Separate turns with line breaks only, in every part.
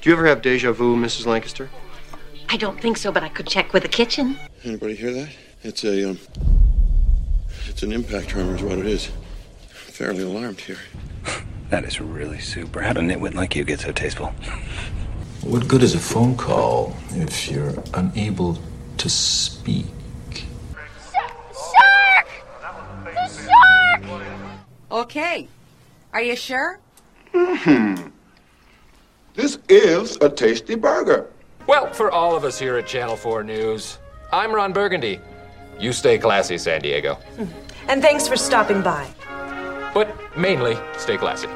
Do you ever have deja vu, Mrs. Lancaster?
I don't think so, but I could check with the kitchen.
Anybody hear that? It's a um, it's an impact armor, is what it is. I'm fairly alarmed here.
That is really super. How did a nitwit like you get so tasteful?
What good is a phone call if you're unable to speak?
Shark! The shark!
Okay. Are you sure?
This is a tasty burger.
Well, for all of us here at Channel 4 News, I'm Ron Burgundy. You stay classy, San Diego.
Hmm. And thanks for stopping by.
But mainly, stay classy.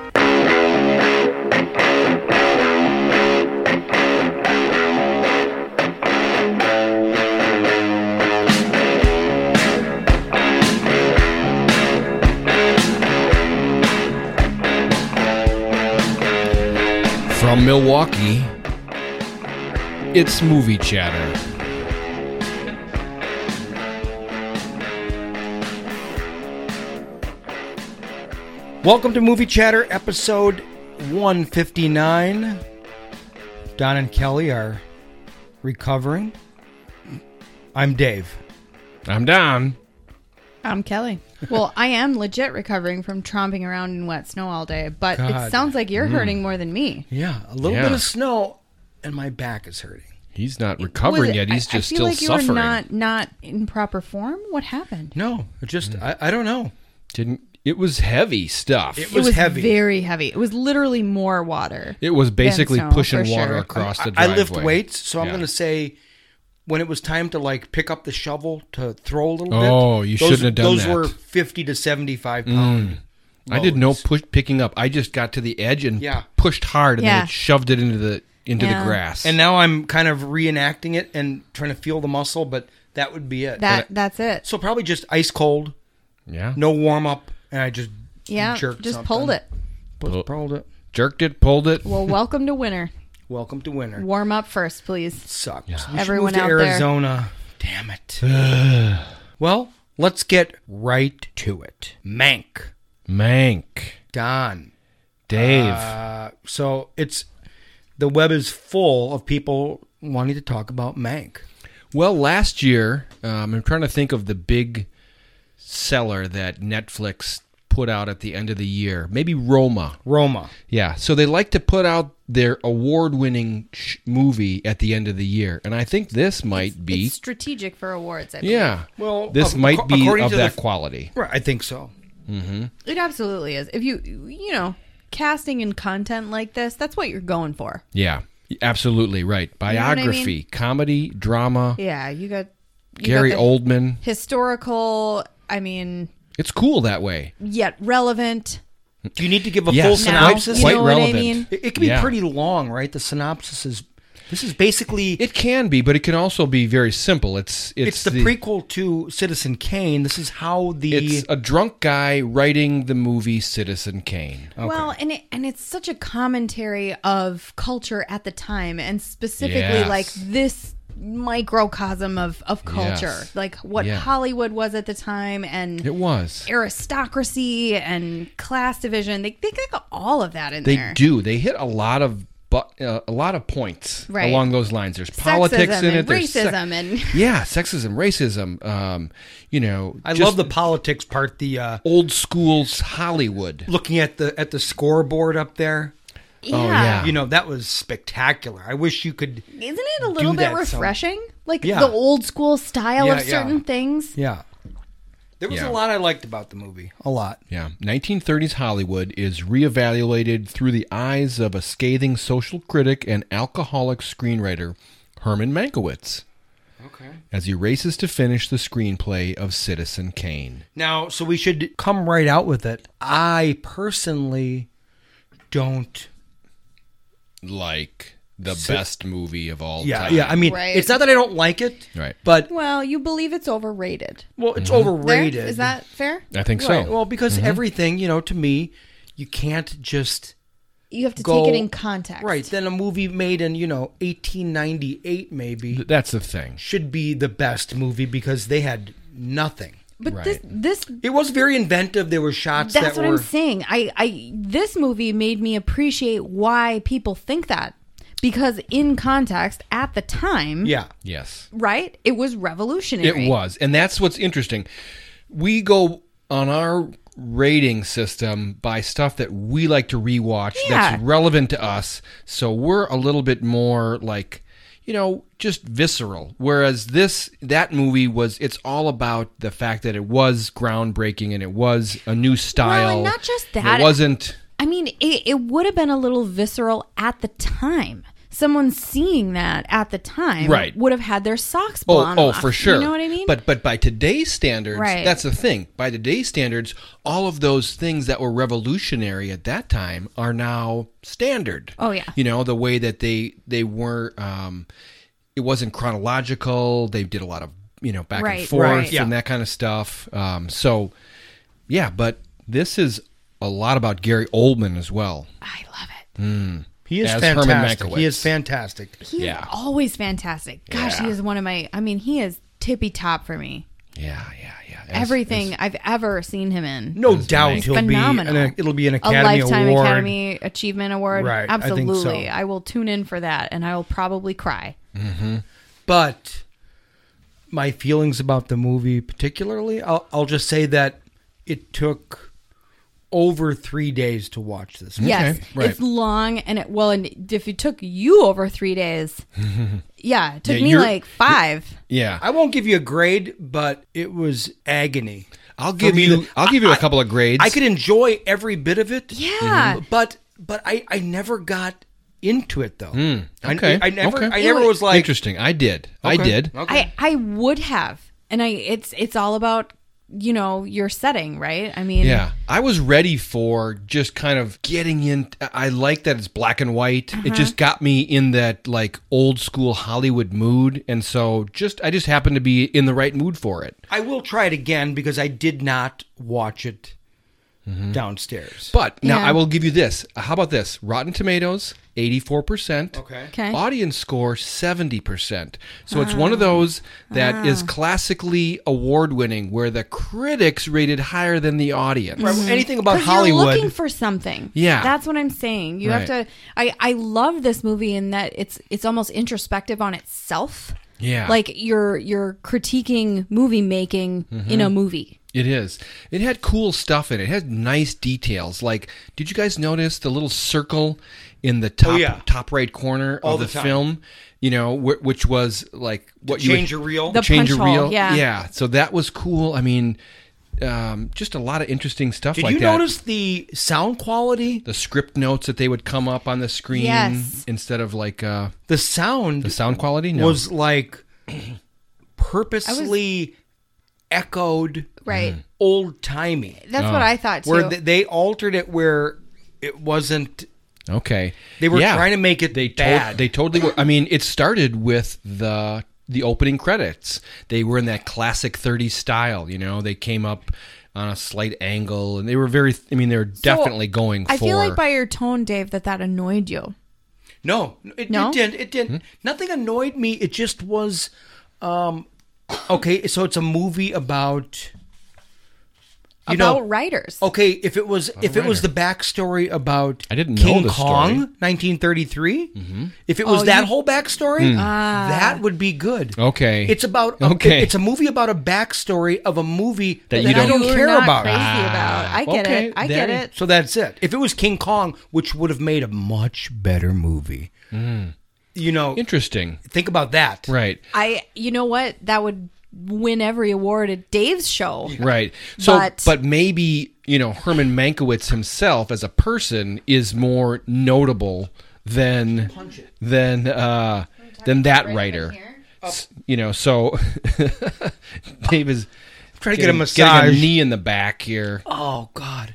From Milwaukee, it's Movie Chatter. Welcome to Movie Chatter, episode 159. Don and Kelly are recovering. I'm Dave.
I'm down.
I'm Kelly. Well, I am legit recovering from tromping around in wet snow all day, but
God.
it sounds like you're hurting more than me.
Yeah, a little
Yeah.
bit of snow, and my back is hurting.
He's not
Was
recovering
it-
yet. He's
I-
just
I feel
still
like You were
suffering.
not not in proper form. What happened?
No, it just I, I don't know.
Mm. Didn't it was heavy stuff.
It
It,
was heavy.
very heavy. It was literally more water.
was basically
snow, for
pushing water
sure.
across the
I, I
driveway.
lift weights, so I'm
Yeah.
going to say when it was time to like pick up the shovel to throw a little bit.
Oh, you
those-
shouldn't have done
those
that.
were fifty to seventy-five pound.
I did no
loads.
push picking up. I just got to the edge and
Yeah.
pushed hard, and
Yeah.
then it shoved it into the into
Yeah.
the grass.
And now I'm kind of reenacting it and trying to feel the muscle, but that would be it.
That that's it.
so probably just ice cold,
yeah,
no warm up, and I just
Yeah,
jerked
just
something.
pulled it.
Pulled, pulled it.
jerked it, pulled it.
Well, welcome to winter.
Welcome to winter.
Warm up first, please.
Sucks. We should
Everyone
move to
out there.
Arizona. Damn it. well, let's get right to it. Mank.
Mank,
Don. Uh,
Dave.
So it's the web is full of people wanting to talk about Mank.
Well, last year, um, I'm trying to think of the big seller that Netflix put out at the end of the year. Maybe Roma.
Roma.
Yeah. So they like to put out their award-winning sh- movie at the end of the year, and I think this might be.
It's strategic for awards. I believe.
yeah.
Well,
this
ac-
might be
according
of
to
that
the-
quality.
Right, I think so.
it absolutely is. If you you know casting and content like this, that's what you're going for.
Yeah. Absolutely right.
know what I
Biography,
mean?
comedy, drama.
Yeah, you got you got
Gary
the
Oldman.
historical. I mean,
It's cool that way.
yet relevant.
Do you need to give a
Yes.
full
Now,
synopsis?
you
Quite
know what I
relevant.
mean?
It, it can be
Yeah.
pretty long, right? The synopsis is this is basically
It can be, but it can also be very simple. It's it's,
it's, the, prequel to Citizen Kane. This is how the
It's a drunk guy writing the movie Citizen Kane.
Well, and it, and it's such a commentary of culture at the time, and specifically
Yes.
like this microcosm of of culture,
Yes.
like what
Yeah.
Hollywood was at the time, and
It was.
aristocracy and class division. They they got all of that in
They
there.
do. They hit a lot of bu- uh, a lot of points
Right.
along those lines. There's politics
Sexism
in it.
and
There's sec-
racism and-
yeah, sexism, racism. Um, you know,
I
just
love the politics part. The uh,
old school's Hollywood.
looking at the at the scoreboard up there.
Yeah.
Oh, yeah.
You know that was spectacular. I wish you could.
Isn't it a little
Do
bit
that some-
refreshing? Like
Yeah.
the old school style
Yeah,
of
yeah.
certain things.
Yeah, there was
Yeah.
a lot I liked about the movie. A lot.
Yeah, 1930s Hollywood is reevaluated through the eyes of a scathing social critic and alcoholic screenwriter, Herman Mankiewicz. Okay. As he races to finish the screenplay of Citizen Kane.
Now, so we should come right out with it. I personally don't.
Like the best movie of all
Yeah,
time.
yeah. I mean,
Right.
it's not that I don't like it,
Right. Mm-hmm.
But
Well, you believe it's overrated.
well, it's
There?
overrated.
Is that fair?
I think
Right,
so. Mm-hmm.
Well, because everything, you know, to me, you can't just
You have to
go
take it in context.
Right. Then a movie made in, you know, 1898 maybe
Th- That's the thing.
should be the best movie because they had nothing.
But this this
It was very inventive. There were shots
that's
that
what
were
I'm saying. I I this movie made me appreciate why people think that because in context at the time,
Yeah. Yes.
right, it was revolutionary.
It was. And that's what's interesting. We go on our rating system by stuff that we like to rewatch
Yeah.
that's relevant to us. So we're a little bit more like, you know, just visceral. Whereas this that movie was it's all about the fact that it was groundbreaking and it was a new style.
and not just
and
that.
It wasn't
I mean, it, it would have been a little visceral at the time. Someone seeing that at the time
Right.
would have had their socks
Oh,
blown
oh,
off.
for sure.
You know what I mean?
But but by today's standards,
Right.
that's the thing. By today's standards, all of those things that were revolutionary at that time are now standard.
Oh, yeah.
You know the way that they they were. Um, it wasn't chronological. They did a lot of you know back
Right.
and forth
Right.
and
Yeah.
that kind of stuff. Um, so yeah, but this is a lot about Gary Oldman as well. I love it.
He is
As Herman
fantastic. He
Mankiewicz.
is fantastic.
He is always fantastic. Gosh, he
Yeah.
is one of my. I mean, he is tippy top for me.
Yeah, yeah, yeah.
Everything I've ever seen him in.
No doubt he'll be an, it'll be an Academy
a lifetime
Award.
Academy Achievement Award.
Right, I think so.
Absolutely. I will tune in for that, and I will probably cry.
Mm-hmm. But my feelings about the movie, particularly, I'll, I'll just say that it took over three days to watch this. movie.
Yes, it's long, and it well, and if it took you over three days, yeah, it took
Yeah,
me
you're-
like five.
Yeah.
I won't give you a grade, but it was agony.
I'll
For
give
me
you.
to-
I'll give you a couple of grades.
I could enjoy every bit of it. Mm-hmm.
Yeah. Mhm.
But but I I never got into it though.
Mm,
I-
okay.
I never-
Okay.
I never was like-
interesting. I did. I
Okay.
did.
I I would have, and I it's it's all about you know your setting, right? I mean,
Yeah, I was ready for just kind of getting in. I like that it's black and white. It
Uh-huh.
just got me in that like old school Hollywood mood, and so just I just happened to be in the right mood for it.
I will try it again because I did not watch it downstairs.
Mm-hmm. But now I will give you this. How about this? Rotten Tomatoes, 84%.
Okay.
Okay.
Audience score, 70%. So it's one of
Ah.
those that is
Ah.
classically award winning where the critics rated higher than the audience.
Mhm. 'Cause You're looking for something.
Yeah.
that's what I'm saying. You have
Right.
to. I I love this movie in that it's it's almost introspective on itself.
Yeah.
like you're you're critiquing movie making
Mhm.
in a movie.
It is. It had cool stuff in it. It had nice details. Like, did you guys notice the little circle in the top
Oh, yeah.
top right corner
All
of
the
the,
time.
film? You know, wh- which was like what you
change
would,
your reel?
the
The
change your
punch hole,
reel.
yeah.
yeah. So that was cool. I mean, um, just a lot of interesting stuff
Did
like
you
that.
notice the sound quality?
the script notes that they would come up on the screen
Yes.
instead of like uh,
the sound.
The sound quality no.
was like purposely echoed
Right.
Mm-hmm.
Mhm.
old timey.
That's what Oh. I thought,
Where
too.
th- they altered it where it wasn't
Okay.
They were trying to make it
they
bad.
To- they totally were. I mean, it started with the the opening credits. They were in that classic 30s style, you know. They came up on a slight angle and they were very I mean, they were definitely
So,
going
I
for
feel like by your tone, Dave, that that annoyed you.
No, it,
No?
it didn't. It
Hmm?
didn't. Nothing annoyed me. It just was. Um, okay, so it's a movie about. You
About
know,
writers.
Oh,
Okay, if it was if it was the backstory about I didn't
know
King
this
Kong,
story. Mm-hmm.
1933. If it
Oh,
was that
you-
whole backstory,
Hmm.
Ah.
that would be good.
Okay.
It's about a,
Okay.
It's a movie about a backstory of a movie that,
you
I
don't-
don't
You're
care
not
about.
crazy about. Ah,
I get it. I get it.
So that's it. If it was King Kong, which would have made a much better movie, you know,
interesting.
Think about that.
Right.
I, you know what? That would win every award at Dave's show.
Right. So,
But-
but, maybe you know Herman Mankiewicz himself as a person is more notable than than uh, than that writer. S- You know, so Dave is
Try to get a
getting-
massage.
getting a knee in the back here.
Oh God,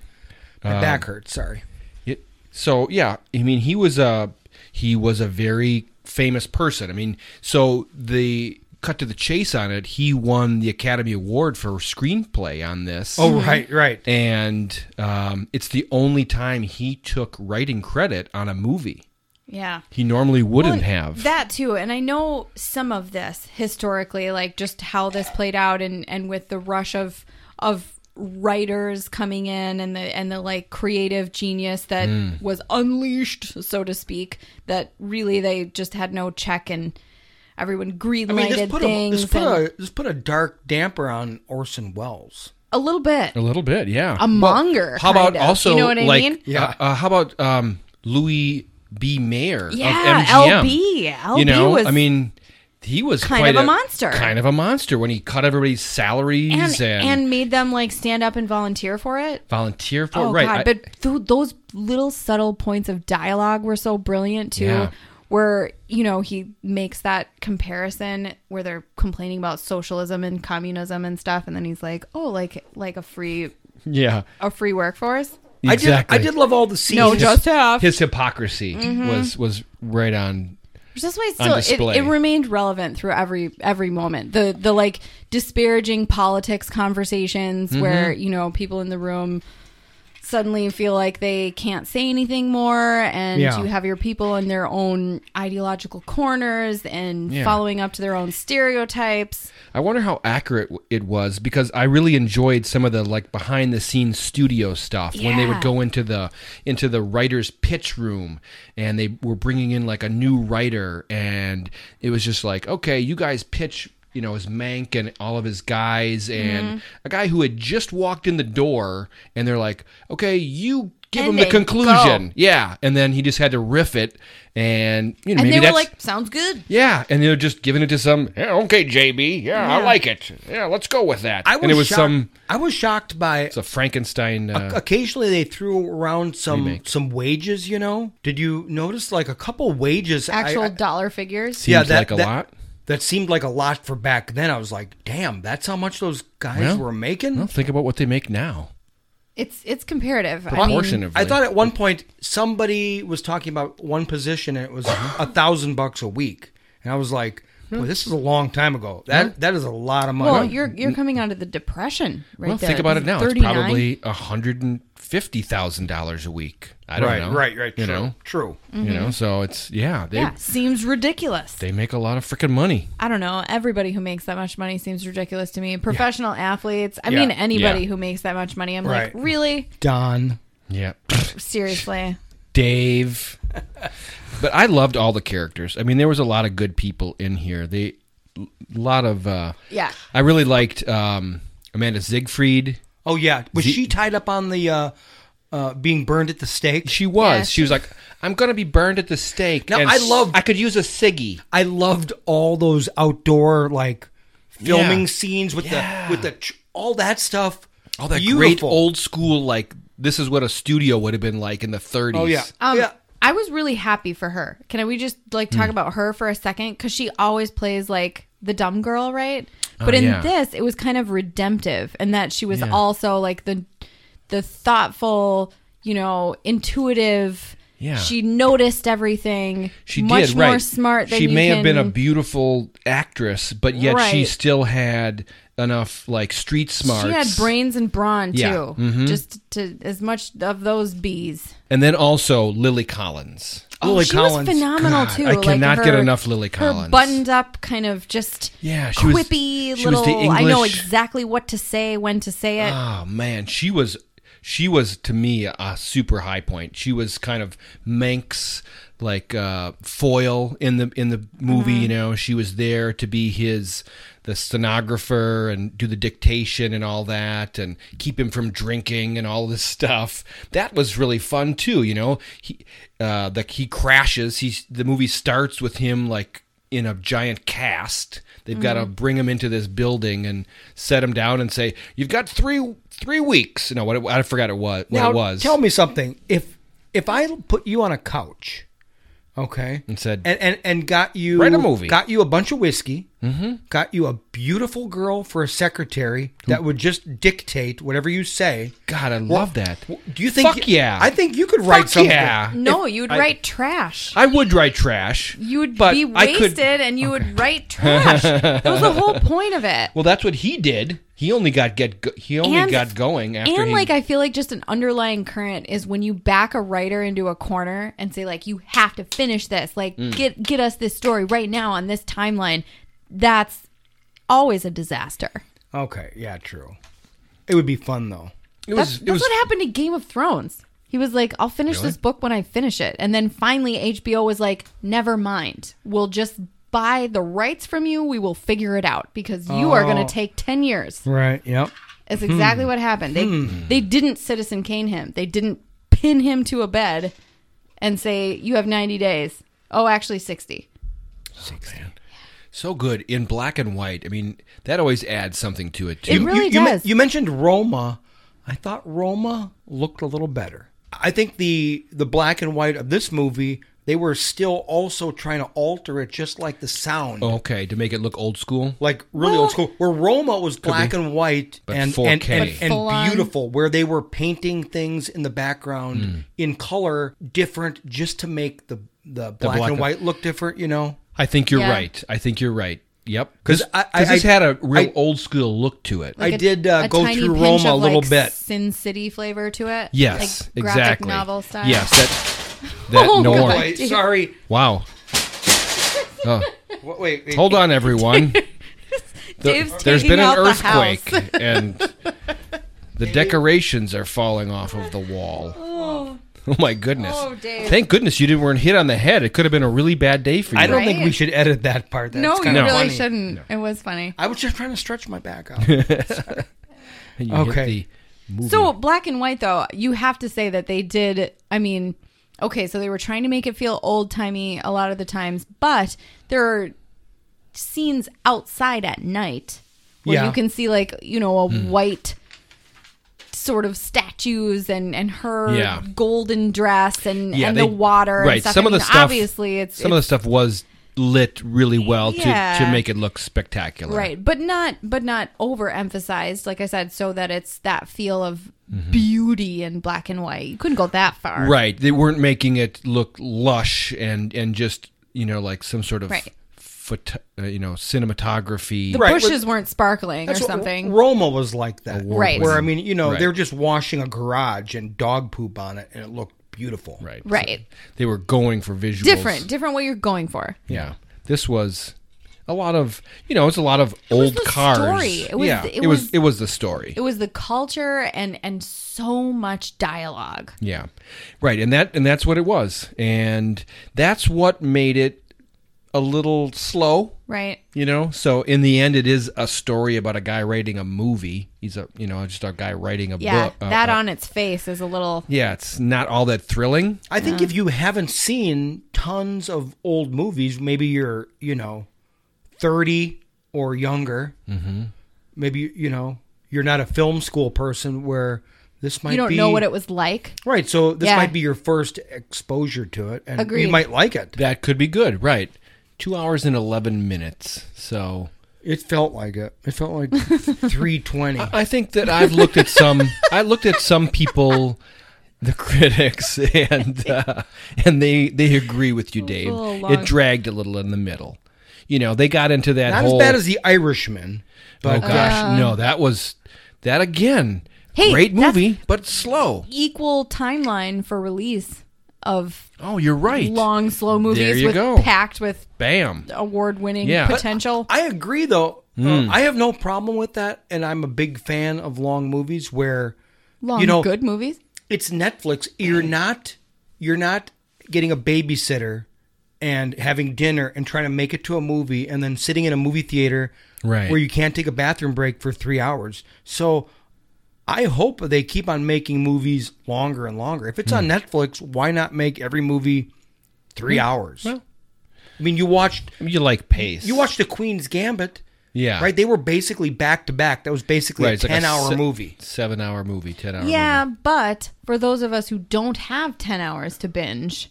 my
Um,
back hurts. Sorry.
It, so yeah, I mean he was a he was a very famous person. I mean, so the cut to the chase on it, he won the Academy Award for screenplay on this.
Oh, right, right.
And um, it's the only time he took writing credit on a movie.
Yeah.
He normally wouldn't
Well,
have.
that too and i know some of this historically like just how this played out and and with the rush of of writers coming in and the and the like creative genius that
Hmm.
Mm.
was unleashed, so to speak, that really they just had no check and everyone green
I mean,
lighted
this put, a,
things
this, put
and-
a, this put a dark damper on Orson Welles.
a little bit.
A little bit, yeah.
A monger,
How about
kind of.
also
You know what I
like
mean?
yeah. uh, uh, how about um Louis B. Mayer
Yeah,
of MGM?
LB.
you know,
LB was
I mean he was
kind
quite
of a monster.
Kind of a monster when he cut everybody's salaries
And,
uh,
and,
and made them like stand up and volunteer for it.
volunteer for
Oh
right.
god,
I-
but th- those little subtle points of dialogue were so brilliant too.
Yeah.
Where you know he makes that comparison where they're complaining about socialism and communism and stuff, and then he's like, "Oh, like like a free
yeah.
a free workforce."
Exactly.
did love all the scenes.
No,
His-
just half.
His hypocrisy
Mhm.
was was right on
That's why
on
it's still
display.
it, it remained relevant through every every moment. The the like disparaging politics conversations
Mhm.
where you know people in the room suddenly feel like they can't say anything more, and
Yeah.
you have your people in their own ideological corners and
Yeah.
following up to their own stereotypes.
I wonder how accurate w- it was because I really enjoyed some of the like behind the scenes studio stuff when they
Yeah.
would go into the into the writer's pitch room and they were bringing in like a new writer and it was just like okay you guys pitch you know his Mank and all of his guys and
Mhm.
a guy who had just walked in the door and they're like okay you give
And
him the
they
conclusion
go.
yeah and then he just had to riff it and you know
and
maybe
they were
that's
like, "Sounds good."
yeah, and they're just giving it to some. Yeah, okay, JB. Yeah, I
Yeah.
like it. Yeah, let's go with that.
I
and it was
shocked-
some.
I was shocked by
It's a Frankenstein. Uh,
occasionally they threw around some
Remake.
some wages. You know, did you notice like a couple wages? I-
Actual
I-
dollar figures.
That seemed like a lot for back then. I was like, damn, that's how much those guys
Well,
were making.
well, think about what they make now.
It's it's comparative. I mean-
Proportion
I thought at one point somebody was talking about one position and it was a thousand bucks a week, and I was like, boy, this is a long time ago. That that is a lot of money.
well, you're you're coming out of the depression, right
well,
there.
think about it
This is
now. It's
39.
probably a hundred and fifty thousand dollars a week. I don't
Right,
know.
right, right,
You
true,
know,
true.
You know,
Mhm.
so it's yeah. They
yeah, seems ridiculous.
they make a lot of freaking money.
I don't know. Everybody who makes that much money seems ridiculous to me. Professional athletes. I
Yeah.
mean, anybody
Yeah.
who makes that much money. I'm
Right.
like, really?
Don.
Yeah.
Seriously?
Dave. but I loved all the characters. I mean, there was a lot of good people in here. They, a lot of. Uh,
Yeah.
I really liked um, Amanda Siegfried.
oh yeah, was
Ze-
she tied up on the uh, uh, being burned at the stake?
She was. She was like, "I'm gonna be burned at the stake."
Now
and
I
s-
love.
I could use a ciggy.
I loved all those outdoor like filming
Yeah.
scenes with the with the tr- all that stuff.
all that great
Beautiful.
old school like this is what a studio would have been like in the 30s.
Oh, yeah.
Um, I was really happy for her. Can we just like talk
Mm.
about her for a second? Because she always plays like the dumb girl, right?
Oh,
But in
yeah.
this, it was kind of redemptive, and that she was
Yeah.
also like the the thoughtful, you know, intuitive.
Yeah.
She noticed everything.
She
much
did
more
right.
smart. Than
she
you
may have been a
can-
beautiful actress, but yet she
Right.
still had enough like street smarts.
She had brains and brawn too,
Yeah, mhm.
just to as much of those bees.
And then also Lily Collins.
Oh, Lily she was Collins. phenomenal, too.
I
Like,
cannot get
her-
enough Lily
Her
Collins.
buttoned up, kind of just
Yeah, she was-
quippy
she was
little.
the
I know
English-
exactly what to say, when to say it.
oh man, she was she was to me a super high point. She was kind of Manx like uh, foil in the in the movie. You know, she was there to be his the stenographer and do the dictation and all that and keep him from drinking and all this stuff. That was really fun too. You know, he uh, like he crashes. He's the movie starts with him like in a giant cast. They've got to
Mhm.
bring him into this building and set him down and say, "You've got three three weeks." No, what it, I forgot it was. What
now,
it was.
Tell me something. If if I put you on a couch, okay,
and said,
and and, and got you
Write a movie.
got you a bunch of whiskey,
Mhm.
got you a beautiful girl for a secretary that would just dictate whatever you say.
God, I love that.
Do you think?
Fuck yeah.
I think you could write
Fuck
something.
yeah.
no,
If
you'd
I-
write trash.
"I would write trash."
You would
but
be
I
wasted,
could-
and you would write trash. that was the whole point of it.
Well, that's what he did. He only got get go- he only
And-
got going after
and
he
like I feel like just an underlying current is when you back a writer into a corner and say like you have to finish this, like
Mm.
get get us this story right now on this timeline. That's always a disaster.
Okay, yeah, true. It would be fun though.
It was, that's that's what happened to Game of Thrones. He was like, I'll finish
Really?
this book when I finish it. And then finally, HBO was like, never mind. We'll just buy the rights from you. We will figure it out because you are going
Oh.
to take 10 years.
Right. Yep.
That's exactly what happened. They,
Hmm.
they didn't Citizen Kane him, they didn't pin him to a bed and say, you have 90 days. Oh, actually, 60.
So good in black and white. I mean, that always adds something to it too.
You- you, you men- you mentioned Roma. I thought Roma looked a little better. I think the the black and white of this movie, they were still also trying to alter it, just like the sound,
okay, to make it look old school,
like really old school. Where Roma was black and white
But
and
4K.
and, and,
But
and
full on-
beautiful, where they were painting things in the background
Mm.
in color, different, just to make the the black,
black
and
and-
white look different. You know.
I think you're
Yeah.
right. I think you're right. Yep,
'Cause
because
I- I-
this
I-
had a real
I-
old school look to it.
I did uh, go
tiny
through
pinch
Roma a
of,
little
like,
bit.
Sin City flavor to it.
Yes,
Like, graphic
exactly.
novel style.
Yes, that that
Oh,
norm.
God, Wait, dude.
sorry.
Wow. Oh.
Wait, wait, wait.
Hold on, everyone.
Dave's
there's
taking
been an
out the
earthquake,
house.
and the decorations are falling off of the wall.
Oh.
Oh my goodness!
Oh, Dave.
Thank goodness you didn't weren't hit on the head. It could have been a really bad day for you.
I don't think we should edit that part. That's
no, you
kind of
really
funny.
shouldn't. It was funny.
I was just trying to stretch my back out.
You hit
okay.
the movie.
So black and white though, you have to say that they did. I mean, okay, so they were trying to make it feel old timey a lot of the times, but there are scenes outside at night where
Yeah.
you can see like you know a
Hmm.
white sort of statues and and her
Yeah.
golden dress and
Yeah,
and
they-
the water
Right.
and stuff.
Some
I
of the
mean,
stuff.
obviously it's
some of the stuff was lit really well to
Yeah.
to make it look spectacular.
Right, but not but not overemphasized, like I said, so that it's that feel of
Mhm.
beauty in black and white. You couldn't go that far.
Right. They weren't making it look lush and and just you know like some sort of
Right.
photo, uh, you know cinematography.
The bushes weren't sparkling or
That's what
something.
Roma was like that.
Right.
Where, I mean, you know,
Right.
they're just washing a garage and dog poop on it, and it looked beautiful.
Right.
Right.
They were going for visuals.
Different, different what you're going for.
Yeah. This was a lot of you know it's a lot of old
the
cars.
story. It was-
yeah.
it
It, was,
was-
it was the story.
It was the culture and and so much dialogue.
Yeah. Right, and that and that's what it was. And that's what made it a little slow.
Right.
You know, so in the end it is a story about a guy writing a movie. He's a, you know, just a guy writing a
Yeah,
uh,
book. a-
that
a-
on its face is a little
Yeah, it's not all that thrilling.
I think if you haven't seen tons of old movies, maybe you're, you know, 30 or younger,
Mm-hmm.
maybe, you know, you're not a film school person where this might
you don't
be.
know what it was like.
Right. So this
Yeah.
might be your first exposure to it, and
Agreed.
you might like it.
That could be good, right? Two hours and eleven minutes. So
It felt like it. It felt like 320.
I think that I've looked at some. I looked at some people, the critics, and uh, and they they agree with you, Dave.
little long.
It dragged a little in the middle. You know, they got into that.
Not
whole,
as bad as The Irishman, but
oh gosh,
Uh.
no, that was that again.
Hey,
great movie, but slow.
Equal timeline for release of
Oh, you're right.
Long slow movies
There you
with
go.
packed with
Bam.
award winning
Yeah. But
potential.
I agree, though. Uh,
Mm.
I have no problem with that, and I'm a big fan of long movies where
Long
you know
good movies.
It's Netflix. You're not you're not getting a babysitter and having dinner and trying to make it to a movie and then sitting in a movie theater
Right.
where you can't take a bathroom break for three hours. So I hope they keep on making movies longer and longer. If it's on Netflix, why not make every movie three
Hmm.
hours? I mean, you watched
You like pace.
you watched The Queen's Gambit.
Yeah.
Right? They were basically back to back. That was basically a
it's like
10 hour
se-
movie.
seven hour movie, ten hour.
Yeah, but for those of us who don't have 10 hours to binge,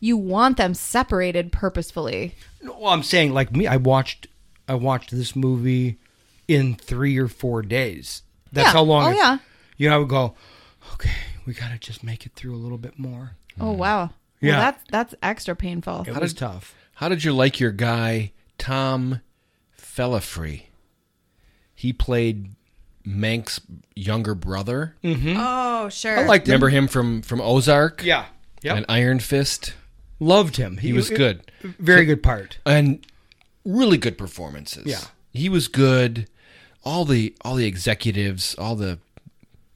you want them separated purposefully.
No, I'm saying like me I watched I watched this movie in 3 or 4 days. That's
Yeah.
how long
Oh,
it-
yeah.
You know, I would go, "Okay, we got to just make it through a little bit more."
Oh, wow.
Yeah.
Well, that's, that's extra painful.
It was tough.
How did you like your guy Tom Fellafree? He played Mank's younger brother.
Mhm.
Oh, sure.
Remember him from from Ozark?
Yeah. Yep.
And Iron Fist.
Loved him.
He,
He-
was good.
very good part.
And really good performances.
Yeah.
He was good. All the all the executives, all the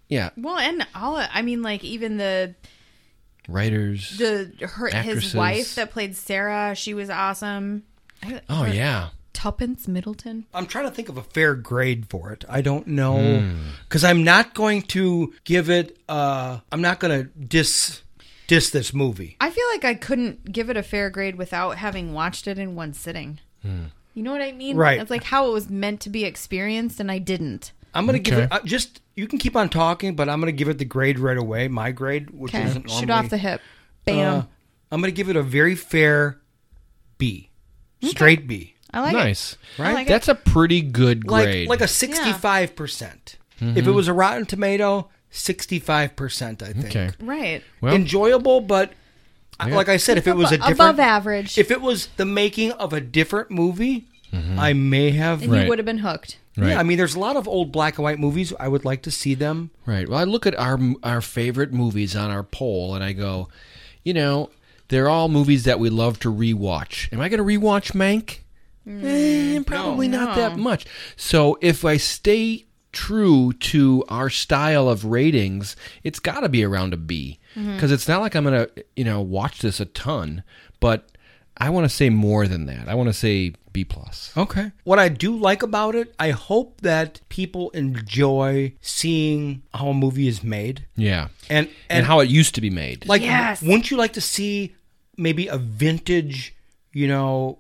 Yeah,
Well, and all I mean, like even the
writers.
the her
actresses.
his wife that played Sarah, she was awesome. I-
Oh
her-
yeah,
Tuppence Middleton.
I'm trying to think of a fair grade for it. I don't know
Hmm.
because I'm not going to give it. Uh, I'm not going to diss diss this movie.
I feel like I couldn't give it a fair grade without having watched it in one sitting. You know what I mean?
Hmm. Right.
It's like how it was meant to be experienced, and I didn't.
I'm going to give
Okay.
it uh, just. You can keep on talking, but I'm going to give it the grade right away. My grade, which
Okay.
isn't normally,
Shoot off the hip. Bam.
Uh, I'm going to give it a very fair B, straight B.
I like it.
nice.
I Right? like it.
That's a pretty good grade.
Like like a sixty five percent. If it
Mhm.
was a Rotten Tomato, sixty five percent, I think.
Okay.
Right.
Well-
enjoyable, but I-
Yeah.
like I said, if it was a
Above-
different
above average.
if it was the making of a different movie,
Mhm.
I may have.
And you would have been hooked.
Yeah, I mean, there's a lot of old black and white movies. I would like to see them.
Right. Well, I look at our our favorite movies on our poll, and I go, you know, they're all movies that we love to rewatch. Am I going to rewatch Mank?
Mm.
Eh, probably not that much. So if I stay true to our style of ratings, it's got to be around a B
Mm-hmm.
Mhm.
because it's not like I'm going to you know watch this a ton, but I want to say more than that. I want to say B plus.
Okay. What I do like about it, I hope that people enjoy seeing how a movie is made.
Yeah.
And
And, how it used to be made.
Like, wouldn't you like to see maybe a vintage, you know,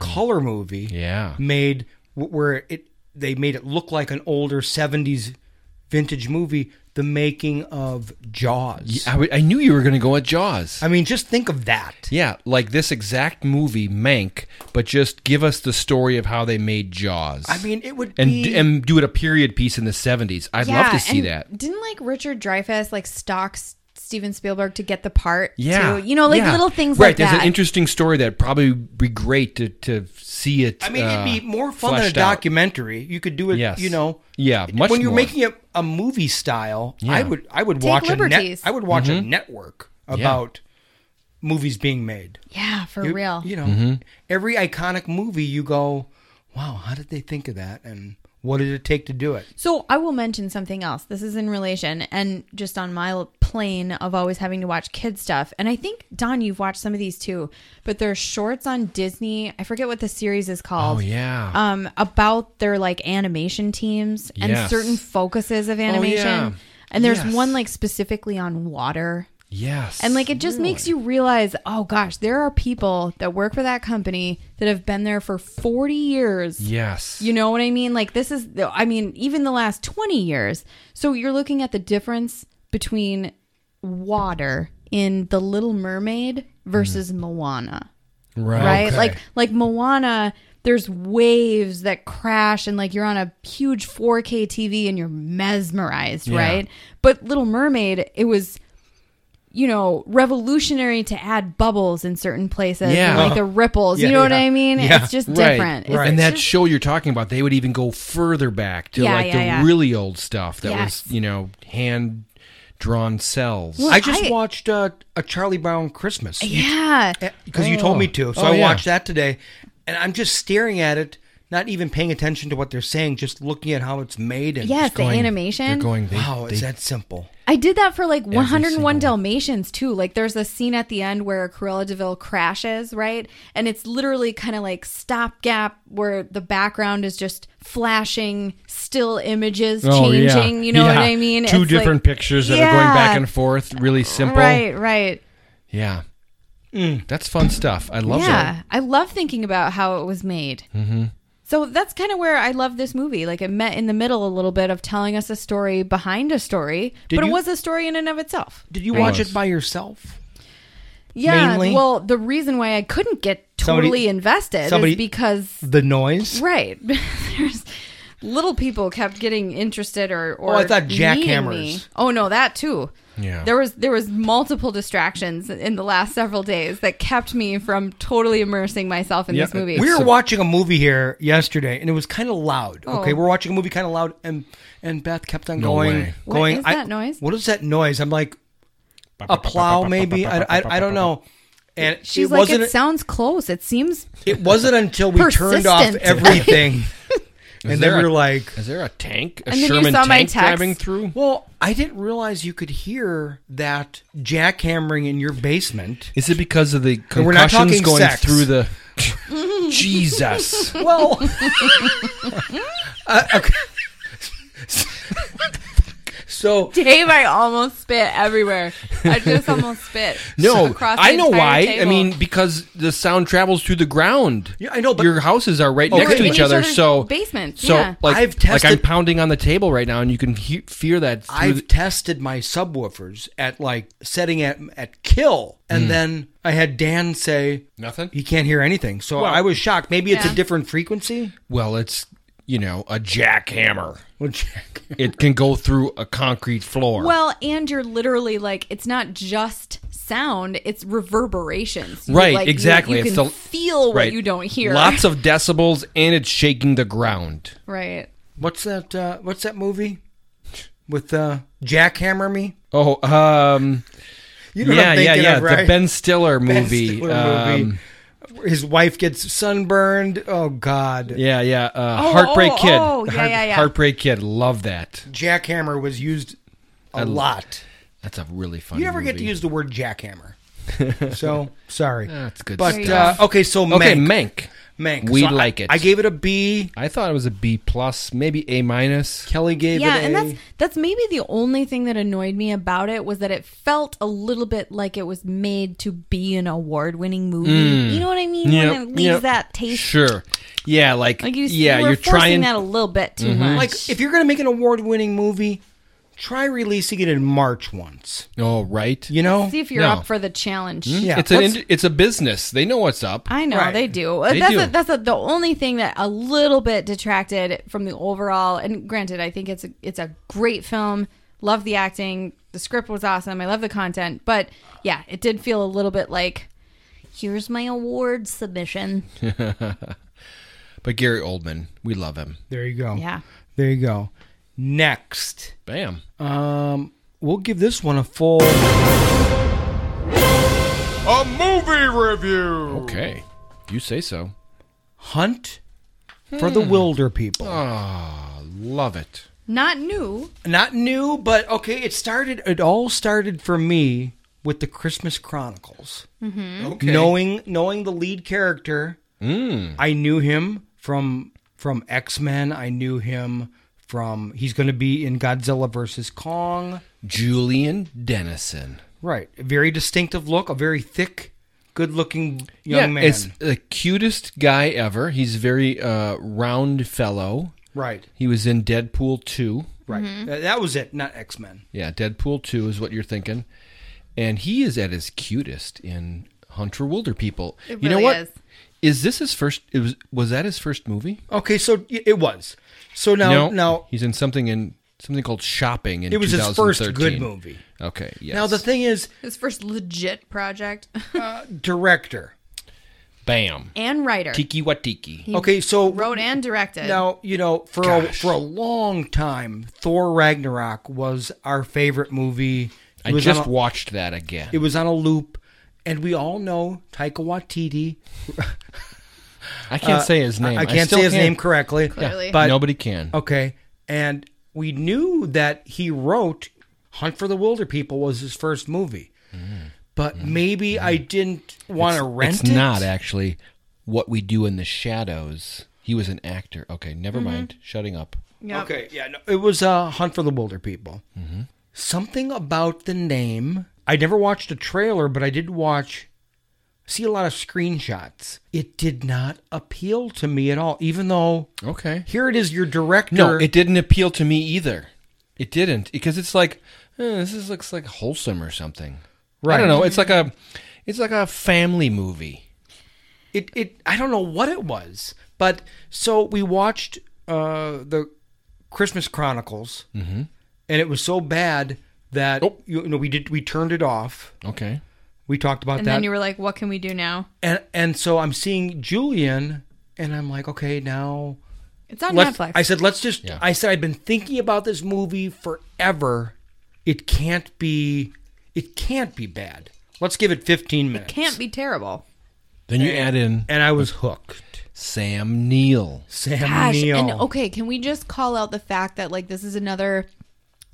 color movie?
Yeah.
made wh- where it they made it look like an older '70s vintage movie. The making of Jaws.
I, w- I knew you were going to go at Jaws.
I mean, just think of that.
Yeah, like this exact movie, Mank, but just give us the story of how they made Jaws.
I mean, it would
and
be-
and do it a period piece in the seventies. I'd love to see
and
that.
Didn't like Richard Dreyfuss like stalk S- Steven Spielberg to get the part?
Yeah,
too? you know, like
yeah.
little things
Right,
like
there's
that.
an interesting story that probably be great to, to see it. uh,
I mean, it'd be more fun than a
document.
documentary. You could do it,
Yes.
you know.
Yeah, much
when you're
more.
making a, a movie style,
Yeah.
I would I would
Take
watch a net,
liberties.
I would watch a
Mhm.
network
Yeah.
about movies being made.
yeah, for
You-
real.
You know,
Mhm.
every iconic movie you go, wow, how did they think of that and what did it take to do it?
So I will mention something else. This is in relation and just on my plane of always having to watch kid stuff. And I think Don, you've watched some of these too, but there's shorts on Disney. I forget what the series is called.
Oh, yeah.
Um, about their like animation teams and
Yes. Oh,
certain focuses of
yeah.
animation. And there's
Yes.
one like specifically on water.
Yes,
And like it just makes you realize, oh gosh, there are people that work for that company that have been there for 40 years.
Yes.
You know what I mean? Like this is I mean, even the last 20 years. So you're looking at the difference between water in The Little Mermaid versus Moana.
Right. Okay.
Like like Moana there's waves that crash and like you're on a huge 4K TV and you're mesmerized,
Yeah.
right? But Little Mermaid, it was you know, revolutionary to add bubbles in certain places, and, like the ripples.
Yeah,
you know what
yeah.
I mean?
Yeah.
It's just
Right,
different. It's-
Right.
it's
And that
just-
show you're talking about, they would even go further back to
Yeah,
like the
yeah, yeah.
really old stuff that
Yes.
was, you know, hand drawn cells.
I just watched uh, a Charlie Brown Christmas.
yeah,
because you told me to. So
Oh,
I
yeah.
watched that today, and I'm just staring at it, not even paying attention to what they're saying, just looking at how it's made and
Yes,
just
the animation. They're going, they-
wow, Oh, it's
they-
that simple.
I did that for like
Every
101 Dalmatians too. Like there's a scene at the end where Cruella Deville crashes, right? And it's literally kind of like stopgap where the background is just flashing still images
Oh, yeah.
changing. You know
Yeah.
what I mean?
Two
It's like-
different pictures that are going back
Yeah.
and forth, really simple.
Right, right.
Yeah.
Mm.
That's fun stuff. I love
yeah, I love thinking about how it was made.
that. Mm-hmm.
So that's kind of where I love this movie. Like it met in the middle a little bit of telling us a story behind a story,
Did
but
you-
it was a story in and of itself.
Did you
Right.
watch it by yourself?
Yeah.
mainly?
Well, the reason why I couldn't get
Somebody-
totally invested
somebody-
is because
The noise.
right, there's little people kept getting interested or or
Oh, I thought
needing
jackhammers.
me. Oh no, that too.
Yeah.
There was there was multiple distractions in the last several days that kept me from totally immersing myself in this
uh,
movie.
We were watching a movie here yesterday, and it was kind of loud.
Oh.
Okay, we're watching a movie kind of loud, and and Beth kept on
No
going,
way.
What
going.
is
I-
that noise?
What is that noise? I'm like, a plow maybe. I, I, I don't know. And
She's
it
like,
wasn't
it sounds close. It seems
It wasn't until we turned off
Persistent.
everything and they were like,
"Is there a tank? A
And then you
Sherman
saw my
tank
text.
driving through?"
Well, I didn't realize you could hear that jackhammering in your basement.
Is it because of the
And we're not
concussions
talking
going
sex.
through the? Jesus.
Well, uh, okay. so
Dave, I almost spit everywhere. I just almost spit.
No,
across the
I know
entire
why. I
table.
mean, because the sound travels through the ground.
Yeah, I know, but-
your houses are right
Oh,
next
we're
to
in
each
each
other,
other's
so
basements,
So,
yeah.
like,
I've
like I'm
tested-
pounding on the table right now, and you can he- fear that. Through
I've
the,
tested my subwoofers at like setting at at kill,
Hmm.
and then I had Dan say
Nothing?
You can't hear anything. So
Well-
I was shocked. Maybe it's
Yeah.
a different frequency.
well, it's you know a jackhammer.
Well, Jack.
It can go through a concrete floor.
Well, and you're literally like it's not just sound; it's reverberations. You,
right,
like, you-
exactly.
You,
it's
can
the,
feel what
right.
you don't hear.
Lots of decibels, and it's shaking the ground.
right.
What's that? Uh, what's that movie with uh, Jackhammer Me?
Oh, um,
You know
yeah,
what I'm thinking
yeah, yeah.
of, right?
The Ben Stiller
Ben
movie.
Stiller
um,
movie. His wife gets sunburned. Oh God!
Yeah, yeah. Uh,
Oh,
Heartbreak
oh,
Kid.
oh, yeah, yeah, yeah.
Heartbreak Kid. Love that.
Jackhammer was used a
l-
lot.
That's a really funny.
You never get to
movie.
use the word jackhammer. so sorry.
That's good
But uh,
stuff.
okay, so Mank.
Okay, Mank.
Mank.
We
So I-
like it.
I gave it a B.
I thought it was a B plus, maybe A minus.
Kelly gave
Yeah,
it a.
and that's that's maybe the only thing that annoyed me about it was that it felt a little bit like it was made to be an award-winning movie. You know what I mean?
Mm. Yep,
when it leaves
yep.
that taste.
Sure. Yeah, like,
Like you,
yeah,
you
are
are
trying. Mm-hmm.
that a little bit too much.
like if you're gonna make an award-winning movie, try releasing it in March once.
oh, right.
You know,
see if you're
no.
up for the challenge.
yeah,
It's an
let's-
ind- it's a business. They know what's up.
I know
Right.
they do.
They
that's
do.
A, that's a, the only thing that a little bit detracted from the overall. And granted, I think it's a it's a great film. Love the acting. The script was awesome. I love the content. But yeah, it did feel a little bit like here's my award submission.
But Gary Oldman, we love him.
there you go.
Yeah.
there you go. Next,
Bam.
um, we'll give this one a full.
A movie review.
Okay. You say so.
Hunt for
Hmm.
the Wilder People.
Love it.
Not new.
Not new, but okay. It started. It all started for me with the Christmas Chronicles.
Okay. Hmm.
Knowing knowing the lead character, I knew him from from X Men. I knew him from he's going to be in Godzilla versus Kong.
Julian Dennison.
Right, a very distinctive look, a very thick, good looking young man.
It's the cutest guy ever. He's very uh, round fellow.
right,
He was in Deadpool 2.
right. Th- That was it. Not X Men.
Yeah, Deadpool 2 is what you're thinking. And he is at his cutest in Hunter Wilder People.
It
you know
really
what?
is.
Is this his first it was was that his first movie?
Okay, so y- it was. So now now
He's in something in something called Shopping in
it was his first
2013.
good movie.
Okay, yes.
Now the thing is,
His first legit project
director.
Bam.
and writer
Tiki Watiki.
Okay, so
wrote and directed.
Now you know for a, for a long time, Thor Ragnarok was our favorite movie. It
I
was
just
on a,
watched that again.
it was on a loop, and we all know Taika Waititi.
I can't say his
uh, I-
name.
I, can't
still
say his name correctly.
Clearly.
but
Nobody can.
okay, and we knew that he wrote Hunt for the Wilder People was his first movie, but maybe I didn't want to rent
Mm. it's
it.
not actually what we do in the shadows. He was an actor. Okay, never
Mm-hmm.
mind. Shutting up.
Okay, yeah, no, it was uh, Hunt for the Wilder People.
Mm-hmm.
Something about the name. I never watched a trailer, but I did watch, see a lot of screenshots. It did not appeal to me at all, even though
Okay.
here it is, your director.
No, it didn't appeal to me either. It didn't because it's like eh, this is, looks like wholesome or something. I
Right.
don't know. It's like a it's like a family movie.
it it I don't know what it was, but so we watched uh the Christmas Chronicles,
Mm-hmm.
and it was so bad that
Oh.
you, know we did we turned it off.
Okay.
We talked about
and
that.
then you were like, "What can we do now?"
and and so I'm seeing Julian, and I'm like, okay, now
It's on
let's-
Netflix.
I said, let's just.
Yeah.
I said, I've been thinking about this movie forever. It can't be. It can't be bad. Let's give it 15 minutes.
can't be terrible.
Then you add in
And I was hooked.
Sam Neill.
Sam
Gosh, and okay, can we just call out the fact that like this is another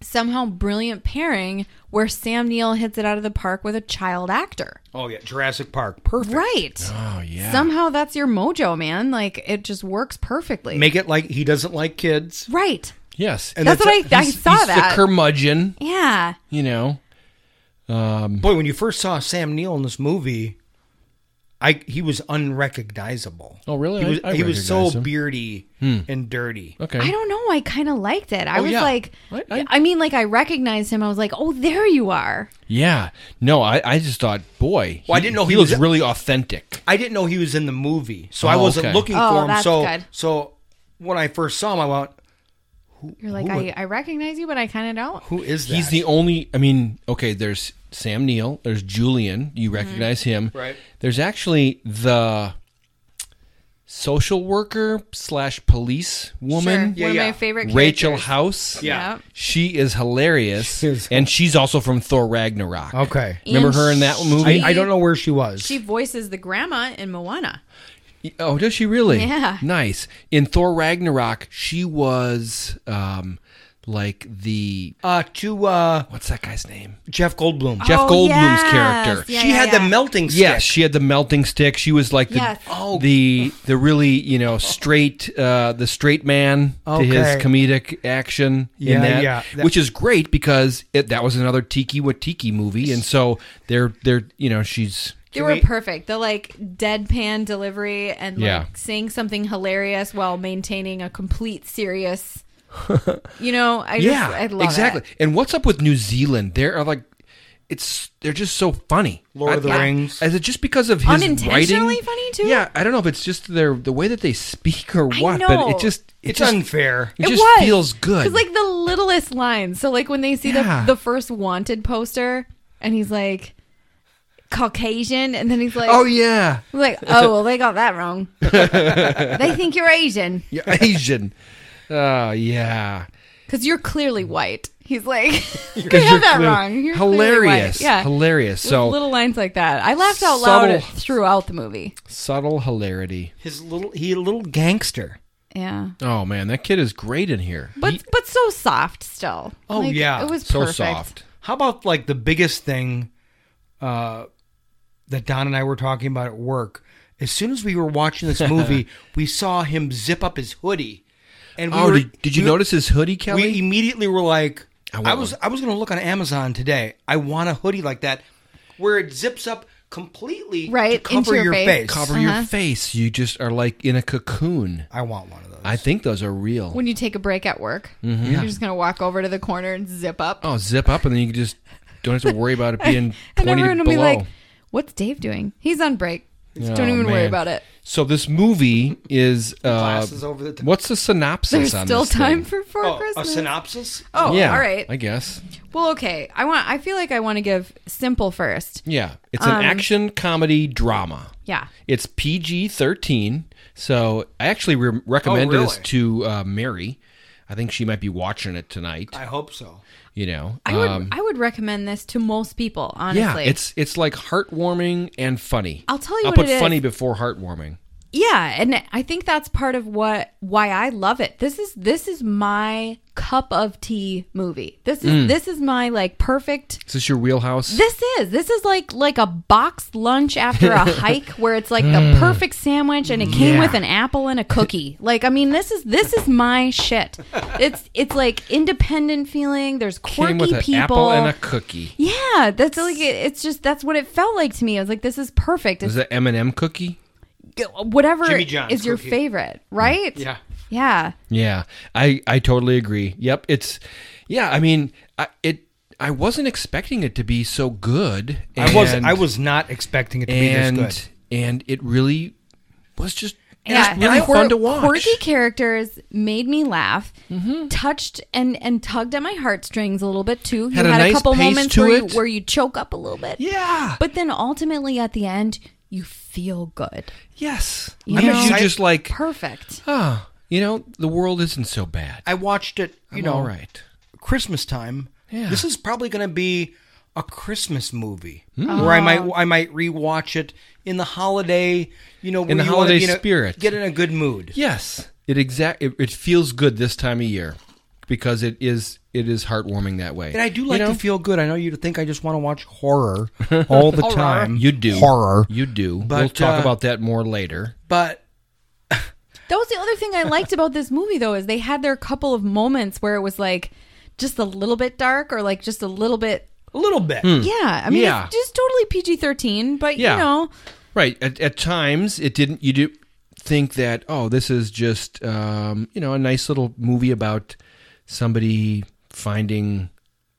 somehow brilliant pairing where Sam Neill hits it out of the park with a child actor.
Oh yeah, Jurassic Park, perfect.
Right.
Oh yeah.
Somehow that's your mojo, man. Like it just works perfectly.
Make it like he doesn't like kids.
Mm-hmm.
right.
Yes.
And
that's what I, I
He's-
saw
he's
that.
the curmudgeon,
yeah.
you know. Um,
Boy, when you first saw Sam Neill in this movie, I he was unrecognizable.
Oh, really?
He
I-
was,
I
he was so
recognize him. Hmm.
beardy and dirty.
okay.
I don't know. I kind of liked it. I
Oh,
was
yeah.
like,
I-
I,
I-
mean, like I recognized him. I was like, oh, there you are.
yeah. No, I, I just thought, boy.
Well, I didn't know
he,
he
looks
was-
really authentic.
I didn't know he was in the movie, so
Oh,
I wasn't
okay.
looking
Oh,
for him.
that's
so
good.
so when I first saw him, I went,
You're like,
Who-
I, I recognize you, but I kind of don't.
"Who is that?"
He's the only. I mean, okay. There's Sam Neill. There's Julian. You recognize him,
Mm-hmm. Right.
There's actually the social worker slash police woman,
Sure. One
Yeah,
of
yeah.
my favorite characters.
Rachel House.
Yeah.
She is hilarious,
She is-
and she's also from Thor Ragnarok.
okay.
Remember
And
her in that
she-
movie?
I, I don't know where she was.
She voices the grandma in Moana.
oh, does she really?
Yeah.
Nice. In Thor Ragnarok, she was um, like the
uh, to uh,
what's that guy's name?
Jeff Goldblum.
Jeff
Oh,
Goldblum's
yes.
character.
Yeah,
she
yeah,
had
yeah.
the melting stick.
Yes, she had the melting stick. She was like the
Yes.
Oh.
the the really you know straight uh, the straight man to his
Okay.
comedic action in
Yeah,
that,
yeah. That-
which is great because it, that was another Tiki Watiki movie, and so they're they're you know she's
They were perfect. The like deadpan delivery and like
Yeah.
saying something hilarious while maintaining a complete serious. you know, I
yeah
just I love
exactly.
it.
And what's up with New Zealand? They are like it's they're just so funny.
Lord of the
I- I-
Rings.
Is it just because of his
Unintentionally
writing?
funny, too?
Yeah, I don't know if it's just their the way that they speak or
I
what, but
know.
it just it
it's
just,
unfair.
It, just feels good.
It's like the littlest lines. So like when they see
Yeah.
the the first wanted poster and he's like Caucasian and then he's like
oh yeah,
like oh well they got that wrong. they think you're Asian
you're Asian. Oh yeah,
cuz you're clearly white. He's like they have that wrong. You're clearly
hilarious.
white." Yeah.
hilarious.
With
So
little lines like that. I laughed out loud
Subtle.
throughout the movie.
subtle hilarity.
His little he a little gangster.
Yeah.
Oh man, that kid is great in here.
But
He-
but so soft still.
Oh,
Like,
yeah.
It was
so
perfect.
soft.
How about like the biggest thing uh, that Don and I were talking about at work? As soon as we were watching this movie, we saw him zip up his hoodie, and we
oh,
were-
did, did you
we-
notice his hoodie, Kelly?
We immediately were like,
I
"I,
want
was,
one.
I was going to look on Amazon today. I want a hoodie like that, where it zips up completely
Right,
to
into
cover
your face.
Cover
Uh-huh.
your face. You just are like in a cocoon.
I want one of those.
I think those are real.
When you take a break at work, you're just gonna walk over to the corner and zip up.
Mm-hmm. oh, zip up, and then you can just don't have to worry about it being
and
twenty
everyone will
below.
be like, "What's Dave doing? He's on break. Don't
Oh,
even worry
man.
about it.
So this movie is uh,
Glasses over the top.
what's the synopsis?
There's
on
still
this
time
thing?
for for
oh, a
Christmas."
synopsis.
oh,
yeah,
all right.
I guess.
well, okay. I want. I feel like I want to give simple first.
Yeah, it's
Um,
an action comedy drama.
Yeah.
It's PG thirteen. So I actually re- recommended this
really?
to uh, Mary. I think she might be watching it tonight.
I hope so.
you know,
I would.
Um,
I would recommend this to most people. Honestly,
yeah, it's it's like heartwarming and funny.
I'll tell you
I'll
what
put
it is.
funny before heartwarming.
Yeah, and I think that's part of what why I love it. This is this is my cup of tea movie. This
Mm.
is this is my like perfect
Is this your wheelhouse?
This is this is like like a box lunch after a hike where it's like the perfect sandwich and it
Mm.
came
Yeah.
with an apple and a cookie. Like I mean this is this is my shit. It's it's like independent feeling. There's quirky
Came with an
people.
apple and a cookie.
yeah, that's like it, it's just that's what it felt like to me. I was like this is perfect.
Is
It's
that M and m cookie?
whatever
Jimmy
is
John's
your
cookie.
favorite, right?
Yeah.
Yeah.
Yeah, I I totally agree. Yep, it's yeah. I mean, I, it. I wasn't expecting it to be so good.
I was
and-
I was not expecting it to
and
be this good.
and it really was just
Yeah,
yeah, really
and
fun
quir-
to watch. Mm-hmm.
Quirky characters made me laugh, touched and and tugged at my heartstrings a little bit too. You
Had a nice
couple
pace
moments
to
where
it.
you, where you choke up a little bit.
Yeah.
but then ultimately at the end, you feel good.
yes,
You
I mean,
know?
you just like
Perfect.
ah, you know, the world isn't so bad.
I watched it. You
I'm
know,
all right.
Christmas time.
Yeah.
This is probably going to be a a Christmas movie
Hmm.
where I might
Oh.
I might rewatch it in the holiday, you know,
In
where
the
you wanna
holiday
be in a-
spirit.
get in a good mood.
Yes, it exact it, it feels good this time of year because it is it is heartwarming that way.
And I do like
you know?
to feel good. I know you think I just want to watch horror all the
Horror.
time.
You do
horror.
You do.
But,
we'll talk
uh,
about that more later.
But
That was the other thing I liked about this movie, though, is they had their couple of moments where it was like just a little bit dark or like just a little bit.
A little bit.
Hmm.
Yeah. I mean,
Yeah.
it's just totally PG 13, but
Yeah.
you know,
Right. At, at times, it didn't. You do think that oh, this is just um, you know a nice little movie about somebody finding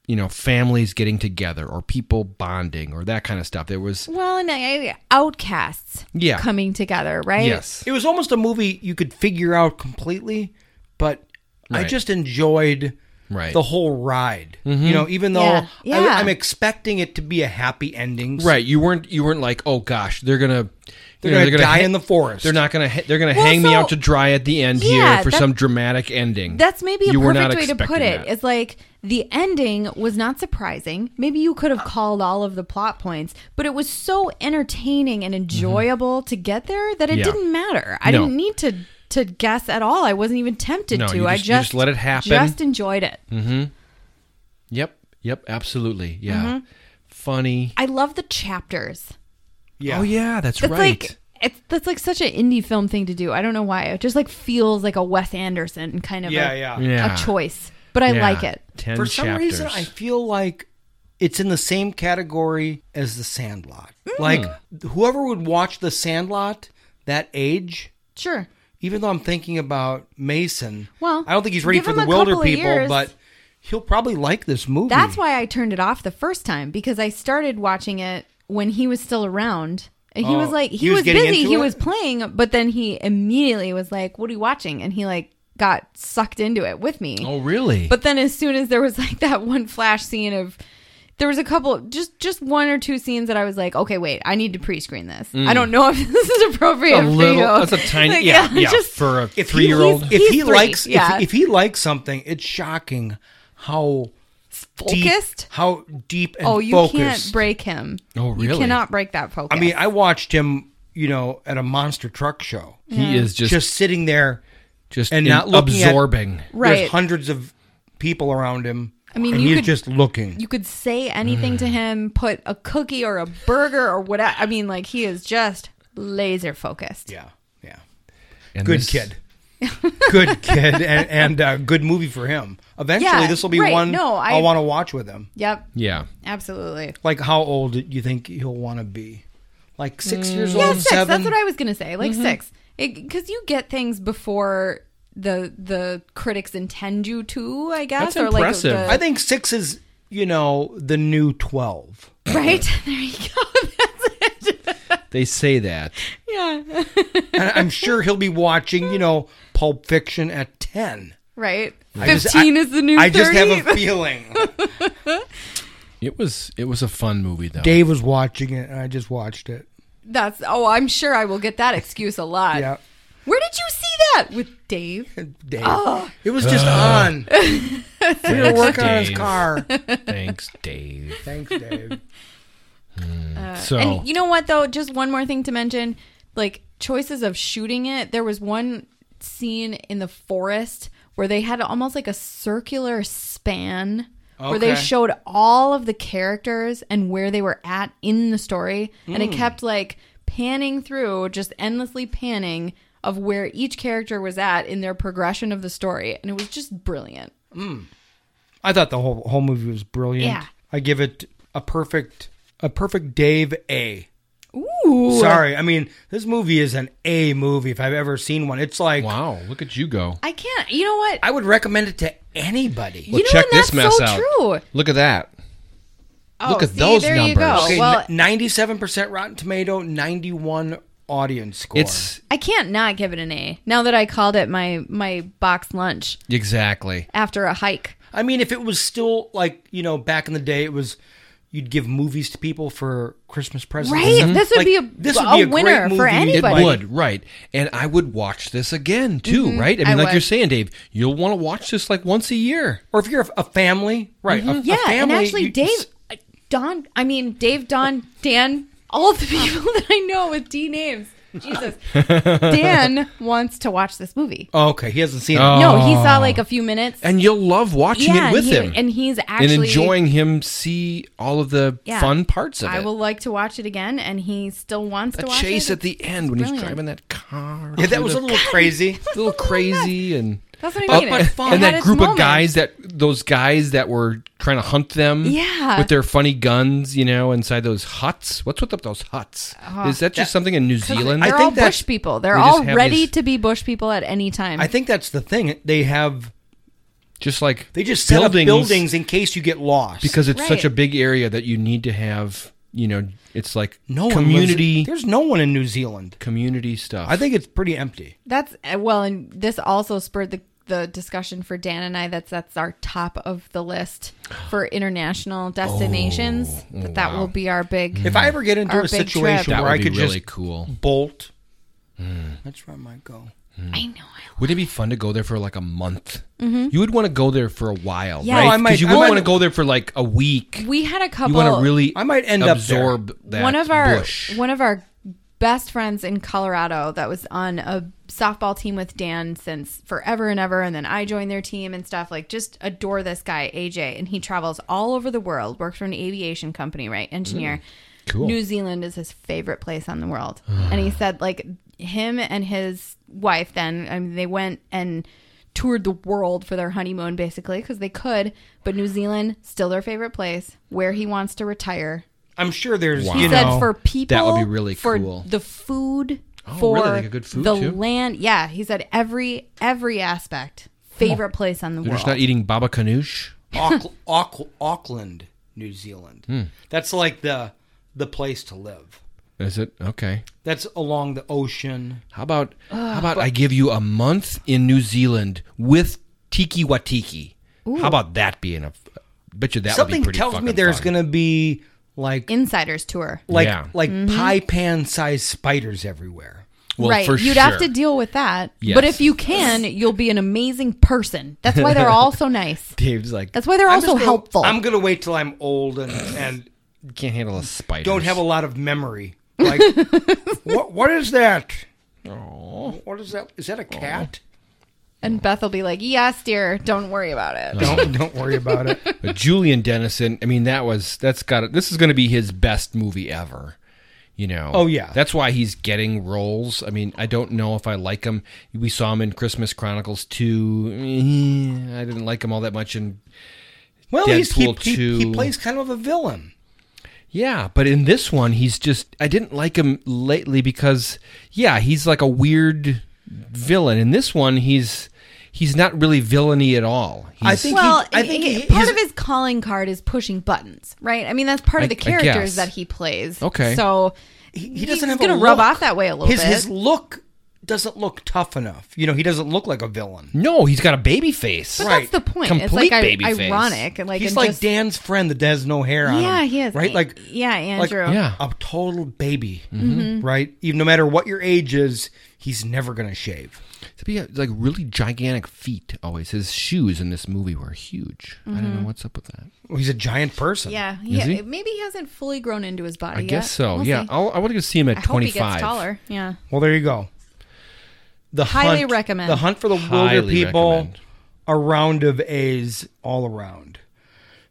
you know families getting together or people bonding or that kind of stuff. There was
well, and I, outcasts
Yeah.
coming together, right?
It was almost a movie you could figure out completely, but I
Right.
just enjoyed
Right.
the whole ride.
Mhm.
You know, even though
Yeah.
Yeah.
I, am expecting it to be a happy ending.
right. You weren't. You weren't like oh gosh, they're gonna.
They're
you know,
gonna die
ha-
in the forest.
They're not gonna. Ha- they're gonna
Well,
hang me
so-
out to dry at the end
Yeah,
here for
that-
some dramatic ending.
That's maybe a
You were
perfect
not
way to put
expecting
it.
that.
It's like the ending was not surprising. Maybe you could have called all of the plot points, but it was so entertaining and enjoyable to get there that it
Mm-hmm. Yeah.
didn't matter. I
No.
didn't need to to guess at all. I wasn't even tempted
No,
to.
you
I
just- you just
just
let it happen.
Just enjoyed it.
Mm-hmm. Yep. Yep. Absolutely. Yeah.
Mhm.
Funny.
I love the chapters.
Yeah.
Oh yeah, that's,
That's
right.
like it's that's like such an indie film thing to do. I don't know why. It just like feels like a Wes Anderson kind of
Yeah,
a,
yeah.
Yeah.
a choice. But I
Yeah.
like it.
Ten
For some
chapters.
reason, I feel like it's in the same category as The Sandlot.
Hmm.
Like whoever would watch The Sandlot that age,
sure.
Even though I'm thinking about Mason,
Well,
I don't think he's ready
give
for
him
the
a
Wilder
couple of
people,
years.
but he'll probably like this movie.
That's why I turned it off the first time because I started watching it when he was still around. And He
Oh,
was like he,
he was
was,
getting
busy,
into
he
it?
was playing, but then he immediately was like, "What are you watching?" And he like got sucked into it with me.
Oh really?
But then as soon as there was like that one flash scene of there was a couple just just one or two scenes that I was like, "Okay, wait, I need to pre-screen this.
Mm.
I don't know if this is appropriate
a
for
little.
you."
That's a tiny.
Like,
yeah. Yeah.
just-
for a
if he-
three-year-old.
if he
he's three,
likes
yeah.
if, if he likes something it's shocking how deep-
Focused?
how deep and
oh, you
focused
can't break him.
Oh,
You
really?
cannot break that focus.
i mean i watched him you know at a monster truck show
He Yeah. is just-
sitting there
just
and
in-
not looking at-
absorbing.
Right.
there's hundreds of people around him
I mean,
and
you
he's
could-
just looking
You could say anything
Mm.
to him, put a cookie or a burger or whatever. I mean, like he is just laser focused.
Yeah. yeah
And
good
this-
kid good kid and, and uh, good movie for him eventually
Yeah,
this will be
right.
one
No, I-
i'll want to watch with him
Yep.
Yeah.
Absolutely.
like how old do you think he'll want to be like six years old
Mm. Yeah, six.
seven
That's what I was gonna say. Like
Mhm.
six, because you get things before the the critics intend you to. I guess or like the,
I think six is, you know, the new 12.
right there you go.
They say that.
yeah.
and I'm sure he'll be watching, you know, Pulp Fiction at 10.
Right.
I
Fifteen
just- I-
is the new.
I just have a
30.
feeling.
It was. It was a fun movie though.
Dave was watching it, and I just watched it.
That's oh, I'm sure I will get that excuse a lot.
Yeah.
Where did you see that with Dave?
Dave.
Oh.
It was just
Ah.
on. we were
Thanks,
working on his
Dave.
car.
Thanks, Dave.
Thanks, Dave.
Uh,
So-
and you know what though? Just one more thing to mention, like choices of shooting it. There was one scene in the forest where they had almost like a circular span where they
Okay.
showed all of the characters and where they were at in the story, and
Hmm.
it
Mm.
kept like panning through, just endlessly panning of where each character was at in their progression of the story, and it was just brilliant.
Mm. I thought the whole whole movie was brilliant.
Yeah.
I give it a perfect a perfect Dave A.
Ooh.
Sorry, I mean this movie is an A movie if I've ever seen one. It's like
wow, look at you go.
I can't. You know what?
I would recommend it to anybody.
Well, check
and
this
that's
mess
so
out.
true.
Look at that.
Oh,
look at
see,
those
there you
numbers.
go. Well-
ninety-seven percent Rotten Tomato, ninety-one audience score.
It's
I can't not give it an A now that I called it my my box lunch
exactly.
after a hike.
I mean, if it was still like you know back in the day, it was you'd give movies to people for Christmas presents. Mm-hmm. and
Right? This
stuff.
would be a- a
great
winner for
movie.
anybody.
It would, right. And I would watch this again too,
Mhm,
right? I
I
mean, like
would.
you're saying, Dave, you'll want to watch this like once a year.
Or if you're a family, right? a- a
Mm-hmm. yeah, and
family,
actually,
you-
Dave, uh, Don, I mean, Dave, Don, Dan, all of the people that I know with D names. Jesus. Dan wants to watch this movie.
Oh, okay, he hasn't seen it.
No, he saw like a few minutes.
and you'll love watching
Yeah,
it with
he-
him,
and he's actually-
and enjoying him see all of the
Yeah.
fun parts of
I
it.
will like to watch it again, and he still wants
a
to watch
chase
it.
at the end when he's
brilliant.
driving that car.
Yeah, that was a little crazy.
a little crazy, and
That's what I mean.
and,
It- it
and
had
that
its
group of
moments.
guys that those guys that were trying to hunt them,
Yeah.
with their funny guns, you know, inside those huts. What's with those huts?
Uh,
Is that just
that-
something in New Zealand?
They're all bush people. They're
they just
all
have
ready
this-
to be bush people at any time.
I think that's the thing. They have
just like
they just set
buildings,
up buildings in case you get lost.
because it's such
Right.
a big area that you need to have. You know, it's like
no one lives-
community
there's no one in New Zealand.
community stuff.
I think it's pretty empty.
That's uh, well, and this also spurred the the discussion for Dan and I. That's that's our top of the list for international destinations. that that will be our big.
If I ever get into
Our
a
big
situation
trip.
Hmm.
That
where
would
I
be
could
really
just
cool. Hmm.
bolt, that's where I might go.
I know. I-
Wouldn't it be fun to go there for like a month? You would want to go there for a while,
Mm-hmm. Yeah.
right?
Oh, I
'Cause
might-
you
I
wouldn't
might-
want to go there for like a week.
We had a couple.
you want to really
I might end up there.
absorb that
one of our
bush.
one of our best friends in Colorado that was on a softball team with Dan since forever and ever and then I joined their team and stuff like just adore this guy AJ and he travels all over the world works for an aviation company right engineer
Mm, Cool.
New Zealand is his favorite place on the world. and he said, like, him and his wife then, I mean, they went and toured the world for their honeymoon basically because they could, but New Zealand, still their favorite place, where he wants to retire.
I'm sure there's
Wow.
you
Said
know
for people,
that would be really
for
cool.
The food,
Oh,
for
really? Like a good food,
the
too?
land. Yeah, he said every every aspect, favorite place on the
They're
world.
just not eating baba ganoush.
Auck- Auck- Auckland, New Zealand.
Hmm.
That's like the the place to live.
Is it okay?
That's along the ocean.
How about
Ah,
how about I give you a month in New Zealand with tiki watiki? How about that being a? Bet you that would
Something
be pretty
tells me
fucking
there's
fun.
gonna be like
Insider's tour.
like
Yeah.
like
Mm-hmm.
pie pan sized spiders everywhere.
Well,
right.
for
You'd
sure.
have to deal with that.
Yes.
But if you can, you'll be an amazing person. That's why they're all so nice.
Dave's like
That's why they're
I'm
also
just gonna-
helpful.
I'm gonna wait till I'm old and and
can't handle a spider.
don't have a lot of memory. Like what what is that? What is that? Is that a cat?
and Beth will be like, yes, dear, don't worry about it.
Don't don't worry about it.
But Julian Dennison, I mean, that was that's got it. This is going to be his best movie ever. You know.
Oh, yeah.
That's why he's getting roles. I mean, I don't know if I like him. We saw him in Christmas Chronicles two. Eh, I didn't like him all that much, and
Well, he's, he,
Deadpool
he, he
two.
plays kind of a villain.
yeah. But in this one, he's just I didn't like him lately because yeah, he's like a weird villain. In this one, he's he's not really villainy at all. He's,
I think
Well,
he, I think
it-
he-
part
his-
of his calling card is pushing buttons, right? I mean, that's part
I-
of the
I guess.
characters that he plays.
Okay.
So
he, he doesn't
he's
have
gonna
a
rub
look.
off that way a little
his,
bit.
His look doesn't look tough enough. You know, he doesn't look like a villain.
no, he's got a baby face.
but
right.
that's the point. it's
Complete
like I-
baby face.
ironic. And like,
He's
and
like
just-
Dan's friend that has no hair on him.
Yeah, he is.
Right?
A-
Like
yeah,
like
Andrew. Mm-hmm.
Yeah.
a total baby. Right? Even no matter what your age is, he's never gonna shave.
to be like really gigantic feet always his shoes in this movie were huge i
Mm-hmm.
don't know what's up with that
Well, he's a giant person.
Yeah,
Is
he,
he?
maybe he hasn't fully grown into his body.
i
yet.
guess so
We'll
yeah
see.
I'll, i want to see him at
I hope
25
he gets taller. Yeah,
Well, there you go. The
Highly
hunt,
recommend.
the hunt for the wilder
Highly
people.
recommend.
A round of A's all around.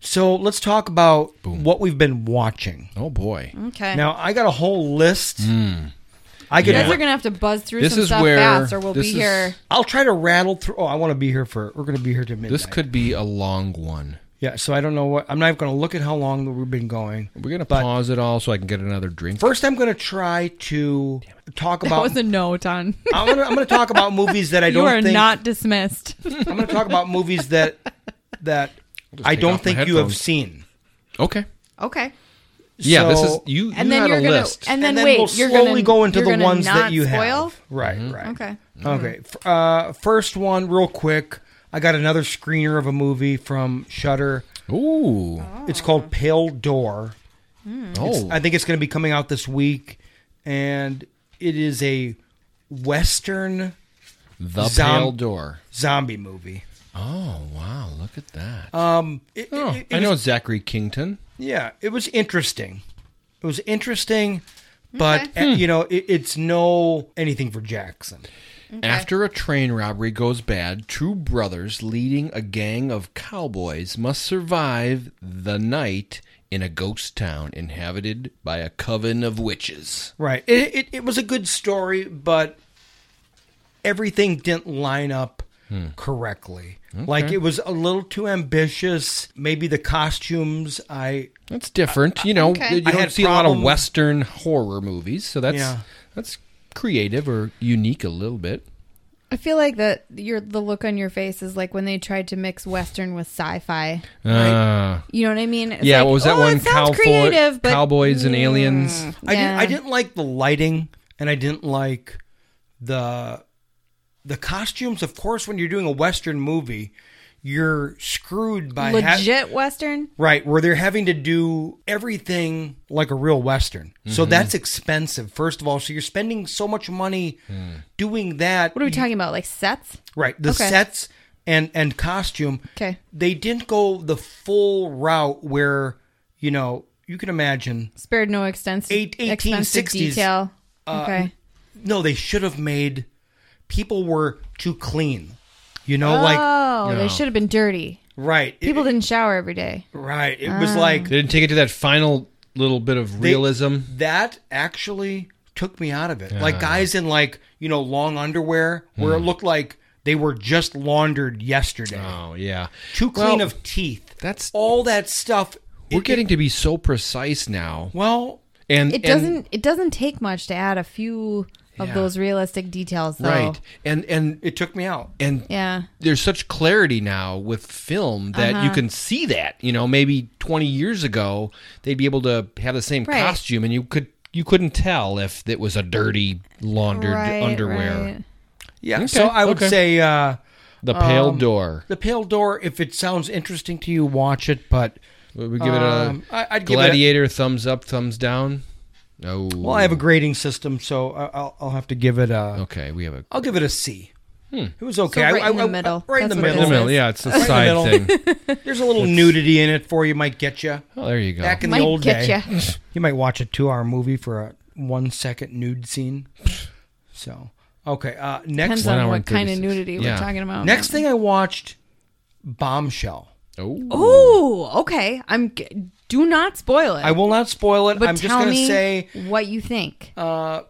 So let's talk about what we've been watching.
oh boy
okay.
Now I got a whole list.
Hmm.
I
you
could.
guys are gonna have to buzz through
this
some
is
stuff
where
fast, or we'll
this
be
is-
here.
I'll try to rattle through. Oh, I want to be here for. We're going to be here to midnight.
this could be a long one
Yeah. So I don't know what. I'm not going to look at how long we've been going.
we're gonna
But-
pause it all so i can get another drink
First, I'm going to try to talk
That
about.
was a no, Don.
I'm going to I'm going to talk about movies that um, I
You
don't
are
think.
not dismissed.
I'm going to talk about movies that that I
take
don't
off my
think you have
headphones.
seen.
okay
okay.
yeah this is
So-
you
And
you
then
had
you're
a
gonna
list
and then,
and then
wait,
we'll
you're gonna
slowly go into
you're
the
gonna
ones that
not
you
spoil?
have. Right,
Mm-hmm.
right.
Okay.
Okay. F- Uh, first one, real quick. I got another screener of a movie from Shutter.
ooh
Oh.
It's called Pale Door.
oh
I think it's going to be coming out this week, and it is a Western
the
Zom-
pale door
zombie movie.
Oh wow! Look at that.
Um, it- it-
oh,
it- it
I know
was-
Zachary Kington.
Yeah, it was interesting. It was interesting, but
Okay.
uh, you know, it, it's no anything for Jackson.
After a train robbery goes bad, two brothers leading a gang of cowboys must survive the night in a ghost town inhabited by a coven of witches.
Right. It, it, it was a good story, but everything didn't line up
Hmm.
correctly.
Okay.
Like it was a little too ambitious. Maybe the costumes, I.
That's
Uh,
different. you know, you
I
don't
had
see a lot of
problem-
Western horror movies, so that's
Yeah.
that's creative or unique a little bit.
I feel like that your the look on your face is like when they tried to mix Western with sci-fi.
Ah.
You know what I mean? It's
yeah,
like,
what was that
"Oh,
one?
it sounds
Cowboy-
creative, but mm,
cowboys and aliens.
I, didn't, I
Yeah.
didn't like the lighting, and I didn't like the the costumes. Of course, when you're doing a Western movie, you're screwed by ha-
legit Western.
Right, where they're having to do everything like a real Western. So
Mhm.
that's expensive, first of all. So you're spending so much money doing that.
What are we talking about? Like sets?
Right, the
Okay.
sets and and costume.
Okay.
They didn't go the full route where, you know, you can imagine
Spared no extensive,
Eight- 1860s,
expensive detail.
uh,
okay.
No, they should have made people were too clean. You know, like
oh, they should have been dirty.
Right. It-
People didn't shower every day.
Right. It was
Ah.
like
They didn't take it to that final little bit of
They-
realism.
that actually took me out of it. Like
Ah.
guys in like you know long underwear where it
Hmm.
looked like they were just laundered yesterday.
Oh yeah,
too clean
Well,
of teeth.
That's
all that stuff.
We're
It-
getting
it-
to be so precise now.
Well,
and
It
and-
doesn't. it doesn't take much to add a few of
Yeah.
those realistic details, though.
right and and
it took me out
and
oh. Yeah.
there's such clarity now with film that you
Uh-huh.
can see that you know maybe 20 years ago they'd be able to have the same
Right.
costume and you could you couldn't tell if it was a dirty laundered
Right,
underwear
right.
Yeah.
Okay,
so I would
okay.
say uh,
The Pale Door.
The pale door. If it sounds interesting to you, watch it. But
we give it a
um, I- I'd give it a-
gladiator thumbs up thumbs down no
Well, I have a
Hmm.
grading system, so I- I'll, I'll have to give it a.
okay we have a
I'll give it a C.
Oh. Hmm.
It was okay.
So
I-
right
I-
in the
I-
middle.
Right in
That's
the
what it
middle.
In the middle, yeah, it's a
Right in
side
middle. There's a little
It's-
nudity in it for you. Might get you.
Oh, there you go.
Back in
Might
the old
get
day,
ya.
you might watch a two-hour movie for a one-second nude scene. So okay, uh, next
Depends on One hour what and kind 36. of nudity we're Yeah. talking about.
Next thing I watched, Bombshell.
Oh.
Oh, okay. I'm. g- Do not spoil it.
I will not spoil it.
But
I'm just
tell
going to
me
say
what you think.
Uh,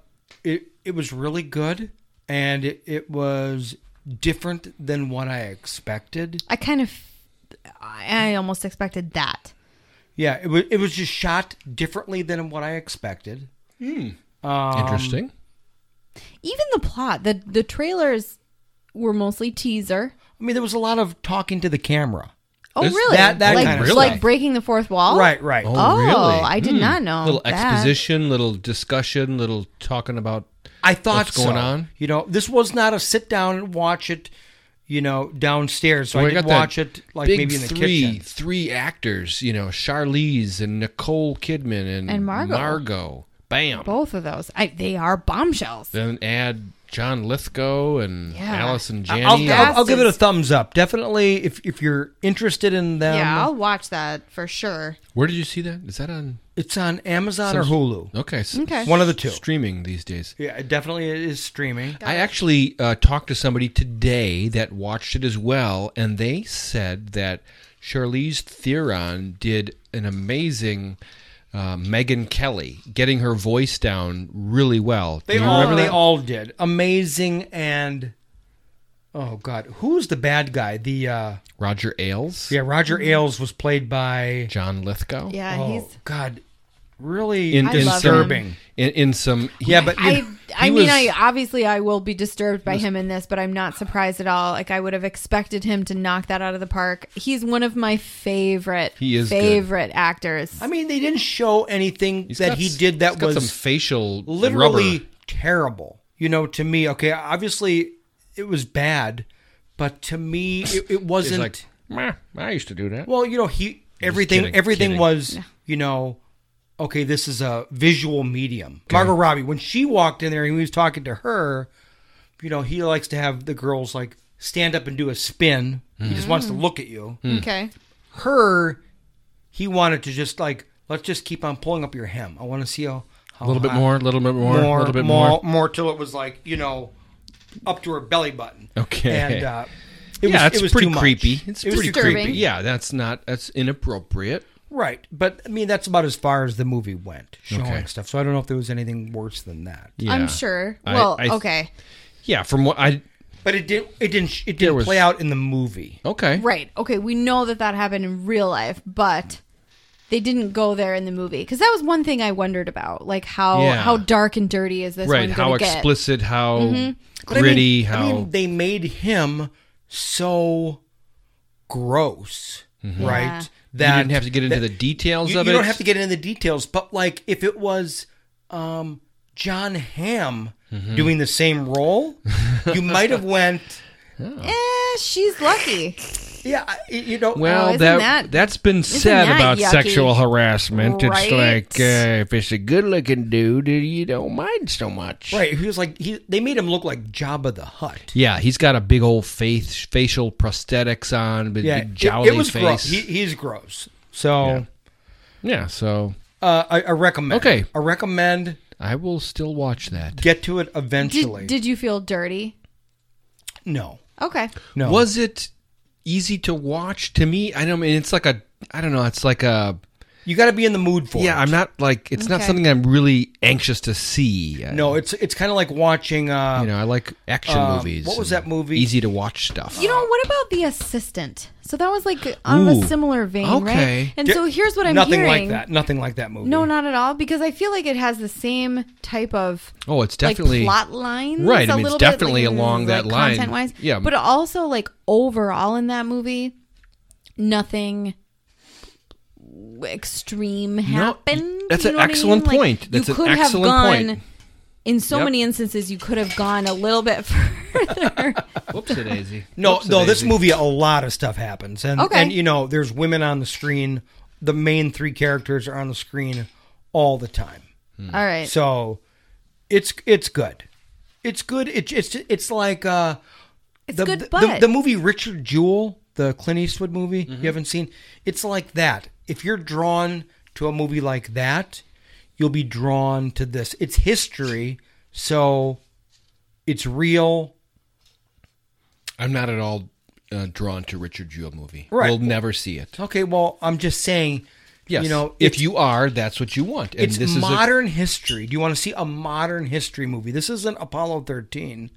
it it was really good, and it, it was different than what I expected.
I kind of. I almost expected that.
Yeah, it was it was just shot differently than what I expected. Um,
Interesting.
Even the plot. The the trailers were mostly teaser.
I mean, there was a lot of talking to the camera.
Oh,
This-
really?
that- that
like,
kind of stuff.
like breaking the fourth wall.
Right, right.
Oh, I did
Hmm.
not know.
Little
that.
exposition, little discussion, little talking about
I thought
what's going
so.
on.
You know, this was not a sit down and watch it. You know, downstairs. So
Well,
I did
that
watch it like
big
maybe in the
three,
kitchen.
Three actors, you know, Charlize and Nicole Kidman and,
And Margot.
Margot. Bam.
Both of those. I, they are bombshells.
Then add John Lithgow and
Yeah.
Allison
I'll,
Janney.
I'll- I'll give it a thumbs up. Definitely, if if you're interested in
Um,
them,
yeah, I'll watch that for sure.
Where did you see that? Is that on
it's on Amazon
some-
or Hulu.
Okay, s-
Okay.
One of the two.
Streaming these days.
Yeah, it definitely is streaming.
I actually uh, talked to somebody today that watched it as well, and they said that Charlize Theron did an amazing uh, Megan Kelly, getting her voice down really well.
They
Do you
all
remember
they
that?
all did amazing and oh god, who's the bad guy? The uh
Roger Ailes,
yeah,
Mm-hmm.
Roger Ailes was played by
John Lithgow.
Yeah,
oh,
he's-
god, really
In, in
love
some,
disturbing.
in, in some,
Yeah, but
I I
he
mean
was-
I obviously I will be disturbed by him in this, but I'm not surprised at all. Like I would have expected him to knock that out of the park. He's one of my favorite
He is good.
favorite actors.
I mean, they didn't show anything
he's
that
got
he
s-
did that
he's got
was
some facial
literally
rubber.
terrible. You know, to me, okay, obviously it was bad, but to me it, it
He's
wasn't
like, "Meh, I used to do that.
Well, you know, he everything
kidding,
everything
kidding.
was, you know, okay, this is a visual medium. Margot Robbie, when she walked in there and he was talking to her, you know, he likes to have the girls like stand up and do a spin. He just wants to look at you.
Hmm.
Okay.
Her, he wanted to just like let's just keep on pulling up your hem. I want to see how, how
A little bit
high-
more, a little bit more, a little bit more.
uh, more, more till it was like you know up to her belly button.
Okay.
and uh,
yeah, it's
it was
pretty
too much.
creepy. It's
It was
pretty
too creepy.
creepy. Yeah, that's not that's inappropriate.
Right, but I mean that's about as far as the movie went showing
Okay.
stuff. So I don't know if there was anything worse than that.
Yeah.
I'm sure.
I-
well,
I-
okay.
Yeah, from what I
But it didn't. It didn't. It didn't
was-
play out in the movie.
okay,
Right. Okay. We know that that happened in real life, but they didn't go there in the movie because that was one thing I wondered about, like how
Yeah.
how dark and dirty is this?
right.
one
How
gonna get?
explicit? How
Mhm.
But I mean-
gritty?
I
how
mean, they made him so gross, right?
Yeah. Mm-hmm. you didn't have to get into
that-
the details
you,
of
you
it.
don't have to get into the details, but like if it was um, John Hamm
Mm-hmm.
doing the same role, you might have went.
Eh, she's lucky.
Yeah, I- you know.
Well,
Oh, isn't
that,
that-
has been
isn't
said
that
about
yucky?
sexual harassment.
Right?
It's like uh, if it's a good-looking dude, uh, you don't mind so much.
uh, Right, he was like he. They made him look like Jabba the Hutt.
Yeah, he's got a big old face, facial prosthetics on, big,
Yeah,
big
it-
jowly
it, was
face.
gross. He, he's gross. So
yeah, so
uh, I, I recommend.
Okay.
I recommend
I will still watch that.
get to it eventually.
Did, did you feel dirty?
no,
Okay.
no.
Was it easy to watch? To me, I don't mean it's like a I don't know, it's like a
you got to be in the mood for it.
yeah, I'm not like it's not
Okay.
something I'm really anxious to see. I-
No, it's it's kind of like watching. Uh,
you know, I like action
Um,
movies.
what was
and
that movie?
Easy to watch stuff.
You know what about the assistant? So that was like on a
Uh, Ooh.
similar vein, right?
Okay.
And so here's what I'm
nothing
hearing.
like that. Nothing like that movie.
No, not at all, because I feel like it has the same type of
Oh, it's definitely
like plot lines,
Right, I mean, it's
little bit,
definitely along that line.
content-wise.
Yeah.
but also like overall in that movie, nothing extreme happened.
that's
you
an
know what I mean?
excellent
Like,
point. That's
you
an
could
excellent
have gone,
point.
In so
Yep.
many instances, you could have gone a little bit further.
Whoopsie daisy.
no,
Whoopsie
no. This
daisy.
movie, a lot of stuff happens, and
Okay.
and you know, there's women on the screen. The main three characters are on the screen all the time.
All right.
So, it's it's good. It's good. It, it's it's like uh,
It's
the,
good,
the,
but-
the, movie Richard Jewell, the Clint Eastwood movie you haven't seen. It's like that. If you're drawn to a movie like that, you'll be drawn to this. It's history, so it's real.
I'm not at all uh, drawn to Richard Jewell movie.
Right.
We'll never see it.
Okay, well, I'm just saying.
Yes.
you know,
if
it's-
you are, that's what you want. And
it's
this
modern history. Do you want to see a modern history movie? This isn't Apollo 13,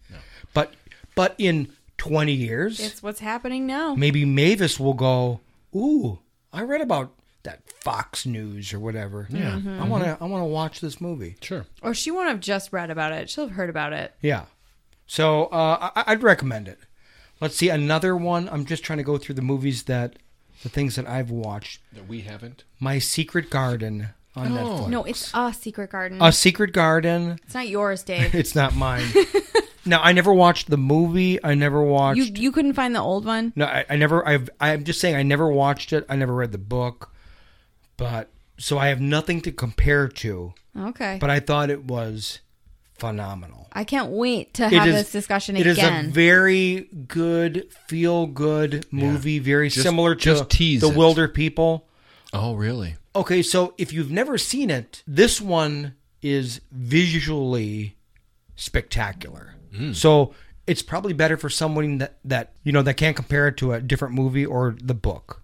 but but in 20 years,
it's what's happening now.
maybe Mavis will go, "Ooh, I read about that Fox News or whatever. Yeah,
Mm-hmm.
I want to. I want to watch this movie.
is a, sure.
Or she won't have just read about it. She'll have heard about it.
Yeah, so uh, I, I'd recommend it. Let's see another one. I'm just trying to go through the movies that the things that I've watched.
That we haven't.
My Secret Garden on
Oh.
Netflix.
No, it's a secret garden.
A Secret Garden.
it's not yours, Dave.
It's not mine. now I never watched the movie. I never watched.
you you couldn't find the old one.
No, I, I never. I've. I'm just saying. I never watched it. I never read the book, but so I have nothing to compare to.
Okay.
But I thought it was phenomenal.
I can't wait to
It
have
is-
this discussion
It is
again.
a very good, feel good movie. Very
Just-
similar to
just tease
the
it.
Wilder People.
Oh, really?
Okay, so if you've never seen it, this one is visually spectacular. So it's probably better for someone that, that you know that can't compare it to a different movie or the book.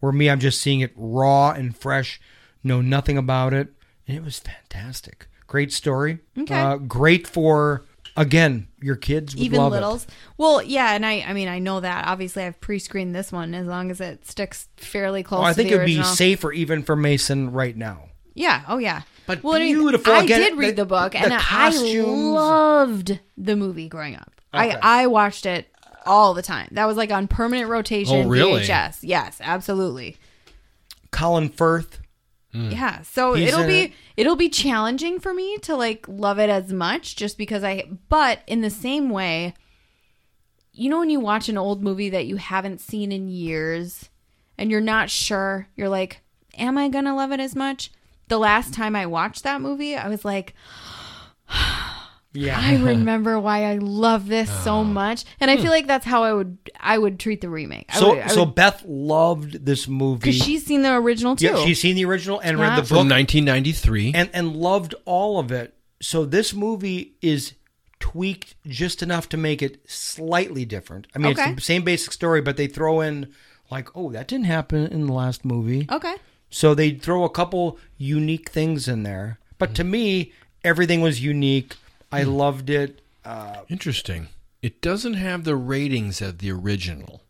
Where me, I'm just seeing it raw and fresh, know nothing about it, and it was fantastic. Great story.
Okay.
Uh, great for again your kids. Would
Even
love it.
littles. Well, yeah, and I I mean I know that. Obviously I've pre screened this one as long as it sticks fairly close
Oh, I
to
think
the
it would be
original.
safer even for Mason right now.
Yeah, oh yeah.
But
I mean,
beautiful.
I,
Again,
did
the-
read the, book
the
and I
costumes.
loved the movie growing up.
Okay.
I, I watched it all the time. That was like on permanent rotation
Oh, really?
VHS. Yes, absolutely.
Colin Firth.
Yeah, so
He's
it'll
in
be
it.
it'll be challenging for me to like love it as much just because I but in the same way you know when you watch an old movie that you haven't seen in years and you're not sure, you're like am I going to love it as much? The last time I watched that movie, I was like
Yeah.
I remember why I love this so much, and I
Hmm.
feel like that's how I would I would treat the remake. I
So
would- I
so
would-
Beth loved this movie
'cause she's seen the original too.
Yeah, she's seen the original and read
Yeah.
the book
From 1993.
and and loved all of it. So this movie is tweaked just enough to make it slightly different. I mean,
Okay.
it's the same basic story, but they throw in like, oh, that didn't happen in the last movie.
Okay.
So they throw a couple unique things in there. But
Mm-hmm.
to me, everything was unique. I
Hmm.
loved it. Uh,
Interesting. It doesn't have the ratings of the original.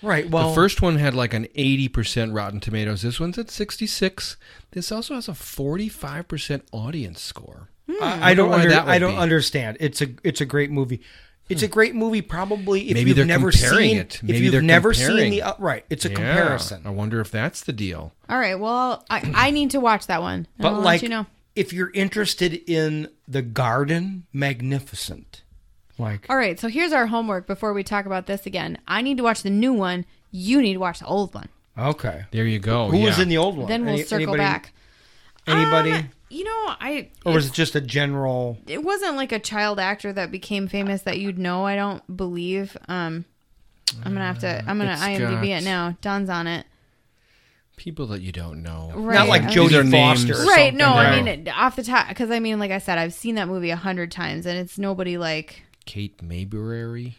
Right, well-
the first one had like an 80% Rotten Tomatoes. This one's at 66. This also has a 45% audience score.
I, I don't.
Hmm. wonder why
Under,
that would
I don't
be. Hmm.
understand. It's a. It's a great movie. It's a great movie. Probably if
Maybe
you've
they're
never
comparing
seen
it. Maybe
if you've
they're
never seen
comparing.
the uh, right, it's a
Yeah. Oh.
comparison.
I wonder if that's the deal.
All right. Well, I, I need to watch that one. and
But
I'll let
like,
you know.
if you're interested in the garden, magnificent. Like,
All right. So here's our homework before we talk about this again. I need to watch the new one. You need to watch the old one.
okay,
there you go.
Who was
yeah.
in the old one?
Then we'll
Any-
circle
anybody-
back. Um,
Anybody,
You know, I
or was it just a general?
it wasn't like a child actor that became famous that you'd know. I don't believe. Um, I'm gonna have to.
Uh,
I'm gonna
It's
IMDb
got-
it now. Don's on it.
People that you don't know.
Right. Not like
These
Jodie
are names.
Foster or
Right? No, I mean it- off the top because I mean, like I said, I've seen that movie a hundred times, and it's nobody like.
Kate Mayberry,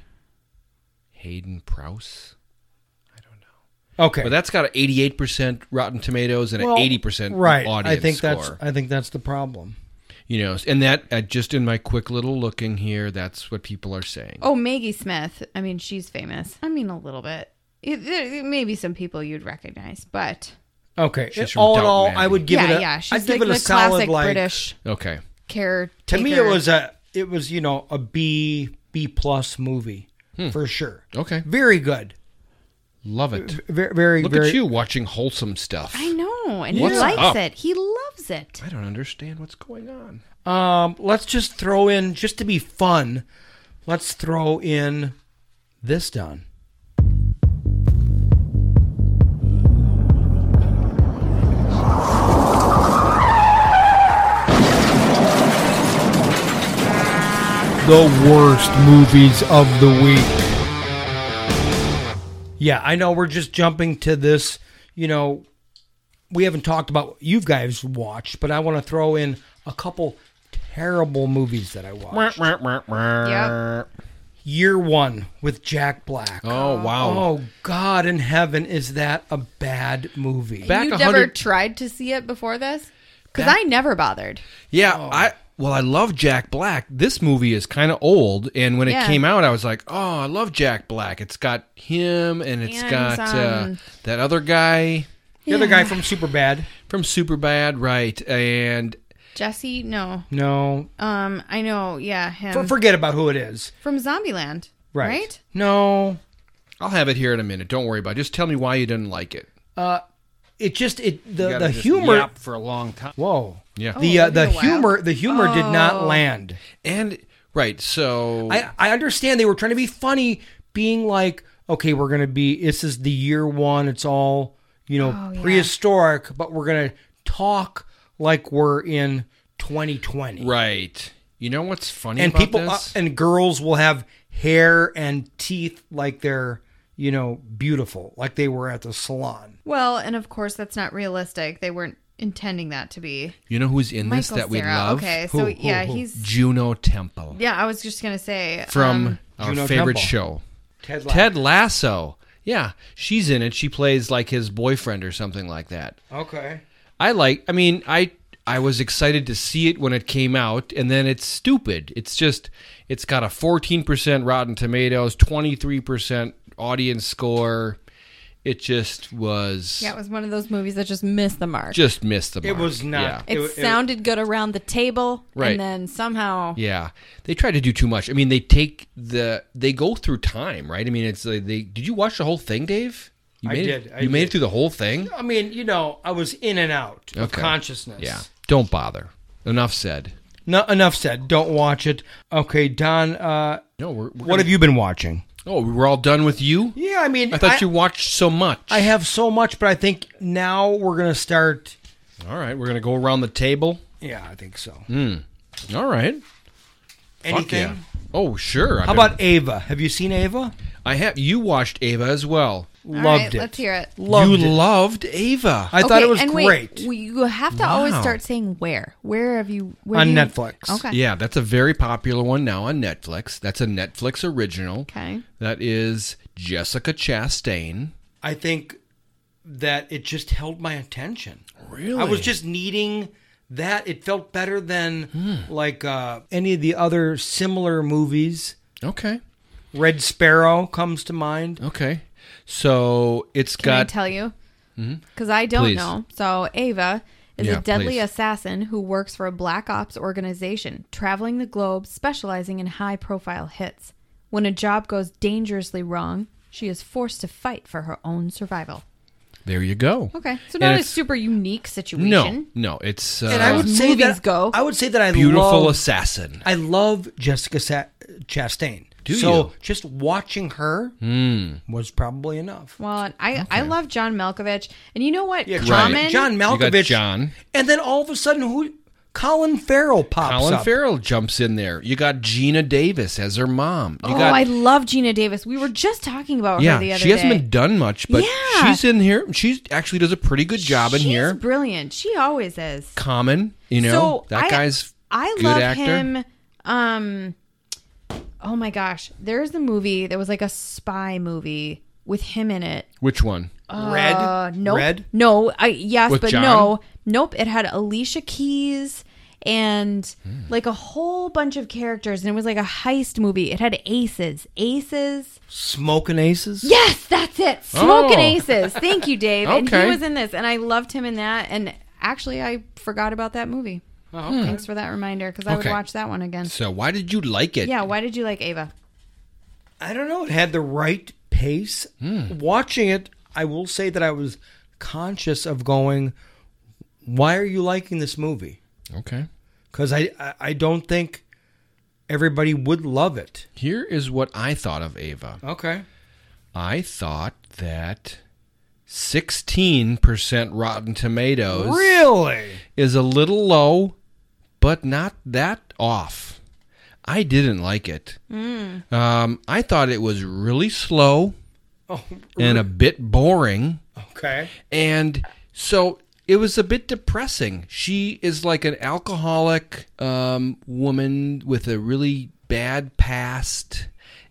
Hayden Prouse.
Okay,
But that's got an 88% Rotten Tomatoes and
Well,
an 80%
right.
audience
I think
score.
that's. I think that's the problem.
you know, and that uh, just in my quick little looking here, that's what people are saying.
Oh, Maggie Smith. I mean, she's famous. I mean, a little bit. It, there, there may be some people you'd recognize, but
Okay,
She's from
all in
Downton
all,
Abbey.
I would give
yeah,
it. A,
yeah,
I'd
she's
give
like
it a
the
solid
classic
like.
British
Okay.
care.
to me it was a it was you know a b b plus movie for sure
Hmm. Okay.
very good
Love it.
very very
Look
very
at you watching wholesome stuff.
I know, and
What's
he likes
up?
it. He loves it.
I don't understand what's going on.
um let's just throw in just to be fun let's throw in this done the worst movies of the week Yeah, I know we're just jumping to this. You know, we haven't talked about what you guys watched, but I want to throw in a couple terrible movies that I watched.
Yep.
Year One with Jack Black.
Oh, wow.
Oh, God in heaven, is that a bad movie?
Back
you
a
never
hundred-
tried to see it before this? Because
Back-
I never bothered.
Yeah,
oh.
I well, I love Jack Black. This movie is kind of old, and when
Yeah.
it came out, I was like, "Oh, I love Jack Black." It's got him, and it's
And,
got uh,
um,
that other guy
The other guy from Superbad.
from Superbad, right? And
Jesse, no.
No.
Um, I know. Yeah, him
For, forget about who it is.
from Zombieland.
Right.
Right.
No.
I'll have it here in a minute. Don't worry about it. Just tell me why you didn't like it.
Uh, it just it the
You gotta
the
just
humor
yap for a long time.
Whoa.
Yeah.
The
Oh,
uh, the
it'll be a while.
humor the humor did not
Oh.
land.
And right, so
I, I understand they were trying to be funny, being like, okay, we're gonna be this is the year one, it's all you know
Oh, yeah.
prehistoric, but we're gonna talk like we're in 2020,
right. You know what's funny
and
about
people uh,
this?
and girls will have hair and teeth like they're you know beautiful, like they were at the salon.
Well, and of course that's not realistic. They weren't intending that to be.
you know who's in this
Michael
that we
Cera.
love?
Okay, so, Who, who, yeah, who? he's-
Juno Temple.
Yeah, I was just gonna say
from
um,
our
Juno
favorite
Temple.
show,
Ted
Lasso. Yeah, she's in it. She plays like his boyfriend or something like that.
Okay.
I like. I mean, I I was excited to see it when it came out, and then it's stupid. It's just it's got a fourteen percent Rotten Tomatoes, twenty three percent audience score. It just was
yeah, it was one of those movies that just missed the mark.
just missed the
It
mark.
was not-
Yeah.
it,
it- it-
sounded good around the table,
Right.
And then somehow,
Yeah, they tried to do too much. I mean, they take the they go through time, right? I mean, it's like they. Did you watch the whole thing, Dave? You
I
made
did,
It,
I
you made
did.
it through the whole thing.
I mean, you know, I was in and out of consciousness.
Yeah. Don't bother. Enough said.
No, enough said. Don't watch it. Okay, Don. Uh,
no, we're,
what have you been watching?
Oh, we were all done with you.
Yeah, I mean,
I thought
I-
you watched so much.
I have so much, but I think now we're gonna start.
All right, we're gonna go around the table.
Yeah, I think so.
Hmm. All right.
Anything?
Mm, yeah. Oh, sure. I've
How
been-
about Ava? Have you seen Ava?
I have. You watched Ava as well.
All right, Let's hear it.
you
Loved it.
loved Ava.
I thought it was
and
great.
Wait, we- you have to always
Wow.
start saying where. Where have you? Where
On
do you-
Netflix.
Okay.
Yeah, that's a very popular one now on Netflix. That's a Netflix original.
Okay.
That is Jessica Chastain.
I think that it just held my attention.
Really?
I was just needing that. It felt better than like uh, any of the other similar movies.
Okay.
Red Sparrow comes to mind.
Okay. So it's
Can I
got.
tell you?
Mhm.
Because I don't
Please.
know. So Ava is
Yeah,
a deadly
please.
assassin who works for a black ops organization, traveling the globe, specializing in high-profile hits. When a job goes dangerously wrong, she is forced to fight for her own survival.
There you go.
Okay, so
And
not a
it's-
super unique situation.
No, no, it's. Uh,
and I would say
movies
that I would say that I
Beautiful
love-
Assassin.
I love Jessica Sa- Chastain.
Do
so
you?
just watching her
Hmm.
was probably enough.
Well, and I I love John Malkovich, and you know what?
Yeah, John,
Common,
John
You got
Malkovich.
John.
And then all of a sudden, who? Colin Farrell pops
Colin
up.
Farrell jumps in there. You got Gina Davis as her mom. You
oh,
got,
I love Gina Davis. We were just talking about
yeah,
her the other
she hasn't
day.
been done much, but
Yeah.
she's in here. She actually does a pretty good job in
She's
here.
brilliant. She always is.
Common, you know
So,
that
I-
guy's
I
good
love
actor.
him. Um, oh my gosh, there's a movie that was like a spy movie with him in it.
Which one?
Red?
Uh, nope.
Red?
No. I yes,
With
but
John?
no. Nope. It had Alicia Keys and
Hmm.
like a whole bunch of characters, and it was like a heist movie. It had aces, aces.
Smoking Aces.
Yes, that's it. Smoking
Oh.
aces. Thank you, Dave. And he
Okay.
was in this, and I loved him in that. And actually, I forgot about that movie. Thanks for that reminder because I
Oh, Okay.
would watch that one again.
So why did you like it?
Yeah, why did you like Ava?
I don't know. It had the right pace.
Hmm.
Watching it, I will say that I was conscious of going, why are you liking this movie?
Okay.
Because I, I, I don't think everybody would love it.
Here is what I thought of Ava.
Okay.
I thought that sixteen percent Rotten Tomatoes
Really?
is a little low, but not that off. I didn't like it. Um, I thought it was really slow
Oh,
and a bit boring.
okay.
And so it was a bit depressing. She is like an alcoholic um, woman with a really bad past.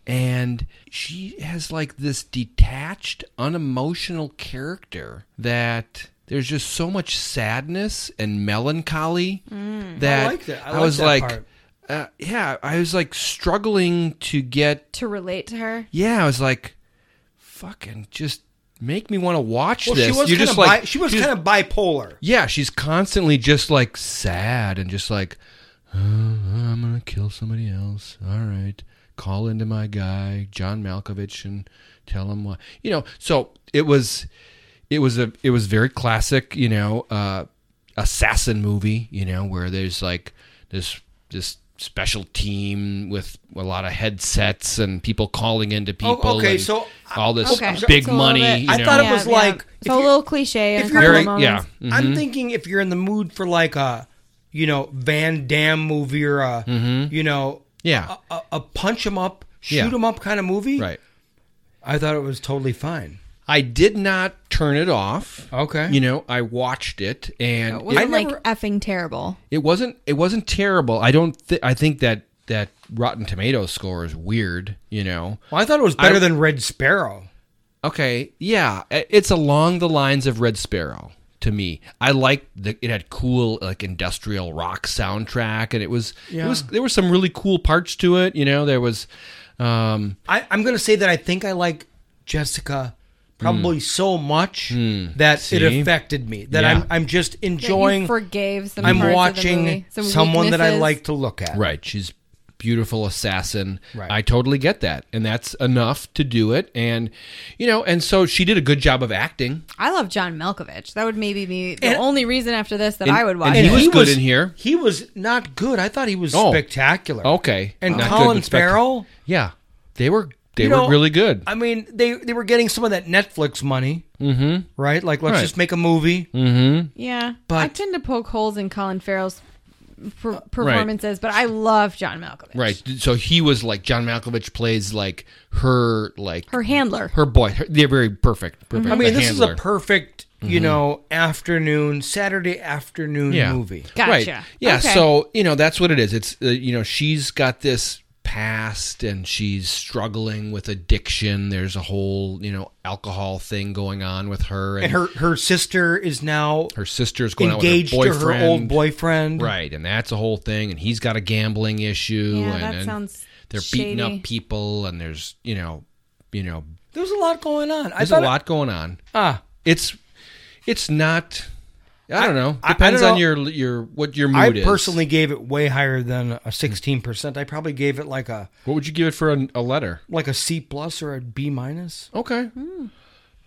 And she has like this detached, unemotional character that there's just so much sadness and melancholy that
Mm. I like that. I like
was
that
like,
part.
uh, yeah, I was like struggling to get
To relate to her?
yeah, I was like, fucking just make me want to watch
Well,
this.
she was
You're
kind
just
of
like,
bi- she was
she's-
kind of bipolar.
yeah, she's constantly just like sad and just like, "Oh, I'm gonna kill somebody else. All right, call into my guy John Malkovich and tell him why. You know, so it was, it was a, it was very classic. You know, uh, assassin movie. You know, where there's like this this special team with a lot of headsets and people calling into people.
Oh, okay,
and
so-
all this
Okay, so
big
it's a little
money.
bit-
you
I
know.
thought it was like
So a little cliche. In a
if
couple
you're-
of
Very-
moments.
yeah.
I'm thinking if you're in the mood for like a, you know, Van Damme movie or a, you know,
Mm-hmm. Yeah.
a, a punch 'em up, shoot
Yeah.
'em up kind of movie.
right.
I thought it was totally fine.
I did not turn it off.
Okay.
You know, I watched it and
It
it,
wasn't like
never-
effing terrible.
it wasn't it wasn't terrible. I don't thi- I think that that Rotten Tomatoes score is weird, you know.
Well, I thought it was better
I-
than Red Sparrow.
Okay, yeah, i- it's along the lines of Red Sparrow to me. I liked the it had cool like industrial rock soundtrack and it was it was there were some really cool parts to it, you know. There was um
I, I'm going to say that I think I like Jessica probably so much that it
Hmm. See?
affected me that
Yeah.
I'm I'm just
That you
enjoying.
forgave some parts of
I'm
the
watching
movie, some
someone that I
weaknesses.
like to look at.
Right. She's beautiful assassin.
Right.
I totally get that. And that's enough to do it. And you know, and so she did a good job of acting.
I love John Malkovich. That would maybe be the
And-
only reason after this that
and-
I would watch.
and
it.
he was good in here.
He was not good. I thought he was
Oh.
spectacular.
Okay.
And
Not good,
Colin
but spectac-
Farrell.
Yeah. They were they
You
were
know,
really good.
I mean, they they were getting some of that Netflix money,
Mhm.
right? Like, let's
Right.
just make a movie.
Mhm.
Yeah, I
But-
tend to poke holes in Colin Farrell's
Uh,
per- performances, but I love John Malkovich.
Right. So he was like John Malkovich plays like her like
Her handler.
her boy. Her, they're very perfect. perfect
I mean,
the
this is
handler.
a perfect, you
Mm-hmm.
Mhm.
know, afternoon, Saturday afternoon movie.
Right. Yeah. So you know that's what it is. It's uh, you know she's got this past and she's struggling with addiction. There's a whole you know alcohol thing going on with her
and her her sister is now
her sister's going
engaged
out with her
to
boyfriend.
her old boyfriend.
Right. And that's a whole thing. And he's got a gambling issue.
Yeah,
and,
that
and
sounds
They're beating
shady.
up people, and there's you know, you know,
There's a lot going on. I
there's a
thought it-
lot going on.
Ah.
it's it's not. I don't know.
I- I
Depends
don't
on
know.
your your what your mood
I
is. Hmm.
personally gave it way higher than a 16%. I probably gave it like a
What would you give it for a, a letter?
like a C plus or a B minus.
Okay.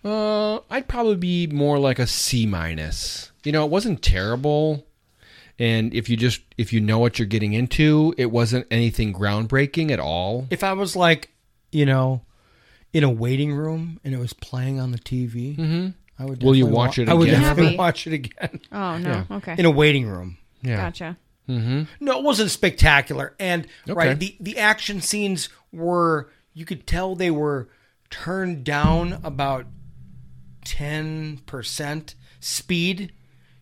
Uh, I'd probably be more like a C minus. You know, it wasn't terrible, and if you just if you know what you're getting into, it wasn't anything groundbreaking at all.
If I was like, you know, in a waiting room and it was playing on the TV,
Mhm.
I would.
Will you
definitely
watch
wa-
it
I would
again?
definitely
Happy.
watch it again.
Oh, no. Yeah. Okay.
In a waiting room.
Yeah.
Gotcha.
Mm-hmm.
No, it wasn't spectacular. And right,
Okay.
the the action scenes were you could tell they were turned down about ten percent speed.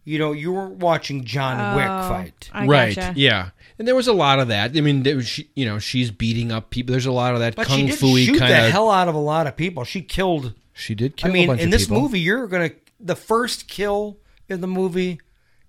You know, you were watching John Wick
Oh,
fight.
right. Yeah. And there was a lot of that. I mean, there was, she, you know, she's beating up people. There's a lot of that
But she
kung
did
fu
shoot
kind
the
of.
hell out of a lot of people. She killed
she did kill
I mean,
a bunch
in
of
this
people.
movie, you're gonna the first kill in the movie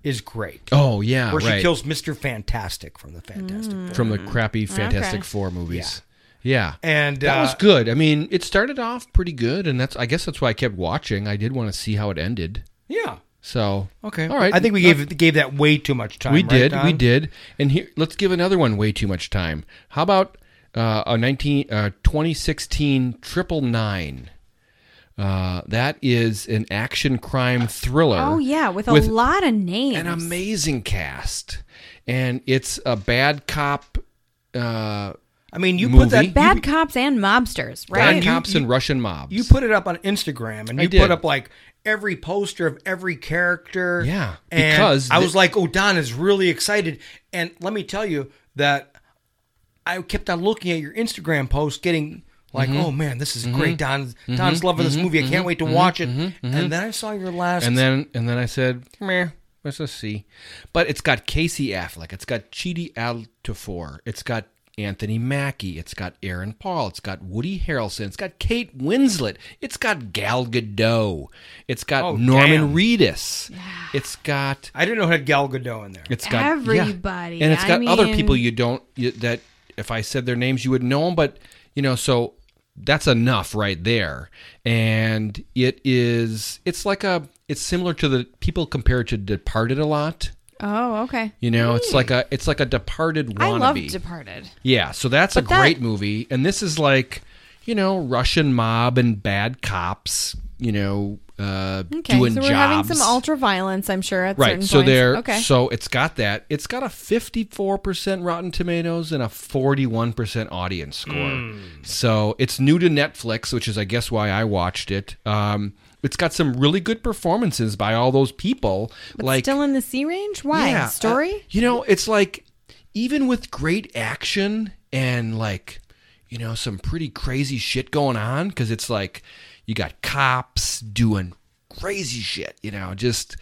is great.
Oh, yeah,
where
right.
she kills Mister Fantastic from the Fantastic Four.
from
Mm.
the crappy Fantastic
Okay.
Four movies. Yeah.
And,
that
uh,
was good. I mean, it started off pretty good, and that's I guess that's why I kept watching. I did want to see how it ended.
Yeah.
So
Okay,
all right.
I think we gave gave that way too much time.
we
right,
did, we
Don?
did, and here let's give another one way too much time. How about uh, a 19, uh, 2016 triple nine? Uh, that is an action crime thriller.
Oh yeah, with a lot of names.
an amazing cast, and it's a bad cop. Uh,
I mean, you
movie.
put that
Bad cops and mobsters, right?
bad cops and Russian mob.
You put it up on Instagram, and
I
you
did.
put up like every poster of every character.
Yeah,
and
because
I
the-
was like, "Oh, Don is really excited." And let me tell you that I kept on looking at your Instagram post, getting like,
Mhm.
"Oh man, this is
Mhm.
great, Don.
Mhm.
Don's loving this
Mhm.
movie. I can't
Mhm.
wait to
Mhm.
watch it."
Mhm. Mhm.
And then I saw your last,
And then and then I said, meh, let's just see. But it's got Casey Affleck, it's got Chidi Altafor, it's got Anthony Mackie, it's got Aaron Paul, it's got Woody Harrelson, it's got Kate Winslet, it's got Gal Gadot, it's got
Oh,
Norman
damn.
Reedus, it's got
I didn't know it had Gal Gadot in there.
it's got yeah.
Everybody,
and it's
I
got other
mean-
people you don't you, that if I said their names you would know them, but you know so. That's enough right there, and it is. It's like a. It's similar to the people compare it to Departed a lot.
Oh, okay.
You know, it's like a. It's like a Departed wannabe.
Hmm. I love Departed.
Yeah, so that's a
But that-
great movie, and this is like, you know, Russian mob and bad cops. You know, uh,
Okay,
doing
so we're
jobs.
having some ultra violence, I'm sure. At
right
certain
so
points.
there
Okay.
so it's got that it's got a 54% rotten tomatoes and a 41% audience score so it's new to netflix which is i guess why i watched it um, it's got some really good performances by all those people
but
like
still in the C range. Why
yeah, uh,
story?
you know, it's like even with great action and like you know some pretty crazy shit going on because it's like you got cops doing crazy shit. You know, just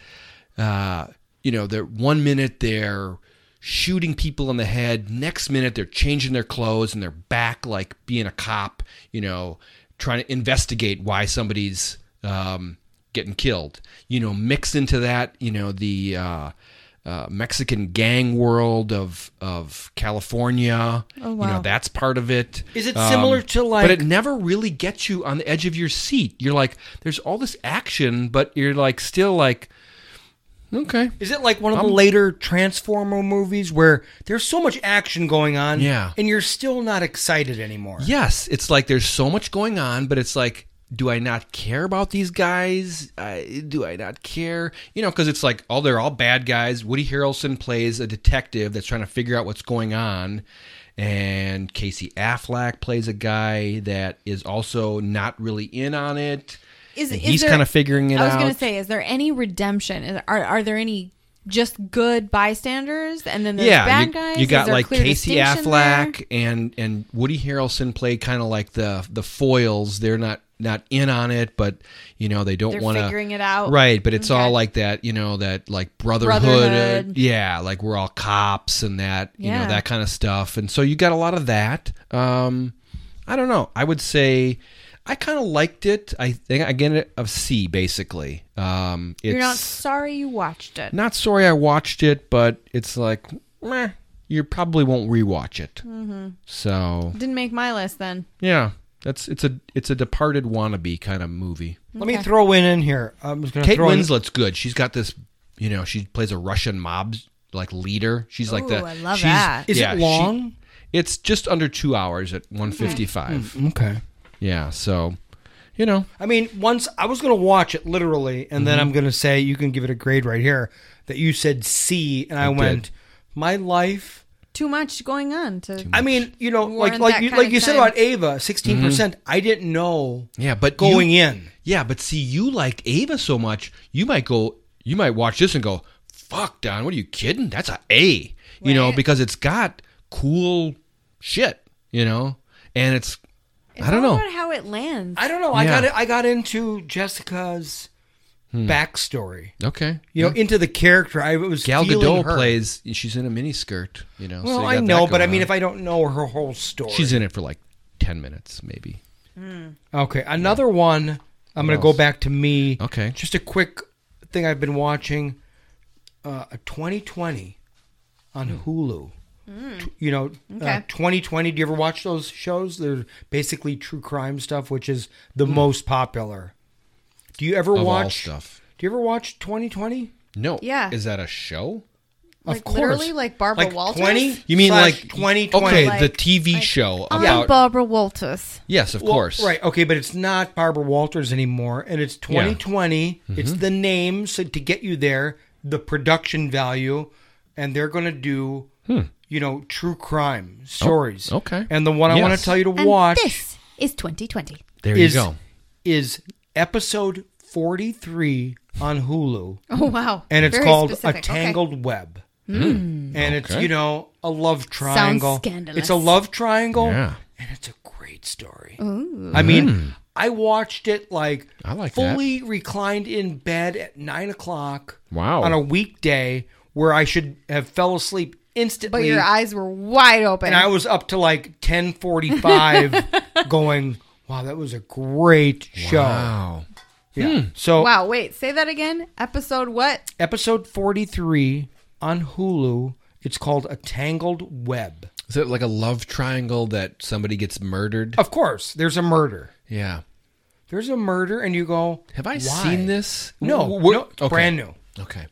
uh, you know, they're one minute they're shooting people in the head, next minute they're changing their clothes and they're back like being a cop. You know, trying to investigate why somebody's um, getting killed. You know, mix into that, you know, the uh, uh, Mexican gang world of of California.
Oh,
You know,
wow.
that's part of it. Um,
Is it similar to, like-
But it never really gets you on the edge of your seat. You're like, there's all this action, but you're like still like, okay.
Is it like one of
I'm-
the later Transformer movies where there's so much action going on,
Yeah.
and you're still not excited anymore?
Yes, it's like there's so much going on, but it's like, do I not care about these guys? I, do I not care? You know, because it's like, all they're all bad guys. Woody Harrelson plays a detective that's trying to figure out what's going on, and Casey Affleck plays a guy that is also not really in on it.
Is,
and
is
he's
there-
kind of figuring it
I was
out.
gonna say, is there any redemption? Is- Are are there any just good bystanders, and then there's
yeah,
bad
you,
guys.
you
Is
got
there a
like
clear
Casey
distinction
Affleck and and Woody Harrelson play kind of like the the foils. They're not not in on it, but you know they don't
They're
want to
figuring it out.
right? But it's all
Okay.
like that, you know, that like brotherhood, uh,
Brotherhood.
yeah, like we're all cops and that, you
Yeah.
know, that kind of stuff. And so you got a lot of that. Um, I don't know. I would say. I kind of liked it. I think I get it of C basically. Um, it's,
You're not sorry you watched it.
not sorry I watched it, but it's like, meh, you probably won't rewatch it.
Mhm.
So
Didn't make my list then.
yeah, that's it's a it's a departed wannabe kind of movie.
Let me
Okay.
throw in in here. I'm just gonna
Kate
throw in-
Winslet's good. She's got this, you know, she plays a Russian mob like leader. She's like the.
Ooh, I love
she's-
that. Is it
she-
long?
it's just under two hours at one fifty
Mm-hmm.
five.
Mm, okay.
Yeah, so you know.
I mean, once I was going to watch it literally, and then
Mhm.
I'm going to say you can give it a grade right here that you said C, and I,
I did.
went, my life.
Too much going on to.
I mean, you know, like
warrant
like
that
you,
kind
like
of
you said
time.
about Ava, 16 percent. I didn't know.
Mm-hmm. Yeah, but
going
you-
in,
Yeah, but see, you liked Ava so much, you might go, you might watch this and go, "Fuck, Don, what are you kidding? That's a A." You know, because it's got cool shit. You know, and it's, I don't know.
how it lands.
I don't know. I
Yeah.
got it. I got into Jessica's
Hmm.
backstory.
Okay,
You know, into the character. I was
Gal
feeling
Gadot
her.
plays. She's in a miniskirt. You know.
Well,
you
I
got
know,
that
but I
going
mean,
on.
if I don't know her whole story,
she's in it for like ten minutes, maybe.
Okay, another one. I'm going to go
else?
back to me.
Okay.
Just a quick thing I've been watching uh, a 2020 on
Hmm.
Hulu. T- You know, uh,
Hmm. Okay.
2020. Do you ever watch those shows? They're basically true crime stuff, which is the most popular. Do you ever
Hmm. Of all
watch
stuff.
Do you ever watch 2020?
No.
Yeah.
Is that a show?
of
Like,
course.
literally, like Barbara Walters?
You mean
slash
like
2020?
Okay, the TV show
I'm
about.
Barbara Walters.
yes, of
Well,
course.
Right. Okay, but it's not Barbara Walters anymore, and it's 2020. It's
Mhm.
the name so to get you there, the production value, and they're going to do
Hmm.
you know true crime stories.
Oh, okay.
And the one I want
Yes.
to tell you to
And
watch
This is 2020.
There
is,
you go.
Is episode 43 on Hulu.
Oh, wow.
And it's
Very
called
specific.
A
Okay.
Tangled Web.
Hmm.
And it's
Okay.
you know a love triangle.
scandalous.
It's a love triangle.
Yeah.
And it's a great story.
Ooh.
I mean,
Mm.
I watched it like
I like that.
fully reclined in bed at nine o'clock.
Wow.
On a weekday where I should have fell asleep instantly.
But Oh, your eyes were wide open.
and I was up to like ten forty five, going, "Wow, that was a great show."
Wow. Hmm.
Yeah. So
wow, wait, say that again. Episode what?
episode forty three on Hulu. It's called A Tangled Web.
Is it like a love triangle that somebody gets murdered?
Of course, there's a murder.
Yeah.
There's a murder, and you go,
Have I
"Why?"
seen this?
No,
W- w-
no, it's brand new.
Okay.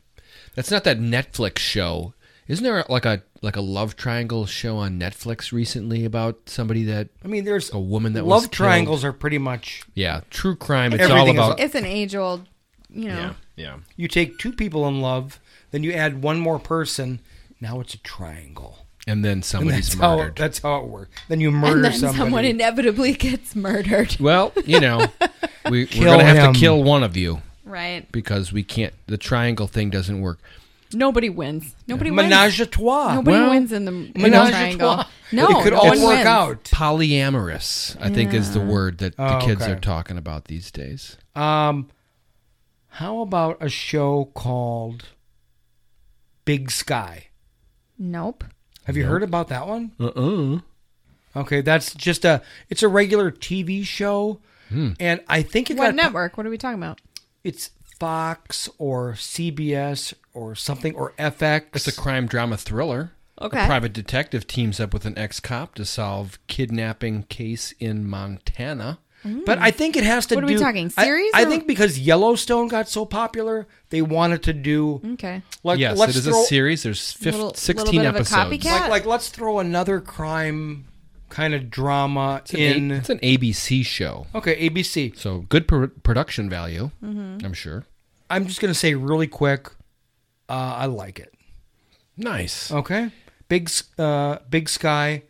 That's not that Netflix show. Isn't there like a like a love triangle show on Netflix recently about somebody that
I mean, there's
a woman that was
love
killed?
triangles are pretty much
Yeah, true crime. It's all
Everything is-
about
It's an age old, you know.
yeah, yeah.
you take two people in love, then you add one more person. Now it's a triangle.
And then
And
somebody's
that's
murdered.
How, that's how it works. Then you murder
And then
somebody.
someone inevitably gets murdered.
well, you know, we, we're
Kill
gonna have
him.
to kill one of you
Right.
because we can't. The triangle thing doesn't work.
Nobody wins. Nobody wins.
Menage a trois.
Nobody
Well,
wins in the, in the
menage a
triangle.
trois.
No,
it could
no
all
one
work
wins.
out.
Polyamorous, I think, is the word that the
Oh,
kids
okay.
are talking about these days.
Um, how about a show called Big Sky?
Nope.
Have you heard about that one?
Uh uh
Okay, that's just a. It's a regular TV show,
Hmm.
and I think it
What
got
network? What are we talking about?
it's Fox or CBS or something or FX.
It's a crime drama thriller.
Okay.
A private detective teams up with an ex cop to solve kidnapping case in Montana.
But I think it has to
Hmm. What are
do.
we talking,
I-
series
I,
or-
think because Yellowstone got so popular, they wanted to do.
Okay.
Like,
yes,
let's
it is
throw,
a series. There's fif-
Little- little
16
bit of a
episodes.
copycat?
Like, like let's throw another crime kind of drama
It's an, A-
in.
it's an ABC show.
okay, ABC.
So good pr- production value,
Mm-hmm.
I'm sure.
I'm just gonna say really quick. Uh, I like it.
Nice.
Okay, big S- uh, big sky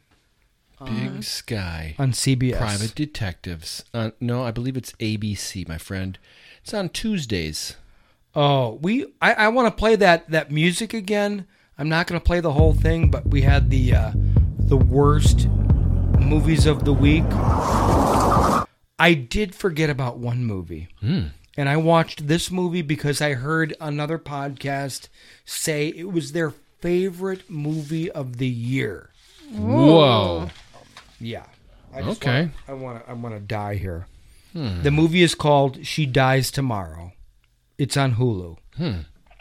Uh-huh.
Big Sky.
on CBS.
Private Uh, Detectives. Uh, no, I believe it's ABC, my friend. It's on Tuesdays.
Oh, we I, I want to play that that music again. I'm not going to play the whole thing, but we had the uh, the worst movies of the week. I did forget about one movie.
Hmm.
And I watched this movie because I heard another podcast say it was their favorite movie of the year.
Whoa.
Yeah. I just
Okay.
Want, I want to I want to die here.
Hmm.
The movie is called She Dies Tomorrow. It's on Hulu.
Hmm.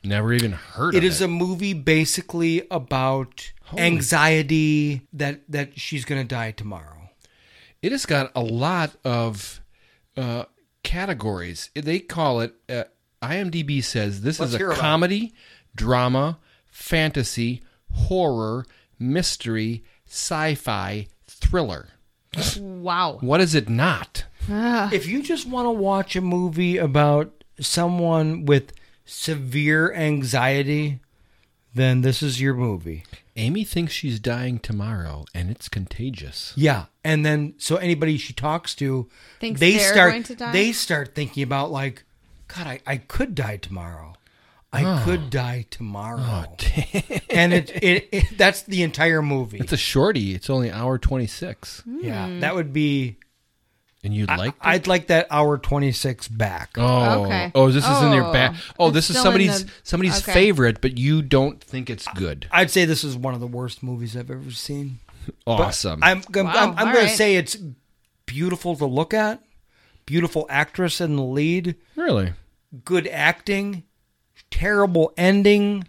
Never even heard
It
of
is a movie basically about
Holy-
anxiety that that she's going to die tomorrow.
Ah. It has got a lot of uh, categories. They call it. Uh, IMDb says this
Let's
is
hear
a
about it.
comedy, drama, fantasy, horror, mystery, sci-fi, thriller.
Wow.
What is it not?
Ah.
If you just want to watch a movie about someone with severe anxiety, then this is your movie.
Amy thinks she's dying tomorrow, and it's contagious.
Yeah, and then so anybody she talks to,
Thinks
they
they're
start
going to die?
they start thinking about like, God, I, I could die tomorrow. I
Oh.
could die tomorrow. and it, it, it that's the entire movie.
It's a shorty. It's only hour twenty six.
Yeah,
Hmm.
that would be.
And you'd like?
I, would like that hour twenty six back.
Oh, oh, this is in your back. Oh,
It's
this is
still in
somebody's
the-
somebody's
okay.
favorite, but you don't think it's good.
I'd say this is one of the worst movies I've ever seen. But
Awesome.
I'm gonna,
Wow,
I'm, I'm
all
gonna
right.
say it's beautiful to look at. Beautiful actress in the lead.
Really?
Good acting. Terrible ending.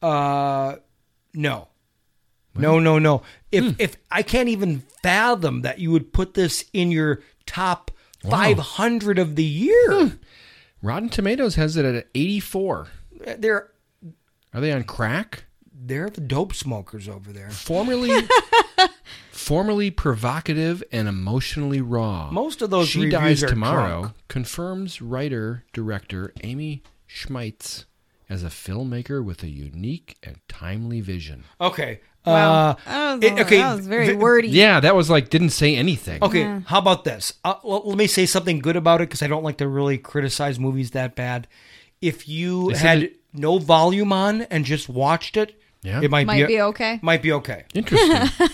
Uh, no. No, no, no. If if I can't even fathom that you would put this in your top
Wow.
500 of the year.
Rotten Tomatoes has it at eighty four.
They're
Are they on crack?
They're the dope smokers over there.
Formerly, formerly provocative and emotionally raw.
Most of those
She
reviews
dies
are
tomorrow.
drunk.
Confirms writer director Amy Schmeitz as a filmmaker with a unique and timely vision.
Okay.
Wow.
Uh,
That was
it-
a-
okay.
that was very
the-
wordy.
Yeah, that was like didn't say anything.
Okay, how about this? Uh, l- let me say something good about it because I don't like to really criticize movies that bad. If you
They said
had
it-
no volume on and just watched it,
Yeah.
it might,
Might
be,
be okay.
Might be okay.
Interesting.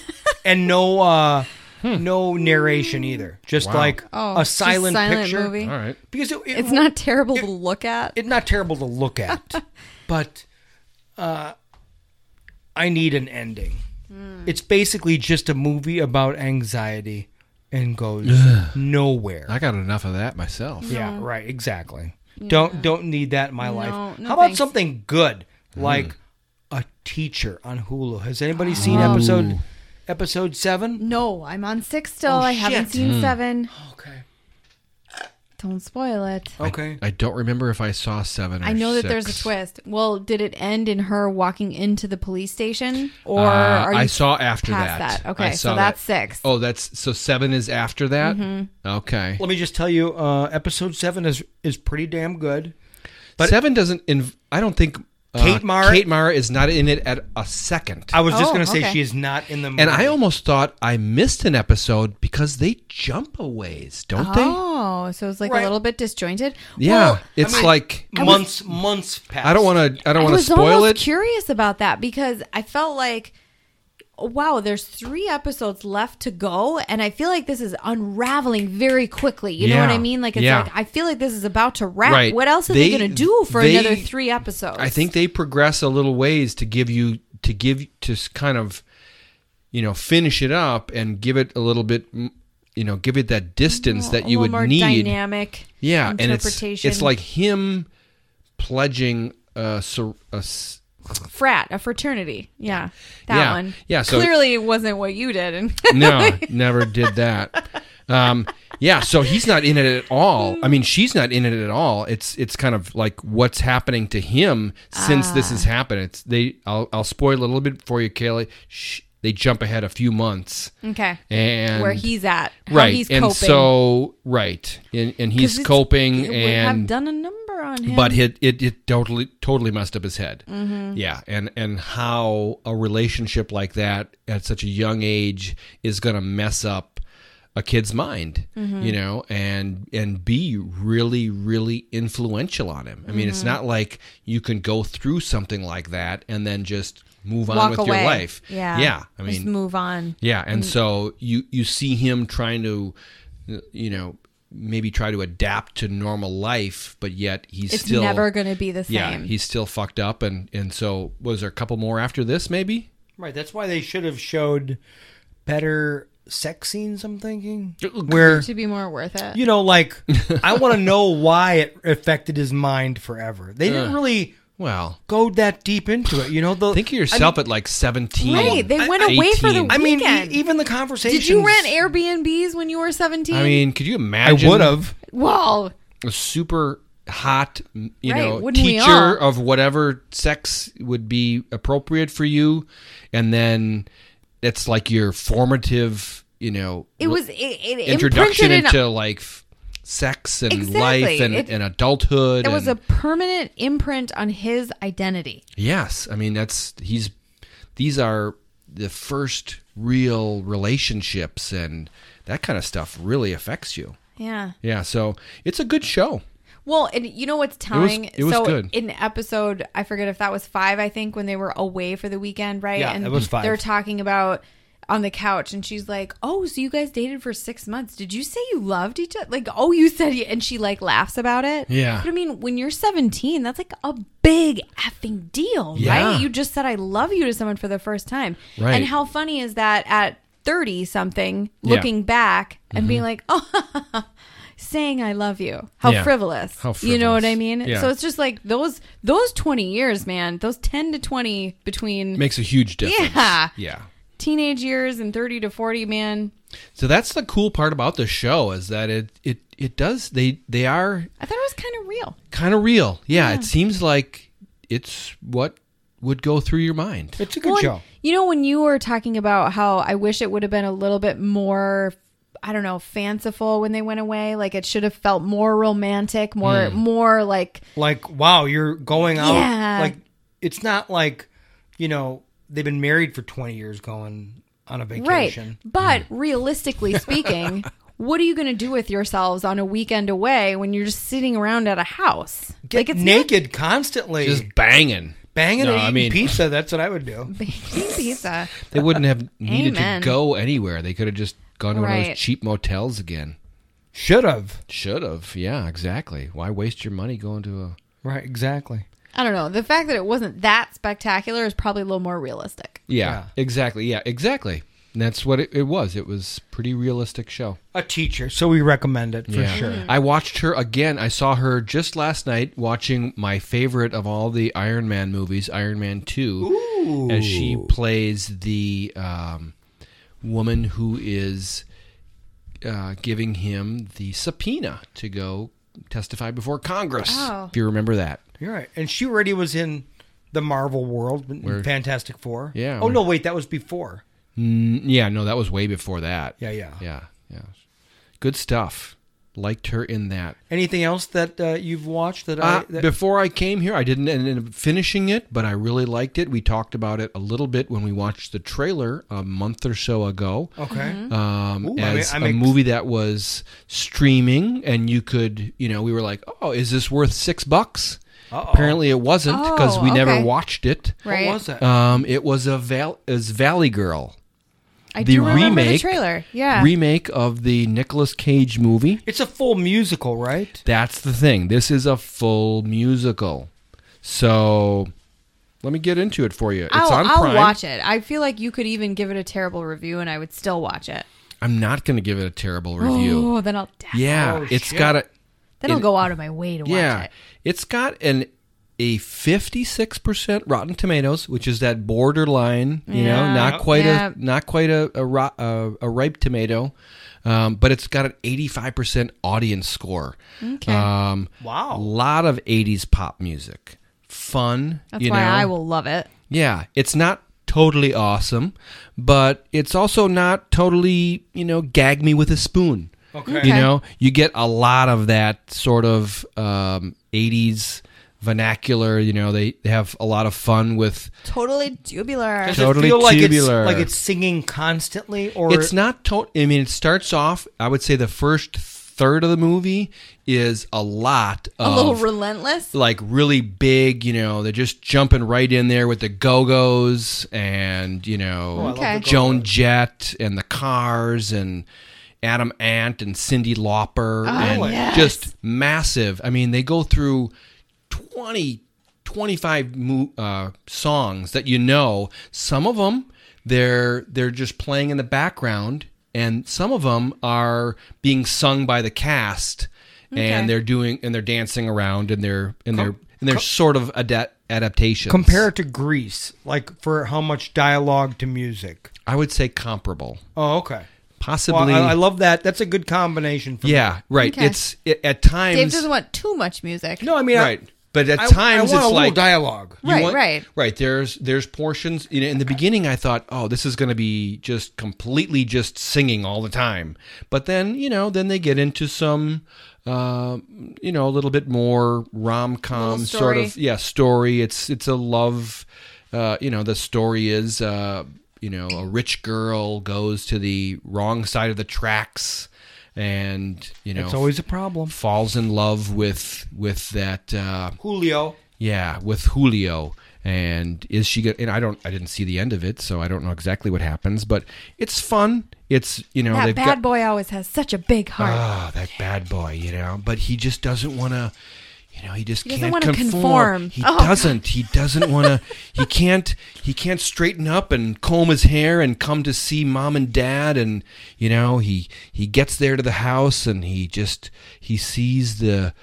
and no, uh, no narration either. Just
Hmm. Wow.
like
Oh,
a
just
silent,
silent
picture.
movie. All right.
because it, it-
it's not terrible to look at.
It's not terrible to look at, but uh, I need an ending.
Hmm.
It's basically just a movie about anxiety and goes
Ugh.
nowhere.
I got enough of that myself.
Yeah, right. Exactly.
Yeah.
Don't don't need that in my
No,
life.
no
How about
thanks.
something good
Hmm.
like a teacher on Hulu? Has
Oh.
anybody seen episode episode seven?
No, I'm on six still.
Oh,
I haven't
shit.
seen
Hmm.
seven.
Okay.
Don't spoil it.
Okay.
I don't remember if I saw seven. Or
I know that there's
Oh, six.
a twist. Well, did it end in her walking into the police station, or
Uh,
are you
I saw after
past
that. I
Okay, so
saw
that's
that.
six.
Oh, that's so seven is after that.
Mhm.
Okay,
Let me just tell you, uh, episode seven is is pretty damn good. But
seven doesn't. Inv- I don't think uh,
Kate Mara-
Kate Mara is not in it at a second.
I was just Oh, gonna say okay. she is not in the
And I
movie.
almost thought I missed an episode because they jump a ways, don't they?
Oh, so it's like a little bit disjointed.
Yeah,
Well,
it's like
I was-
months months past.
I don't want to. I don't want to
was
spoil it.
almost Curious about that because I felt like, wow, there's three episodes left to go, and I feel like this is unraveling very quickly. You know what
Yeah,
I mean? Like it's
yeah.
like I feel like this is about to wrap.
Right.
What else are they,
They-
going to do for
they-
another three episodes?
I think they progress a little ways to give you to give to s- kind of you know finish it up and give it a little bit mm, you know give it that distance
A
that you
little
would
more
need
dynamic
yeah and it's
interpretation.
it's like him pledging a, sor- a s-
frat, a fraternity. Yeah, that
Yeah.
one.
Yeah, so-
clearly it wasn't what you did. And
no never did that um yeah so he's not in it at all i mean she's not in it at all it's it's kind of like what's happening to him since this
Ah.
has happened it's they i'll, I'll spoil a little bit for you kaylee Sh they jump ahead a few months
Okay.
and
Where he's at, Mm, how
right
he's
and
coping.
so right and, and
'Cause
he's
it's-
coping
it would
and
have done a number on him.
but it, it it totally totally messed up his head
Mhm.
yeah and and how a relationship like that at such a young age is gonna mess up a kid's mind,
Mm-hmm.
Mhm.
you know, and and be really really influential on him. I mean, it's
Mm-hmm.
Mhm.
not like you can go through something like that and then just move on
Walk
with
away.
your life.
Yeah.
yeah. I mean,
Just move on.
Yeah, and
Mm.
so you you see him trying to, you know, maybe try to adapt to normal life, but yet he's
It's
still
never gonna be the
Yeah,
same.
he's still fucked up, and and so was there a couple more after this? Maybe
Right. That's why they should have showed better sex scenes. I'm thinking
Where
where
to be more worth it.
you know, like I want to know why it affected his mind forever. They didn't
Yeah.
really
well
go that deep into it. You know, the
think of yourself at like seventeen.
Right, they went away for the
I mean, e-
weekend.
even the conversation.
Did you rent Airbnbs when you were 17?
I mean, could you imagine?
would've.
well,
a super hot, m- you
Right,
know,
wouldn't we
teacher
all?
of whatever sex would be appropriate for you, and then it's like your formative, you know,
It was-
l-
it- it
introduction
imprinted in-
into like f- sex and
Exactly.
life and,
It-
and adulthood.
it was a
and-
permanent imprint on his identity.
yes. I mean, that's he's these are the first real relationships and that kind of stuff really affects you.
Yeah.
Yeah, so it's a good show.
Well, and you know what's telling?
it was
so
good.
in episode, I forget if that was five, I think, when they were away for the weekend, right?
Yeah,
and
it was five.
They're talking about on the couch, and she's like, "Oh, so you guys dated for six months? Did you say you loved each other? Like, oh, you said," you, and she like laughs about it.
Yeah.
But I mean, when you're 17, that's like a big effing deal,
Yeah.
right? You just said I love you to someone for the first time,
Right.
And how funny is that at 30 something,
Yeah.
looking back and being
Mhm.
like, oh. saying I love you. How
Yeah.
frivolous.
How
You know what I
frivolous.
mean?
Yeah.
So it's just like those those 20 years, man. Those 10 to 20 between
Makes a huge difference.
Yeah.
Yeah.
Teenage years and 30 to 40, man.
So that's the cool part about the show is that it it it does they they are
I thought it was kind of real.
kind of real. Yeah,
Yeah.
it seems like it's what would go through your mind.
It's a
Well, and You know when you were talking about how I wish it would have been a little bit more I don't know, fanciful when they went away, like it should have felt more romantic, more
Hmm.
more like
like wow you're going out
Yeah.
like it's not like you know they've been married for 20 years going on a vacation
Right. But realistically speaking, what are you going to do with yourselves on a weekend away when you're just sitting around at a house?
get
like it's
naked constantly
Just banging.
banging
No,
and
I
eating
mean-
pizza that's what i would do
not pizza.
They wouldn't have needed
Amen.
to go anywhere. They could have just gone to one of
Right.
those cheap motels again.
Should have.
Should have. Yeah, exactly. Why waste your money going to a
right exactly
I don't know. The fact that it wasn't that spectacular is probably a little more realistic.
Yeah, exactly. Yeah, exactly. And that's what it, it was. It was pretty realistic show.
a teacher so we recommend it for
Yeah.
sure
I watched her again. I saw her just last night watching my favorite of all the Iron Man movies, Iron Man 2, as she plays the um, woman who is uh, giving him the subpoena to go testify before Congress.
Oh.
If you remember that.
you're right and she already was in the marvel world in
Where-
fantastic four
Yeah,
oh
where-
no wait that was before
Mm, yeah, no, that was way before that.
Yeah, yeah.
Yeah, yeah. Good stuff. Liked her in that.
anything else that uh, you've watched that
Uh,
i that,
before I came here, I didn't end up finishing it, but I really liked it. We talked about it a little bit when we watched the trailer a month or so ago.
Okay. Mhm.
Um,
Ooh, I'm-
as
I'm
a
ex-
movie that was streaming, and you could, you know, we were like, oh, is this worth six bucks?
Uh-oh.
Apparently, it wasn't because
Oh,
we never
okay.
watched it.
What Right. was
Uh,
it?
Um, it was a Val- is Valley Girl.
I do remember the trailer. Yeah.
Remake of the Nicolas Cage movie.
it's a full musical right
That's the thing. This is a full musical. So let me get into it for you. It's
I'll,
on
I'll
Prime.
watch it. I feel like you could even give it a terrible review and I would still watch it.
I'm not going to give it a terrible review.
Oh, then I'll
yeah,
Oh,
it's
shit.
got a.
then I'll
it-
go out of my way to watch
yeah,
it.
has got an a 56% Rotten Tomatoes, which is that borderline, you know,
Yeah.
not quite
Yeah.
a not quite a a, ro- a, a ripe tomato. Um, but it's got an 85% audience score.
Okay.
Um,
Wow.
A lot of 80s pop music. Fun.
That's
you
why
know?
I will love it.
Yeah, it's not totally awesome, but it's also not totally, you know, gag me with a spoon.
Okay.
You
Okay.
know, you get a lot of that sort of um, 80s vernacular. You know, they, they have a lot of fun with.
Totally tubular.
Does
Totally
it feel like it's,
tubular.
like it's singing constantly, or
it's not. To- I mean, it starts off. I would say the first third of the movie is a lot.
A
of,
little relentless.
like really big, you know, they're just jumping right in there with the Go Go's and, you know,
Oh, I love the Okay. Go-Go's.
Joan Jett and the Cars and Adam Ant and Cindy Lauper
Oh,
and
yes.
just massive. I mean, they go through 20, 25 mo- uh, songs that you know. Some of them they're they're just playing in the background, and some of them are being sung by the cast,
Okay.
and they're doing and they're dancing around, and they're and
Com-
they're and they're
com-
sort of adapt adaptations.
compare it to Greece, like for how much dialogue to music.
I would say comparable.
Oh, okay.
Possibly-
Well, I, I love that. That's a good combination. For me.
Yeah, right.
Okay.
It's it, at times
Dave doesn't want too much music.
No, I mean,
right. But at
I- I
times
want a
it's
little
like
dialogue.
You
Right,
want-
right.
right. There's there's portions. You know, in the beginning, I thought, oh, this is going to be just completely just singing all the time. But then you know, then they get into some, uh, you know, a little bit more rom com
Little
sort of
story.
yeah story. It's it's a love. Uh, you know, the story is uh, you know a rich girl goes to the wrong side of the tracks. And you know,
It's always a problem.
Falls in love with with that uh,
Julio.
yeah, with Julio. And is she going and I don't I didn't see the end of it, so I don't know exactly what happens, but it's fun. It's, you know,
that
they've
bad
got
boy always has such a big heart.
Ah, that bad boy, you know, but he just doesn't want to you know, he just
He doesn't
can't
wanna
conform.
conform.
He
Oh,
doesn't. He doesn't want to he can't he can't straighten up and comb his hair and come to see mom and dad and you know, he he gets there to the house and he just he sees the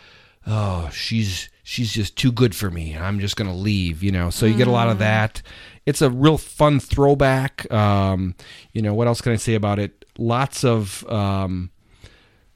oh, she's she's just too good for me. I'm just going to leave, you know. So you get a lot
Mm.
of that. It's a real fun throwback. Um, you know, what else can I say about it? Lots of um